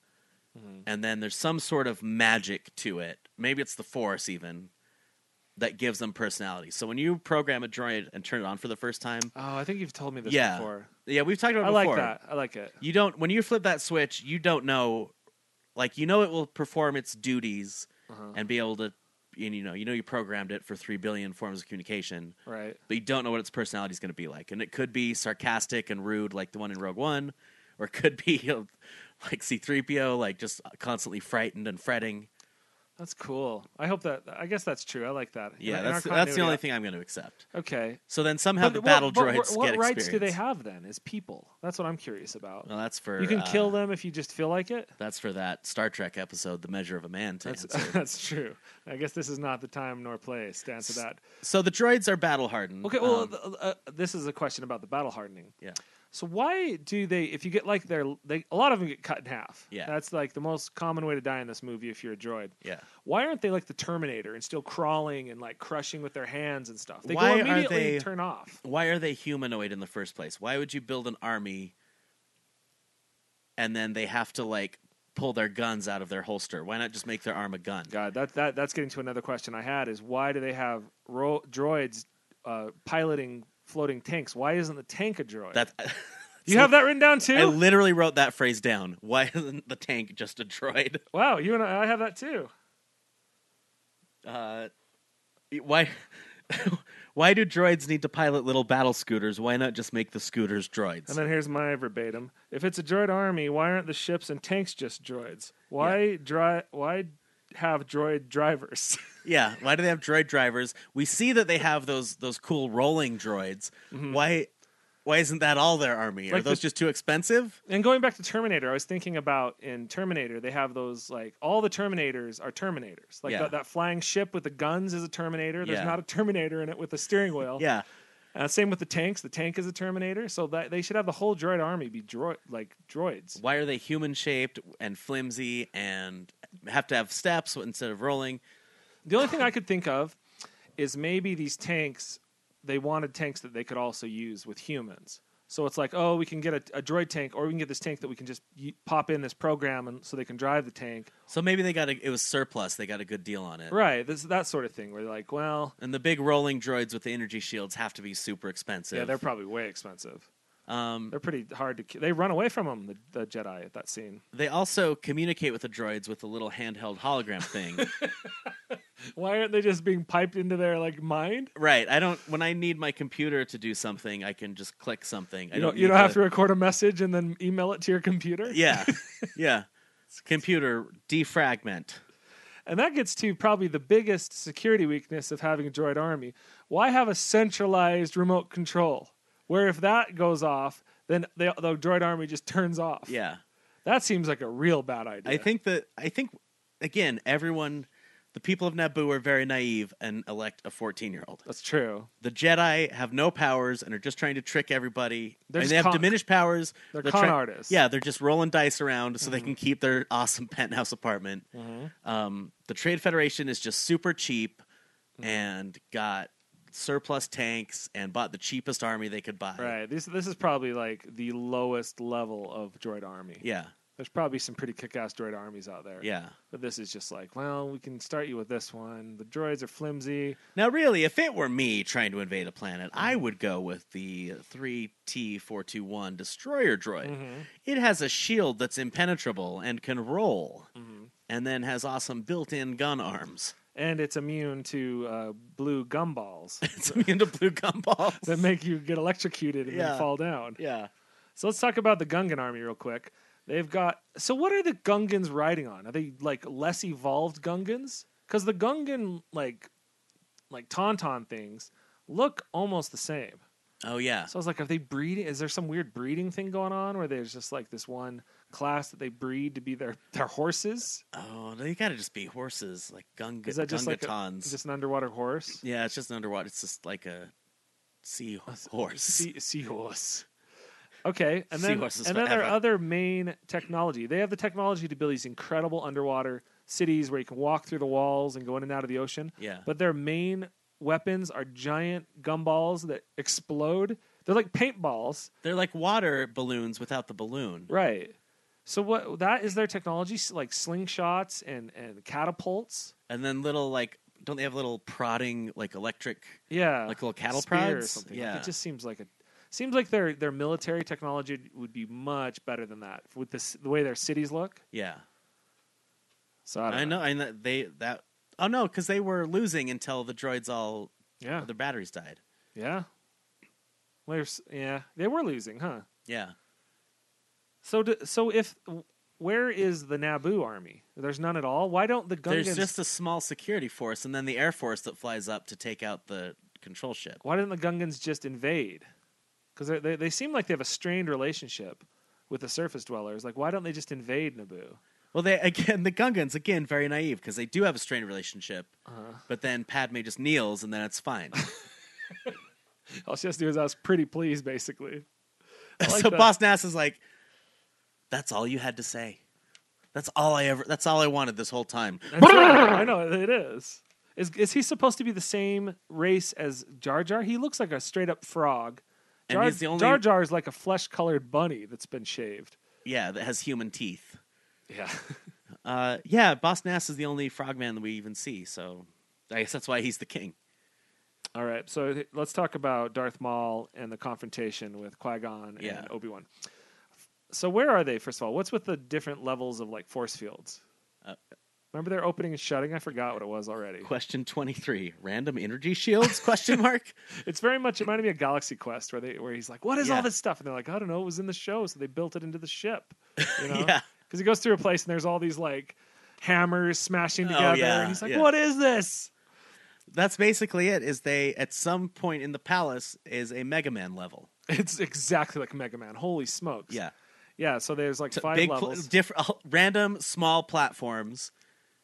[SPEAKER 9] Mm-hmm.
[SPEAKER 8] and then there's some sort of magic to it. Maybe it's the Force even that gives them personality. So when you program a droid and turn it on for the first time,
[SPEAKER 9] Oh, I think you've told me this
[SPEAKER 8] yeah,
[SPEAKER 9] before.
[SPEAKER 8] yeah, we've talked about.
[SPEAKER 9] I
[SPEAKER 8] it
[SPEAKER 9] like
[SPEAKER 8] before
[SPEAKER 9] that. I like it.
[SPEAKER 8] you don't when you flip that switch you don't know like you know it will perform its duties
[SPEAKER 9] Uh-huh.
[SPEAKER 8] and be able to and you know you know you programmed it for 3 billion forms of communication
[SPEAKER 9] Right.
[SPEAKER 8] but you don't know what its personality is going to be like and it could be sarcastic and rude like the one in Rogue One or it could be you know, like C3PO like just constantly frightened and fretting
[SPEAKER 9] That's cool. I hope that. I guess that's true. I like that. In
[SPEAKER 8] Yeah,
[SPEAKER 9] our- in
[SPEAKER 8] that's
[SPEAKER 9] our
[SPEAKER 8] that's the
[SPEAKER 9] continuity.
[SPEAKER 8] only thing I'm going to accept.
[SPEAKER 9] Okay.
[SPEAKER 8] So then somehow the
[SPEAKER 9] But
[SPEAKER 8] battle
[SPEAKER 9] what, but
[SPEAKER 8] droids
[SPEAKER 9] what, what
[SPEAKER 8] get
[SPEAKER 9] rights do they
[SPEAKER 8] experience.
[SPEAKER 9] have then? As people, that's what I'm curious about.
[SPEAKER 8] Well, that's for
[SPEAKER 9] you can
[SPEAKER 8] uh,
[SPEAKER 9] kill them if you just feel like it.
[SPEAKER 8] That's for that Star Trek episode, "The Measure of a Man." To
[SPEAKER 9] That's
[SPEAKER 8] answer.
[SPEAKER 9] that's true. I guess this is not the time nor place to answer that.
[SPEAKER 8] so the droids are battle hardened.
[SPEAKER 9] Okay. Well,
[SPEAKER 8] Um,
[SPEAKER 9] th- uh, this is a question about the battle hardening.
[SPEAKER 8] yeah,
[SPEAKER 9] So why do they? If you get like their, they a lot of them get cut in half.
[SPEAKER 8] Yeah.
[SPEAKER 9] that's like the most common way to die in this movie if you're a droid.
[SPEAKER 8] yeah.
[SPEAKER 9] Why aren't they like the Terminator and still crawling and like crushing with their hands and stuff? They
[SPEAKER 8] Why
[SPEAKER 9] go
[SPEAKER 8] are
[SPEAKER 9] immediately
[SPEAKER 8] they-
[SPEAKER 9] turn off.
[SPEAKER 8] Why are they humanoid in the first place? Why would you build an army and then they have to like pull their guns out of their holster? Why not just make their arm a gun?
[SPEAKER 9] God, that that that's getting to another question I had is why do they have ro- droids uh, piloting floating tanks? Why isn't the tank a droid?
[SPEAKER 8] That
[SPEAKER 9] you have that written down too.
[SPEAKER 8] I literally wrote that phrase down. Why isn't the tank just a droid?
[SPEAKER 9] wow, you and I, I have that too.
[SPEAKER 8] Uh, why? Why do droids need to pilot little battle scooters? Why not just make the scooters droids?
[SPEAKER 9] And then here's my verbatim. If it's a droid army, why aren't the ships and tanks just droids? Why dri- why have droid drivers?
[SPEAKER 8] Yeah, why do they have droid drivers? We see that they have those those cool rolling droids. Why why isn't that all their army? Are
[SPEAKER 9] Like the-
[SPEAKER 8] those just too expensive?
[SPEAKER 9] and going back to Terminator, I was thinking about in Terminator, they have those like all the Terminators are Terminators. Like
[SPEAKER 8] Yeah.
[SPEAKER 9] that, that flying ship with the guns is a Terminator. There's
[SPEAKER 8] Yeah.
[SPEAKER 9] not a Terminator in it with a steering wheel.
[SPEAKER 8] Yeah.
[SPEAKER 9] Uh, same with the tanks. The tank is a Terminator. So that they should have the whole droid army be droid like droids.
[SPEAKER 8] Why are they human shaped and flimsy and have to have steps instead of rolling?
[SPEAKER 9] The only thing I could think of is maybe these tanks, they wanted tanks that they could also use with humans. So it's like, oh, we can get a, a droid tank, or we can get this tank that we can just y- pop in this program, and so they can drive the tank,
[SPEAKER 8] So maybe they got a it was surplus, they got a good deal on it.
[SPEAKER 9] right? This that sort of thing. Where they're like, well,
[SPEAKER 8] And the big rolling droids with the energy shields have to be super expensive.
[SPEAKER 9] yeah, they're probably way expensive.
[SPEAKER 8] um,
[SPEAKER 9] They're pretty hard to. ki- They run away from them, the, the Jedi at that scene.
[SPEAKER 8] they also communicate with the droids with a little handheld hologram thing.
[SPEAKER 9] Why aren't they just being piped into their like mind?
[SPEAKER 8] right. I don't when I need my computer to do something, I can just click something. I
[SPEAKER 9] You don't.
[SPEAKER 8] need
[SPEAKER 9] You don't have to
[SPEAKER 8] to
[SPEAKER 9] record a message and then email it to your computer.
[SPEAKER 8] Yeah, yeah. Computer defragment.
[SPEAKER 9] And that gets to probably the biggest security weakness of having a droid army. Why have a centralized remote control? Where if that goes off, then the, the droid army just turns off.
[SPEAKER 8] Yeah,
[SPEAKER 9] That seems like a real bad idea.
[SPEAKER 8] I think that I think again, everyone, the people of Naboo are very naive and elect a fourteen-year-old.
[SPEAKER 9] that's true.
[SPEAKER 8] The Jedi have no powers and are just trying to trick everybody.
[SPEAKER 9] They're
[SPEAKER 8] and
[SPEAKER 9] just
[SPEAKER 8] they have
[SPEAKER 9] con-
[SPEAKER 8] diminished powers.
[SPEAKER 9] They're
[SPEAKER 8] They're
[SPEAKER 9] con
[SPEAKER 8] try-
[SPEAKER 9] artists. Mm-hmm.
[SPEAKER 8] Yeah, they're just rolling dice around so they can keep their awesome penthouse apartment. Um, the Trade Federation is just super cheap
[SPEAKER 9] Mm-hmm.
[SPEAKER 8] and got surplus tanks and bought the cheapest army they could buy.
[SPEAKER 9] Right. This this is probably like the lowest level of droid army.
[SPEAKER 8] Yeah.
[SPEAKER 9] There's probably some pretty kick-ass droid armies out there.
[SPEAKER 8] Yeah.
[SPEAKER 9] But this is just like, well, we can start you with this one. The droids are flimsy.
[SPEAKER 8] Now, really, if it were me trying to invade a planet, I
[SPEAKER 9] Mm-hmm.
[SPEAKER 8] would go with the 3T421 destroyer droid.
[SPEAKER 9] Mm-hmm.
[SPEAKER 8] It has a shield that's impenetrable and can roll,
[SPEAKER 9] Mm-hmm.
[SPEAKER 8] and then has awesome built in gun arms.
[SPEAKER 9] And it's immune to uh, blue gumballs
[SPEAKER 8] It's immune to blue gumballs.
[SPEAKER 9] that make you get electrocuted and
[SPEAKER 8] Yeah.
[SPEAKER 9] then fall down.
[SPEAKER 8] yeah.
[SPEAKER 9] So let's talk about the Gungan army real quick. They've got so what are the Gungans riding on? Are they like less evolved Gungans? Because the Gungan like like tauntaun things look almost the same.
[SPEAKER 8] Oh, yeah.
[SPEAKER 9] So I was like, are they breeding? Is there some weird breeding thing going on where there's just like this one class that they breed to be their their horses?
[SPEAKER 8] Oh, they gotta just be horses, like gung-
[SPEAKER 9] Is that just like a,
[SPEAKER 8] gungatons.
[SPEAKER 9] just an underwater horse?
[SPEAKER 8] Yeah, it's just an underwater. It's just like a sea horse.
[SPEAKER 9] Sea, seahorse. Okay, and then
[SPEAKER 8] Seahorses
[SPEAKER 9] and then their
[SPEAKER 8] forever.
[SPEAKER 9] other main technology. They have the technology to build these incredible underwater cities where you can walk through the walls and go in and out of the ocean.
[SPEAKER 8] Yeah.
[SPEAKER 9] But their main weapons are giant gumballs that explode. They're like paintballs,
[SPEAKER 8] They're like water balloons without the balloon.
[SPEAKER 9] right? So what that is their technology, s- like slingshots and and catapults.
[SPEAKER 8] and then little like don't they have little prodding like electric
[SPEAKER 9] Yeah,
[SPEAKER 8] Like little cattle
[SPEAKER 9] spear Or
[SPEAKER 8] prods?
[SPEAKER 9] something.
[SPEAKER 8] Yeah.
[SPEAKER 9] Like, it just seems like a seems like their their military technology would be much better than that with this the way their cities look.
[SPEAKER 8] yeah
[SPEAKER 9] So I, don't
[SPEAKER 8] i know i know they that oh no because they were losing until the droids all
[SPEAKER 9] Yeah,
[SPEAKER 8] their batteries died
[SPEAKER 9] yeah. There's yeah, they were losing, huh?
[SPEAKER 8] yeah
[SPEAKER 9] So do, so if where is the Naboo army? There's none at all. Why don't the Gungans?
[SPEAKER 8] There's just a small security force, and then the air force that flies up to take out the control ship.
[SPEAKER 9] why didn't the Gungans just invade? Because they they seem like they have a strained relationship with the surface dwellers. Like, why don't they just invade Naboo?
[SPEAKER 8] Well, they again the Gungans again very naive because they do have a strained relationship,
[SPEAKER 9] Uh-huh.
[SPEAKER 8] but then Padme just kneels and then it's fine.
[SPEAKER 9] All she has to do is ask, "Pretty please," basically. like
[SPEAKER 8] so
[SPEAKER 9] that.
[SPEAKER 8] Boss Nass is like, "That's all you had to say. That's all I ever. That's all I wanted this whole time."
[SPEAKER 9] That's right. I know it is. Is is he supposed to be the same race as Jar Jar? He looks like a straight up frog.
[SPEAKER 8] And
[SPEAKER 9] Jar,
[SPEAKER 8] he's the only-
[SPEAKER 9] Jar Jar is like a flesh colored bunny that's been shaved.
[SPEAKER 8] Yeah, that has human teeth.
[SPEAKER 9] Yeah.
[SPEAKER 8] Uh, yeah, Boss Nass is the only frogman that we even see, so I guess that's why he's the king.
[SPEAKER 9] All right. So th- let's talk about Darth Maul and the confrontation with Qui Gon
[SPEAKER 8] Yeah.
[SPEAKER 9] and Obi Wan. So where are they? First of all, what's with the different levels of like force fields?
[SPEAKER 8] Uh,
[SPEAKER 9] Remember their opening and shutting? I forgot what it was already.
[SPEAKER 8] Question twenty three: Random energy shields? Question mark.
[SPEAKER 9] It's very much it reminded me of Galaxy Quest where they where he's like, "What is
[SPEAKER 8] Yeah.
[SPEAKER 9] all this stuff?" And they're like, "I don't know. It was in the show, so they built it into the ship." You know,
[SPEAKER 8] Yeah.
[SPEAKER 9] because he goes through a place and there's all these like hammers smashing
[SPEAKER 8] Oh,
[SPEAKER 9] together,
[SPEAKER 8] yeah,
[SPEAKER 9] and he's like,
[SPEAKER 8] yeah.
[SPEAKER 9] "What is this?"
[SPEAKER 8] That's basically it. Is they at some point in the palace is a Mega Man level.
[SPEAKER 9] It's exactly like Mega Man. Holy smokes!
[SPEAKER 8] Yeah,
[SPEAKER 9] yeah. So there's like
[SPEAKER 8] T-
[SPEAKER 9] five
[SPEAKER 8] big
[SPEAKER 9] levels.
[SPEAKER 8] different random small platforms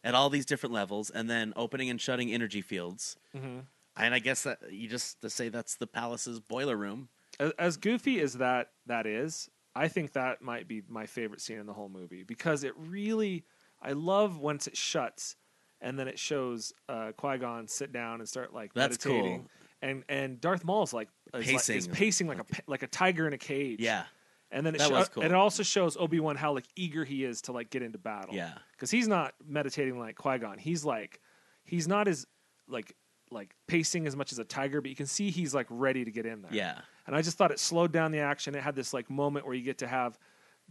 [SPEAKER 8] at all these different levels, and then opening and shutting energy fields.
[SPEAKER 9] Mm-hmm.
[SPEAKER 8] And I guess that you just to say that's the palace's boiler room.
[SPEAKER 9] as, as goofy as that that is, I think that might be my favorite scene in the whole movie because it really I love once it shuts and then it shows uh, Qui Gon sit down and start like
[SPEAKER 8] That's cool.
[SPEAKER 9] meditating. And and Darth Maul's like is, like, is
[SPEAKER 8] Pacing.
[SPEAKER 9] pacing like a pa- like a tiger in a cage.
[SPEAKER 8] Yeah,
[SPEAKER 9] and then it
[SPEAKER 8] that
[SPEAKER 9] sho-
[SPEAKER 8] was cool.
[SPEAKER 9] and it also shows Obi Wan how like eager he is to like get into battle.
[SPEAKER 8] Yeah.
[SPEAKER 9] because he's not meditating like Qui Gon. He's like he's not as like like pacing as much as a tiger, but you can see he's like ready to get in there
[SPEAKER 8] yeah.
[SPEAKER 9] and I just thought it slowed down the action. It had this like moment where you get to have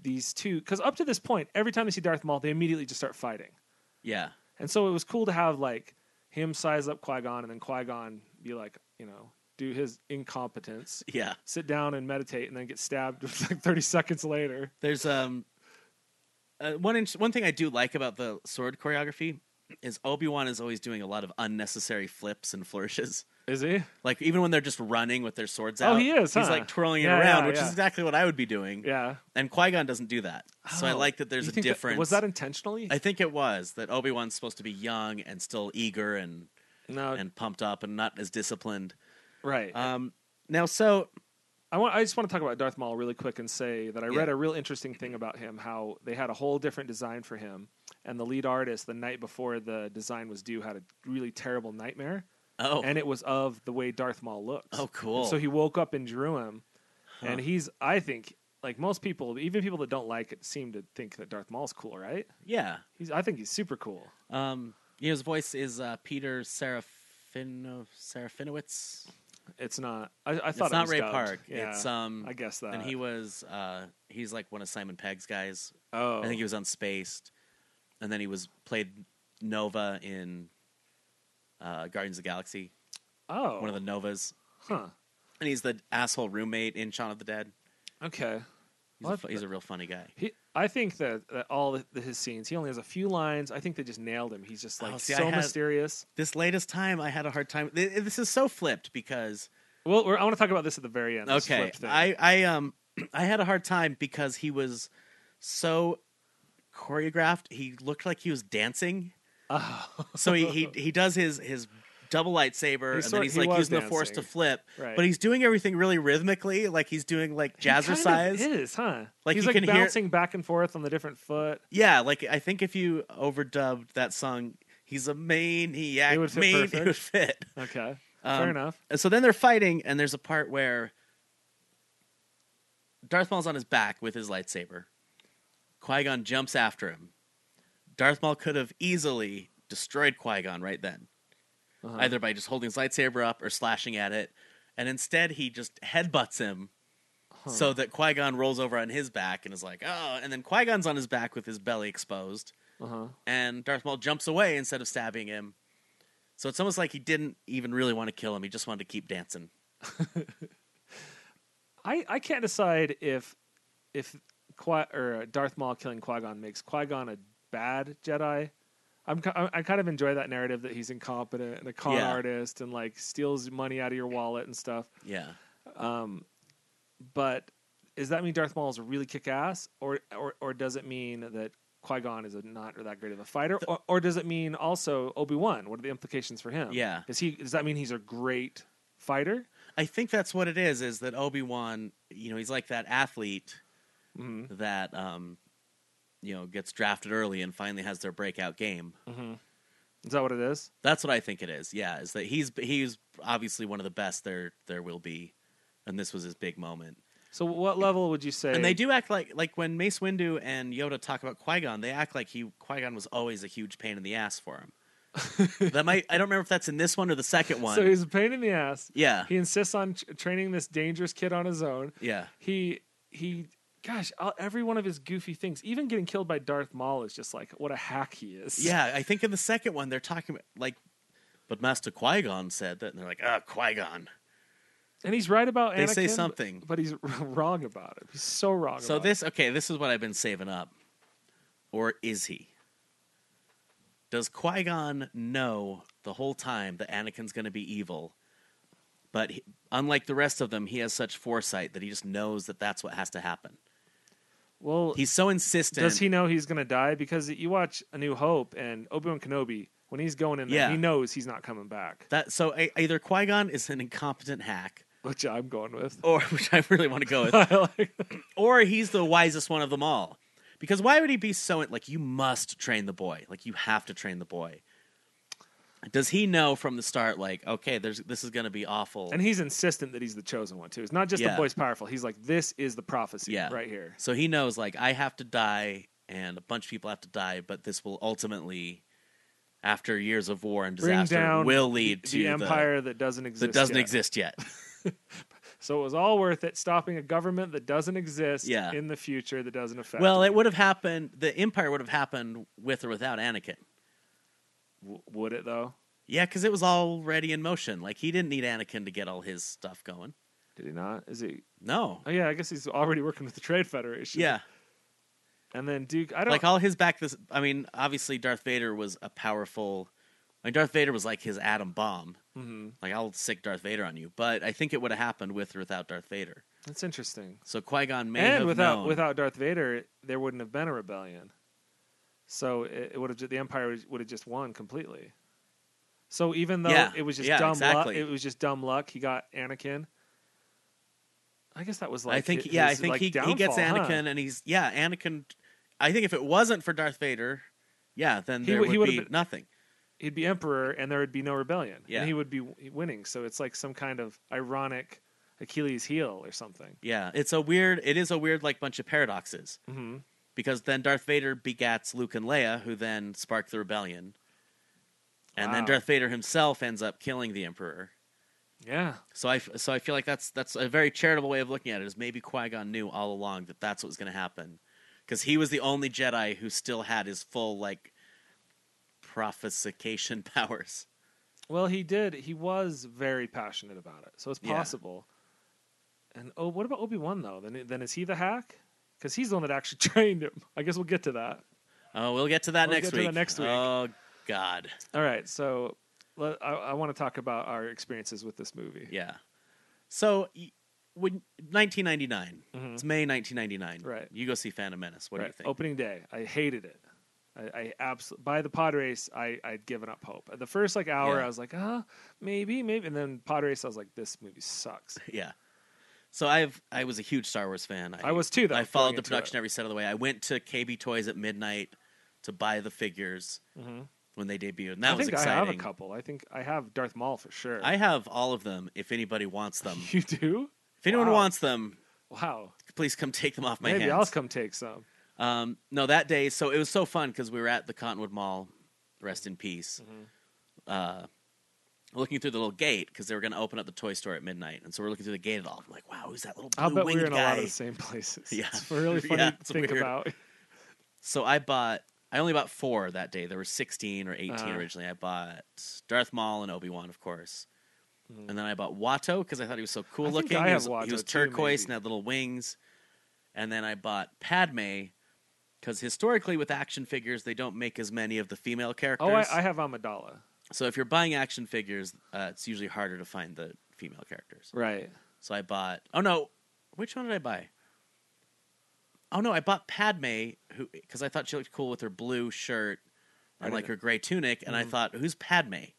[SPEAKER 9] these two because up to this point, every time they see Darth Maul, they immediately just start fighting,
[SPEAKER 8] Yeah.
[SPEAKER 9] and so it was cool to have like him size up Qui Gon and then Qui Gon be like, you know, do his incompetence,
[SPEAKER 8] Yeah.
[SPEAKER 9] sit down and meditate, and then get stabbed like thirty seconds later.
[SPEAKER 8] There's um uh, one inch, one thing I do like about the sword choreography is Obi-Wan is always doing a lot of unnecessary flips and flourishes.
[SPEAKER 9] Is he?
[SPEAKER 8] Like even when they're just running with their swords
[SPEAKER 9] Oh,
[SPEAKER 8] out.
[SPEAKER 9] he is,
[SPEAKER 8] He's
[SPEAKER 9] huh?
[SPEAKER 8] like twirling it
[SPEAKER 9] Yeah,
[SPEAKER 8] around,
[SPEAKER 9] yeah,
[SPEAKER 8] which
[SPEAKER 9] yeah.
[SPEAKER 8] is exactly what I would be doing.
[SPEAKER 9] Yeah.
[SPEAKER 8] And Qui-Gon doesn't do that. So I
[SPEAKER 9] Oh.
[SPEAKER 8] like that there's
[SPEAKER 9] You
[SPEAKER 8] a
[SPEAKER 9] think that-
[SPEAKER 8] difference.
[SPEAKER 9] was that intentionally?
[SPEAKER 8] I think it was that Obi-Wan's supposed to be young and still eager and
[SPEAKER 9] no,
[SPEAKER 8] and pumped up and not as disciplined.
[SPEAKER 9] right.
[SPEAKER 8] Um now so
[SPEAKER 9] I want. I just want to talk about Darth Maul really quick and say that I read
[SPEAKER 8] Yeah.
[SPEAKER 9] a real interesting thing about him. How they had a whole different design for him, and the lead artist the night before the design was due had a really terrible nightmare,
[SPEAKER 8] oh
[SPEAKER 9] and it was of the way Darth Maul looks.
[SPEAKER 8] Oh, cool.
[SPEAKER 9] And so he woke up and drew him, and he's. I think like most people, even people that don't like it, seem to think that Darth Maul's cool, right?
[SPEAKER 8] yeah.
[SPEAKER 9] He's. I think he's super cool.
[SPEAKER 8] Um, you know, his voice is uh, Peter Serafino, Serafinowicz.
[SPEAKER 9] It's not. I, I thought it
[SPEAKER 8] It's not
[SPEAKER 9] was
[SPEAKER 8] Ray
[SPEAKER 9] dubbed.
[SPEAKER 8] Park.
[SPEAKER 9] Yeah,
[SPEAKER 8] It's um,
[SPEAKER 9] I guess that.
[SPEAKER 8] And he was uh, he's like one of Simon Pegg's guys.
[SPEAKER 9] Oh,
[SPEAKER 8] I think he was on Spaced, and then he was played Nova in uh, Guardians of the Galaxy,
[SPEAKER 9] oh,
[SPEAKER 8] one of the Novas,
[SPEAKER 9] huh?
[SPEAKER 8] and he's the asshole roommate in Shaun of the Dead.
[SPEAKER 9] Okay.
[SPEAKER 8] He's, a,
[SPEAKER 9] What
[SPEAKER 8] fu- he's a real funny guy.
[SPEAKER 9] He, I think that, that all the, his scenes, he only has a few lines. I think they just nailed him. He's just like
[SPEAKER 8] Oh, see, I
[SPEAKER 9] so
[SPEAKER 8] had-
[SPEAKER 9] mysterious.
[SPEAKER 8] This latest time, I had a hard time. th- This is so flipped because
[SPEAKER 9] Well, we're, I want to talk about this at the very end. this
[SPEAKER 8] okay
[SPEAKER 9] flip thing.
[SPEAKER 8] i i um i had a hard time because he was so choreographed he looked like he was dancing so he, he he does his his double lightsaber
[SPEAKER 9] He's
[SPEAKER 8] and
[SPEAKER 9] sort-
[SPEAKER 8] then he's
[SPEAKER 9] Oh. he
[SPEAKER 8] like
[SPEAKER 9] was
[SPEAKER 8] using the force to
[SPEAKER 9] dancing.
[SPEAKER 8] flip
[SPEAKER 9] Right.
[SPEAKER 8] but he's doing everything really rhythmically like he's doing like
[SPEAKER 9] He kind of
[SPEAKER 8] jazzercise
[SPEAKER 9] is huh?
[SPEAKER 8] Like,
[SPEAKER 9] he's
[SPEAKER 8] you
[SPEAKER 9] like
[SPEAKER 8] can hear-
[SPEAKER 9] bouncing back and forth on the different foot.
[SPEAKER 8] yeah like i think if you overdubbed that song he's a maniac
[SPEAKER 9] It would fit
[SPEAKER 8] mani-
[SPEAKER 9] perfect.
[SPEAKER 8] it would fit
[SPEAKER 9] Okay,
[SPEAKER 8] Um,
[SPEAKER 9] fair enough.
[SPEAKER 8] And so then they're fighting, and there's a part where Darth Maul's on his back with his lightsaber. Qui Gon jumps after him. Darth Maul could have easily destroyed Qui Gon right then, either by just holding his lightsaber up or slashing at it. And instead, he just headbutts him so that Qui Gon rolls over on his back and is like, oh. And then Qui Gon's on his back with his belly exposed. And Darth Maul jumps away instead of stabbing him. So it's almost like he didn't even really want to kill him. He just wanted to keep dancing.
[SPEAKER 9] I I can't decide if if Qui- or uh, Darth Maul killing Qui Gon makes Qui Gon a bad Jedi. I'm ki- I I kind of enjoy that narrative that he's incompetent and a con
[SPEAKER 8] Yeah.
[SPEAKER 9] artist and like steals money out of your wallet and stuff.
[SPEAKER 8] Yeah.
[SPEAKER 9] But does that mean Darth Maul is really kick ass, or, or or does it mean that Qui Gon is a not that great of a fighter, or, or does it mean also Obi Wan? What are the implications for him?
[SPEAKER 8] Yeah.
[SPEAKER 9] is he does that mean he's a great fighter?
[SPEAKER 8] I think that's what it is. Is that Obi Wan? You know, he's like that athlete that um, you know gets drafted early and finally has their breakout game.
[SPEAKER 9] Is that what it is?
[SPEAKER 8] That's what I think it is. Yeah, is that he's he's obviously one of the best there there will be, and this was his big moment.
[SPEAKER 9] So what level would you say?
[SPEAKER 8] And they do act like like when Mace Windu and Yoda talk about Qui Gon, they act like he Qui Gon was always a huge pain in the ass for him. that might I don't remember if that's in this one or the second one.
[SPEAKER 9] So he's a pain in the ass.
[SPEAKER 8] yeah,
[SPEAKER 9] He insists on tr training this dangerous kid on his own.
[SPEAKER 8] yeah,
[SPEAKER 9] He he. Gosh, all, every one of his goofy things, even getting killed by Darth Maul, is just like what a hack he is.
[SPEAKER 8] yeah. I think in the second one they're talking about like, but Master Qui Gon said that, and they're like, ah, Qui Gon.
[SPEAKER 9] And he's right about
[SPEAKER 8] They
[SPEAKER 9] Anakin.
[SPEAKER 8] say something.
[SPEAKER 9] but he's wrong about it. He's so wrong.
[SPEAKER 8] So
[SPEAKER 9] about
[SPEAKER 8] this okay, this is what I've been saving up. Or is he? Does Qui Gon know the whole time that Anakin's going to be evil? But he, unlike the rest of them, he has such foresight that he just knows that that's what has to happen.
[SPEAKER 9] it. well,
[SPEAKER 8] He's so insistent.
[SPEAKER 9] does he know he's going to die? Because you watch A New Hope and Obi Wan Kenobi when he's going in there,
[SPEAKER 8] Yeah.
[SPEAKER 9] he knows he's not coming back,
[SPEAKER 8] That so e- either Qui Gon is an incompetent hack,
[SPEAKER 9] which I'm going with.
[SPEAKER 8] or which I really want to go with, or he's the wisest one of them all. Because why would he be so like you must train the boy? Like you have to train the boy. Does he know from the start like okay, there's this is going to be awful.
[SPEAKER 9] and he's insistent that he's the chosen one too. It's not just
[SPEAKER 8] Yeah.
[SPEAKER 9] the boy's powerful. He's like, this is the prophecy
[SPEAKER 8] yeah.
[SPEAKER 9] right here.
[SPEAKER 8] So he knows like I have to die and a bunch of people have to die, but this will ultimately after years of war and
[SPEAKER 9] Bring
[SPEAKER 8] disaster
[SPEAKER 9] down
[SPEAKER 8] will lead
[SPEAKER 9] the,
[SPEAKER 8] to
[SPEAKER 9] empire that doesn't exist.
[SPEAKER 8] that doesn't
[SPEAKER 9] yet.
[SPEAKER 8] exist yet.
[SPEAKER 9] So it was all worth it stopping a government that doesn't exist
[SPEAKER 8] Yeah.
[SPEAKER 9] in the future that doesn't affect.
[SPEAKER 8] well,
[SPEAKER 9] him.
[SPEAKER 8] it would have happened the empire would have happened with or without Anakin.
[SPEAKER 9] W- would it though?
[SPEAKER 8] Yeah, cuz it was already in motion. Like he didn't need Anakin to get all his stuff going.
[SPEAKER 9] Did he not? Is he?
[SPEAKER 8] No.
[SPEAKER 9] Oh yeah, I guess he's already working with the Trade Federation.
[SPEAKER 8] Yeah.
[SPEAKER 9] And then Duke, I don't
[SPEAKER 8] Like all his back this I mean, obviously Darth Vader was a powerful I mean Darth Vader was like his atom bomb. Mm-hmm. Like I'll sick Darth Vader on you, but I think it would have happened with or without Darth Vader.
[SPEAKER 9] That's interesting.
[SPEAKER 8] So Qui Gon may
[SPEAKER 9] and
[SPEAKER 8] have
[SPEAKER 9] without
[SPEAKER 8] known.
[SPEAKER 9] without Darth Vader, there wouldn't have been a rebellion. So it, it would have ju- the Empire would have just won completely. So even though
[SPEAKER 8] Yeah,
[SPEAKER 9] it was just
[SPEAKER 8] yeah,
[SPEAKER 9] dumb
[SPEAKER 8] exactly.
[SPEAKER 9] luck, it was just dumb luck. He got Anakin. I guess that was like
[SPEAKER 8] I think
[SPEAKER 9] his-
[SPEAKER 8] yeah, I
[SPEAKER 9] his,
[SPEAKER 8] think
[SPEAKER 9] like,
[SPEAKER 8] he he gets
[SPEAKER 9] downfall, huh?
[SPEAKER 8] Anakin and he's yeah Anakin. I think if it wasn't for Darth Vader, yeah, then
[SPEAKER 9] He
[SPEAKER 8] there
[SPEAKER 9] would- he
[SPEAKER 8] would
[SPEAKER 9] would
[SPEAKER 8] be
[SPEAKER 9] have been-
[SPEAKER 8] nothing.
[SPEAKER 9] He'd be emperor, and there would be no rebellion.
[SPEAKER 8] Yeah.
[SPEAKER 9] and he would be w- winning. So it's like some kind of ironic Achilles heel or something.
[SPEAKER 8] Yeah, it's a weird. It is a weird like bunch of paradoxes
[SPEAKER 9] Mhm.
[SPEAKER 8] because then Darth Vader begats Luke and Leia, who then spark the rebellion, and then
[SPEAKER 9] Wow.
[SPEAKER 8] Darth Vader himself ends up killing the Emperor.
[SPEAKER 9] Yeah,
[SPEAKER 8] So I f- so I feel like that's that's a very charitable way of looking at it. Is maybe Qui Gon knew all along that that's what was going to happen, because he was the only Jedi who still had his full like prophesication powers.
[SPEAKER 9] Well, he did. He was very passionate about it, so it's
[SPEAKER 8] Yeah.
[SPEAKER 9] possible. And oh, what about Obi Wan though? Then then is he the hack? Because he's the one that actually trained him. I guess we'll get to that.
[SPEAKER 8] Oh, we'll get to that
[SPEAKER 9] We'll
[SPEAKER 8] next
[SPEAKER 9] get to that
[SPEAKER 8] week.
[SPEAKER 9] next week.
[SPEAKER 8] Oh God,
[SPEAKER 9] All right, so let, I, I want to talk about our experiences with this movie.
[SPEAKER 8] yeah. So y- when 1999, it's May 1999.
[SPEAKER 9] Mm-hmm. Right.
[SPEAKER 8] You go see Phantom Menace. What do you
[SPEAKER 9] Right,
[SPEAKER 8] think?
[SPEAKER 9] opening day, I hated it. I, I absolutely by the pod race, I I'd given up hope. At the first like hour,
[SPEAKER 8] Yeah.
[SPEAKER 9] I was like, ah, maybe, maybe, and then pod race, I was like, this movie sucks.
[SPEAKER 8] Yeah. So I've I was a huge Star Wars fan.
[SPEAKER 9] I was too, though,
[SPEAKER 8] I followed
[SPEAKER 9] going
[SPEAKER 8] the
[SPEAKER 9] into
[SPEAKER 8] production
[SPEAKER 9] it.
[SPEAKER 8] every step of the way. I went to KB Toys at midnight to buy the figures when they debuted, and that
[SPEAKER 9] Mm-hmm. I
[SPEAKER 8] was
[SPEAKER 9] think
[SPEAKER 8] exciting.
[SPEAKER 9] I have a couple. I think I have Darth Maul for sure.
[SPEAKER 8] I have all of them. If anybody wants them,
[SPEAKER 9] you do?
[SPEAKER 8] if anyone
[SPEAKER 9] Wow.
[SPEAKER 8] wants them,
[SPEAKER 9] Wow.
[SPEAKER 8] please come take them off my
[SPEAKER 9] Maybe
[SPEAKER 8] hands.
[SPEAKER 9] I'll come take some.
[SPEAKER 8] Um, no, that day, so it was so fun because we were at the Cottonwood Mall, rest in peace,
[SPEAKER 9] Mm-hmm.
[SPEAKER 8] uh, looking through the little gate because they were going to open up the toy store at midnight. And so we're looking through the gate at all. I'm like, wow, who's that little
[SPEAKER 9] I'll
[SPEAKER 8] blue
[SPEAKER 9] bet we
[SPEAKER 8] winged
[SPEAKER 9] we're in a
[SPEAKER 8] guy?
[SPEAKER 9] lot of the same places.
[SPEAKER 8] Yeah.
[SPEAKER 9] It's really funny
[SPEAKER 8] Yeah,
[SPEAKER 9] to
[SPEAKER 8] it's
[SPEAKER 9] think
[SPEAKER 8] weird.
[SPEAKER 9] about.
[SPEAKER 8] So I bought, I only bought four that day. There were 16 or 18
[SPEAKER 9] Uh-huh.
[SPEAKER 8] originally. I bought Darth Maul and Obi Wan, of course. And then I bought Watto because I thought he was so cool
[SPEAKER 9] Mm-hmm. I think
[SPEAKER 8] looking.
[SPEAKER 9] I
[SPEAKER 8] he,
[SPEAKER 9] have
[SPEAKER 8] was,
[SPEAKER 9] Watto
[SPEAKER 8] he was
[SPEAKER 9] too,
[SPEAKER 8] turquoise
[SPEAKER 9] maybe.
[SPEAKER 8] and had little wings. and then I bought Padme because historically with action figures they don't make as many of the female characters.
[SPEAKER 9] Oh, I, I have Amidala.
[SPEAKER 8] So if you're buying action figures, uh, it's usually harder to find the female characters.
[SPEAKER 9] Right.
[SPEAKER 8] So I bought. Oh no, which one did I buy? Oh no, I bought Padme who because I thought she looked cool with her blue shirt and like her gray tunic, and I thought, who's Padme?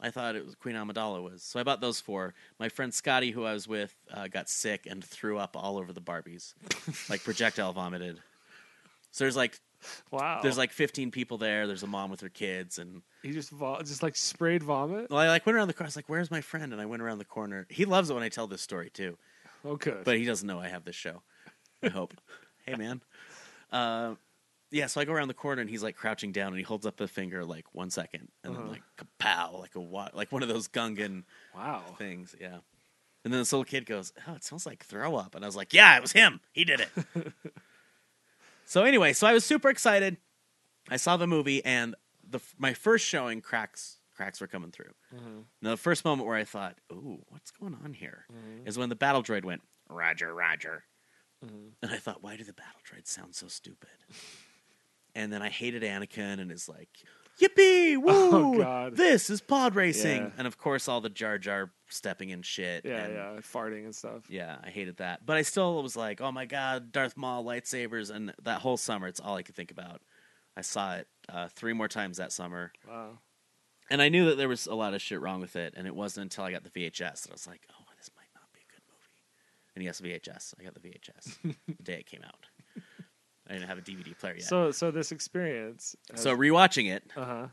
[SPEAKER 8] I thought it was Queen Amidala was. So I bought those four. My friend Scotty, who I was with, uh, got sick and threw up all over the Barbies, like projectile vomited. So there's like
[SPEAKER 9] Wow.
[SPEAKER 8] there's like 15 people there. There's a mom with her kids, and
[SPEAKER 9] he just vo- just like sprayed vomit.
[SPEAKER 8] well, I like went around the corner. I was like, "Where's my friend?" And I went around the corner. He loves it when I tell this story too.
[SPEAKER 9] Oh, good.
[SPEAKER 8] but he doesn't know I have this show. I hope. hey, man. Uh, yeah, so I go around the corner and he's like crouching down and he holds up a finger like one second and then like kapow, like a wa- like one of those Gungan
[SPEAKER 9] wow.
[SPEAKER 8] things. Yeah. And then this little kid goes, "Oh, it smells like throw up," and I was like, "Yeah, it was him. He did it." so anyway, so I was super excited. I saw the movie, and the my first showing cracks cracks were coming through.
[SPEAKER 9] Mm-hmm.
[SPEAKER 8] Now the first moment where I thought, "Ooh, what's going on here?"
[SPEAKER 9] Mm-hmm.
[SPEAKER 8] is when the battle droid went, "Roger, Roger," and I thought, "Why do the battle droids sound so stupid?" and then I hated Anakin and is like. Yippee! Woo!
[SPEAKER 9] Oh, God.
[SPEAKER 8] This is pod racing,
[SPEAKER 9] Yeah.
[SPEAKER 8] and of course all the Jar Jar stepping in shit.
[SPEAKER 9] Yeah,
[SPEAKER 8] and-
[SPEAKER 9] yeah. Farting and stuff.
[SPEAKER 8] yeah, I hated that. But I still was like, oh my god, Darth Maul lightsabers, and that whole summer, it's all I could think about. I saw it uh, three more times that summer,
[SPEAKER 9] Wow.
[SPEAKER 8] and I knew that there was a lot of shit wrong with it. And it wasn't until I got the VHS that I was like, oh, this might not be a good movie. And yes, VHS. I got the VHS the day it came out. I didn't have a DVD player yet. So,
[SPEAKER 9] So so this experience.
[SPEAKER 8] rewatching it,
[SPEAKER 9] Uh huh.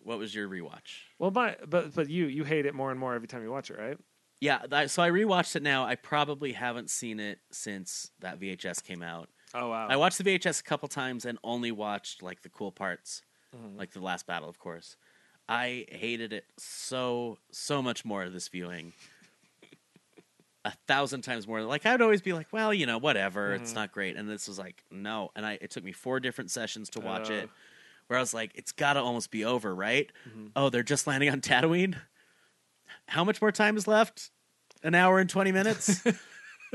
[SPEAKER 8] what was your rewatch?
[SPEAKER 9] Well, my, but but you you hate it more and more every time you watch it, right?
[SPEAKER 8] Yeah, that, so I rewatched it now. I probably haven't seen it since that VHS came out.
[SPEAKER 9] Oh wow.
[SPEAKER 8] I watched the VHS a couple times and only watched like the cool parts,
[SPEAKER 9] Mm-hmm.
[SPEAKER 8] like the last battle, of course. I hated it so so much more this viewing, a thousand times more. Like I'd always be like, well, you know, whatever,
[SPEAKER 9] Mm-hmm.
[SPEAKER 8] it's not great, and this was like, no. And I it took me four different sessions to watch
[SPEAKER 9] Oh.
[SPEAKER 8] it, where I was like, it's got to almost be over, right?
[SPEAKER 9] Mm-hmm.
[SPEAKER 8] Oh, they're just landing on Tatooine. How much more time is left? An hour and twenty minutes.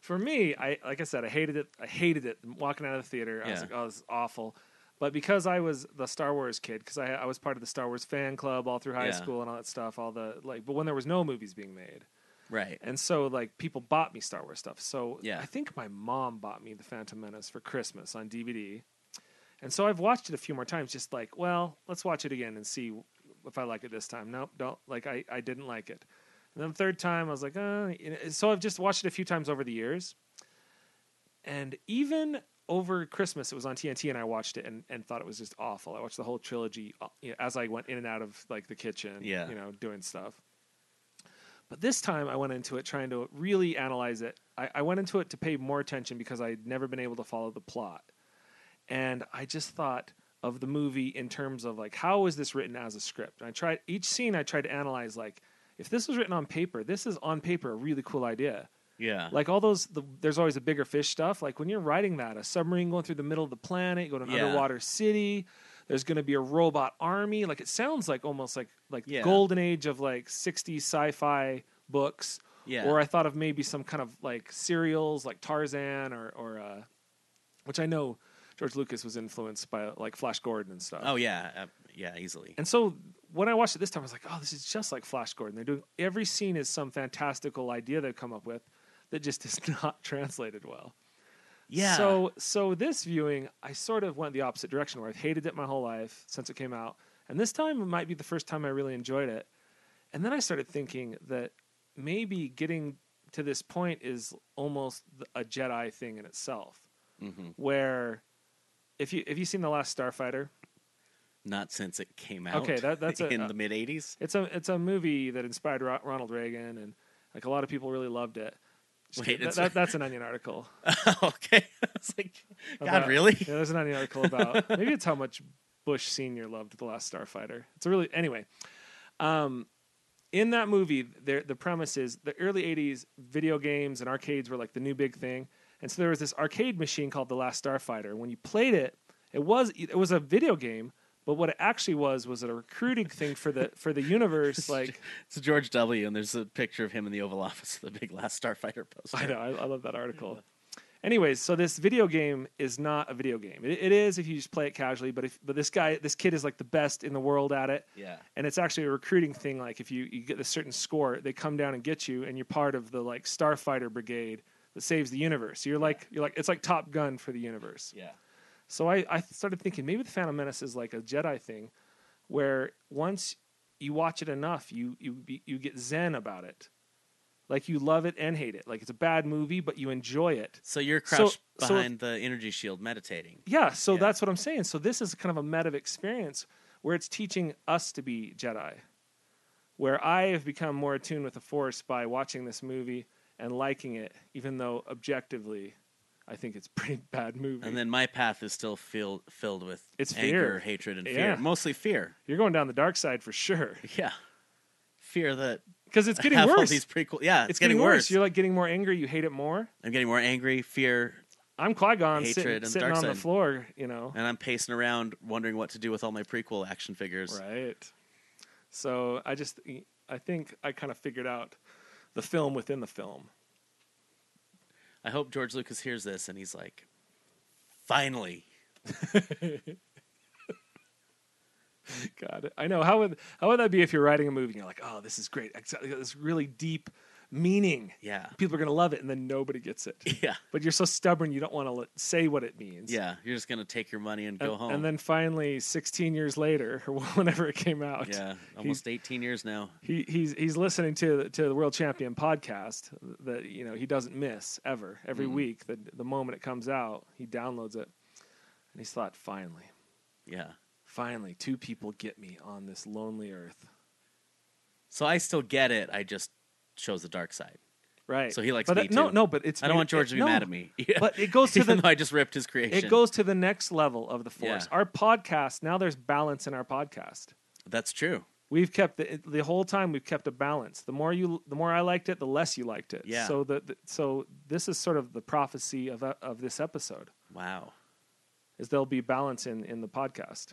[SPEAKER 9] for me, I like I said, I hated it. I hated it walking out of the theater. I was
[SPEAKER 8] Yeah.
[SPEAKER 9] like, oh, this is awful. But because I was the Star Wars kid, because I, I was part of the Star Wars fan club all through high
[SPEAKER 8] Yeah.
[SPEAKER 9] school and all that stuff, all the like. But when there was no movies being made,
[SPEAKER 8] right.
[SPEAKER 9] and so like people bought me Star Wars stuff. So
[SPEAKER 8] Yeah.
[SPEAKER 9] I think my mom bought me The Phantom Menace for Christmas on DVD, and so I've watched it a few more times. Just like, well, let's watch it again and see if I like it this time. Nope, don't like I I didn't like it. And then the third time I was like, uh, you know, so I've just watched it a few times over the years, and even over Christmas it was on TNT and I watched it and, and thought it was just awful. I watched the whole trilogy uh, you know, as I went in and out of like the kitchen,
[SPEAKER 8] Yeah.
[SPEAKER 9] you know, doing stuff. But this time I went into it trying to really analyze it. I, I went into it to pay more attention because I had never been able to follow the plot. And I just thought of the movie in terms of like how was this written as a script? And I tried each scene I tried to analyze like if this was written on paper, this is on paper a really cool idea.
[SPEAKER 8] Yeah.
[SPEAKER 9] Like all those, the, there's always a bigger fish stuff. Like when you're writing that, a submarine going through the middle of the planet, you go to an
[SPEAKER 8] Yeah.
[SPEAKER 9] underwater city. There's going to be a robot army. Like it sounds like almost like like
[SPEAKER 8] Yeah.
[SPEAKER 9] the golden age of like 60s sci-fi books.
[SPEAKER 8] Yeah.
[SPEAKER 9] Or I thought of maybe some kind of like serials like Tarzan or or uh, which I know George Lucas was influenced by like Flash Gordon and stuff.
[SPEAKER 8] oh yeah. Uh, yeah. Easily.
[SPEAKER 9] And so when I watched it this time, I was like, oh, this is just like Flash Gordon. They're doing every scene is some fantastical idea they've come up with that just is not translated well.
[SPEAKER 8] Yeah.
[SPEAKER 9] So so this viewing, I sort of went the opposite direction where I've hated it my whole life since it came out. And this time it might be the first time I really enjoyed it. And then I started thinking that maybe getting to this point is almost th- a Jedi thing in itself. Where if you if you've seen The Last Starfighter,
[SPEAKER 8] Not since it came out.
[SPEAKER 9] Okay, that- that's a-
[SPEAKER 8] in
[SPEAKER 9] uh,
[SPEAKER 8] the mid '80s.
[SPEAKER 9] It's a it's a movie that inspired Ro- Ronald Reagan, and like a lot of people really loved it. Just
[SPEAKER 8] Wait,
[SPEAKER 9] kidding. That-
[SPEAKER 8] it's-
[SPEAKER 9] that- that's an Onion article.
[SPEAKER 8] okay, it's like God,
[SPEAKER 9] about-
[SPEAKER 8] really?
[SPEAKER 9] Yeah, there's an Onion article about maybe it's how much Bush Senior loved the Last Starfighter. It's a really anyway. Um, in that movie, there the premise is the early '80s video games and arcades were like the new big thing, and so there was this arcade machine called the Last Starfighter. When you played it, it was it was a video game. But what it actually was was a recruiting thing for the for the universe, like
[SPEAKER 8] It's George W. And there's a picture of him in the Oval Office, the big last Starfighter poster.
[SPEAKER 9] I know. I, I love that article. Anyways, so this video game is not a video game. It, it is if you just play it casually, but if but this guy, this kid is like the best in the world at it.
[SPEAKER 8] Yeah.
[SPEAKER 9] And it's actually a recruiting thing. Like if you, you get a certain score, they come down and get you, and you're part of the like starfighter brigade that saves the universe. You're like you're like it's like Top Gun for the universe.
[SPEAKER 8] Yeah.
[SPEAKER 9] So I, I started thinking maybe the Phantom Menace is like a Jedi thing, where once you watch it enough, you you be, you get zen about it, like you love it and hate it. Like it's a bad movie, but you enjoy it.
[SPEAKER 8] So you're
[SPEAKER 9] So-
[SPEAKER 8] crouched
[SPEAKER 9] so if-
[SPEAKER 8] behind the energy shield meditating.
[SPEAKER 9] Yeah, so
[SPEAKER 8] Yeah.
[SPEAKER 9] that's what I'm saying. So this is kind of a meta experience where it's teaching us to be Jedi, where I have become more attuned with the Force by watching this movie and liking it, even though objectively, I think it's a pretty bad movie.
[SPEAKER 8] And then my path is still filled filled with
[SPEAKER 9] It's
[SPEAKER 8] anger,
[SPEAKER 9] fear.
[SPEAKER 8] hatred, and fear.
[SPEAKER 9] Yeah.
[SPEAKER 8] Mostly fear.
[SPEAKER 9] You're going down the dark side for sure
[SPEAKER 8] Yeah. Fear that
[SPEAKER 9] because it's getting
[SPEAKER 8] have all
[SPEAKER 9] worse.
[SPEAKER 8] these prequel. Yeah, it's,
[SPEAKER 9] it's getting, worse. You're like getting more angry. You hate it more.
[SPEAKER 8] I'm getting more angry, fear,
[SPEAKER 9] I'm Qui Gon sitting,
[SPEAKER 8] Hatred and
[SPEAKER 9] sitting
[SPEAKER 8] dark
[SPEAKER 9] on the
[SPEAKER 8] side.
[SPEAKER 9] floor. You know,
[SPEAKER 8] and I'm pacing around wondering what to do with all my prequel action figures.
[SPEAKER 9] Right. So I just I think I kind of figured out the film within the film.
[SPEAKER 8] I hope George Lucas hears this and he's like, finally.
[SPEAKER 9] God, I know how would how would that be if you're writing a movie and you're like, oh, this is great, It's got this really deep meaning.
[SPEAKER 8] Yeah.
[SPEAKER 9] People are gonna love it, and then nobody gets it.
[SPEAKER 8] Yeah.
[SPEAKER 9] But you're so stubborn, you don't want to say what it means.
[SPEAKER 8] Yeah. You're just going to take your money and
[SPEAKER 9] And,
[SPEAKER 8] go home.
[SPEAKER 9] and then finally, 16 years later, or whenever it came out,
[SPEAKER 8] yeah.
[SPEAKER 9] he-
[SPEAKER 8] Almost 18 years now.
[SPEAKER 9] he, he's he's listening to to the world champion podcast that you know he doesn't miss ever every week the the moment it comes out he downloads it and he's thought finally
[SPEAKER 8] Yeah.
[SPEAKER 9] finally two people get me on this lonely earth
[SPEAKER 8] So I still get it. I just chose the dark side.
[SPEAKER 9] right
[SPEAKER 8] So he likes
[SPEAKER 9] but
[SPEAKER 8] me
[SPEAKER 9] it- no
[SPEAKER 8] too.
[SPEAKER 9] no but it's
[SPEAKER 8] I don't
[SPEAKER 9] made-
[SPEAKER 8] want George
[SPEAKER 9] it-
[SPEAKER 8] to be
[SPEAKER 9] no,
[SPEAKER 8] mad at me. Yeah.
[SPEAKER 9] but it goes to
[SPEAKER 8] Even
[SPEAKER 9] the-
[SPEAKER 8] though I just ripped his creation.
[SPEAKER 9] it goes to the next level of the force
[SPEAKER 8] Yeah.
[SPEAKER 9] our podcast now there's balance in our podcast
[SPEAKER 8] That's true.
[SPEAKER 9] We've kept the, the whole time. We've kept a balance. The more you, the more I liked it, the less you liked it.
[SPEAKER 8] Yeah.
[SPEAKER 9] So the, the so this is sort of the prophecy of of this episode
[SPEAKER 8] Wow.
[SPEAKER 9] is there'll be balance in in the podcast.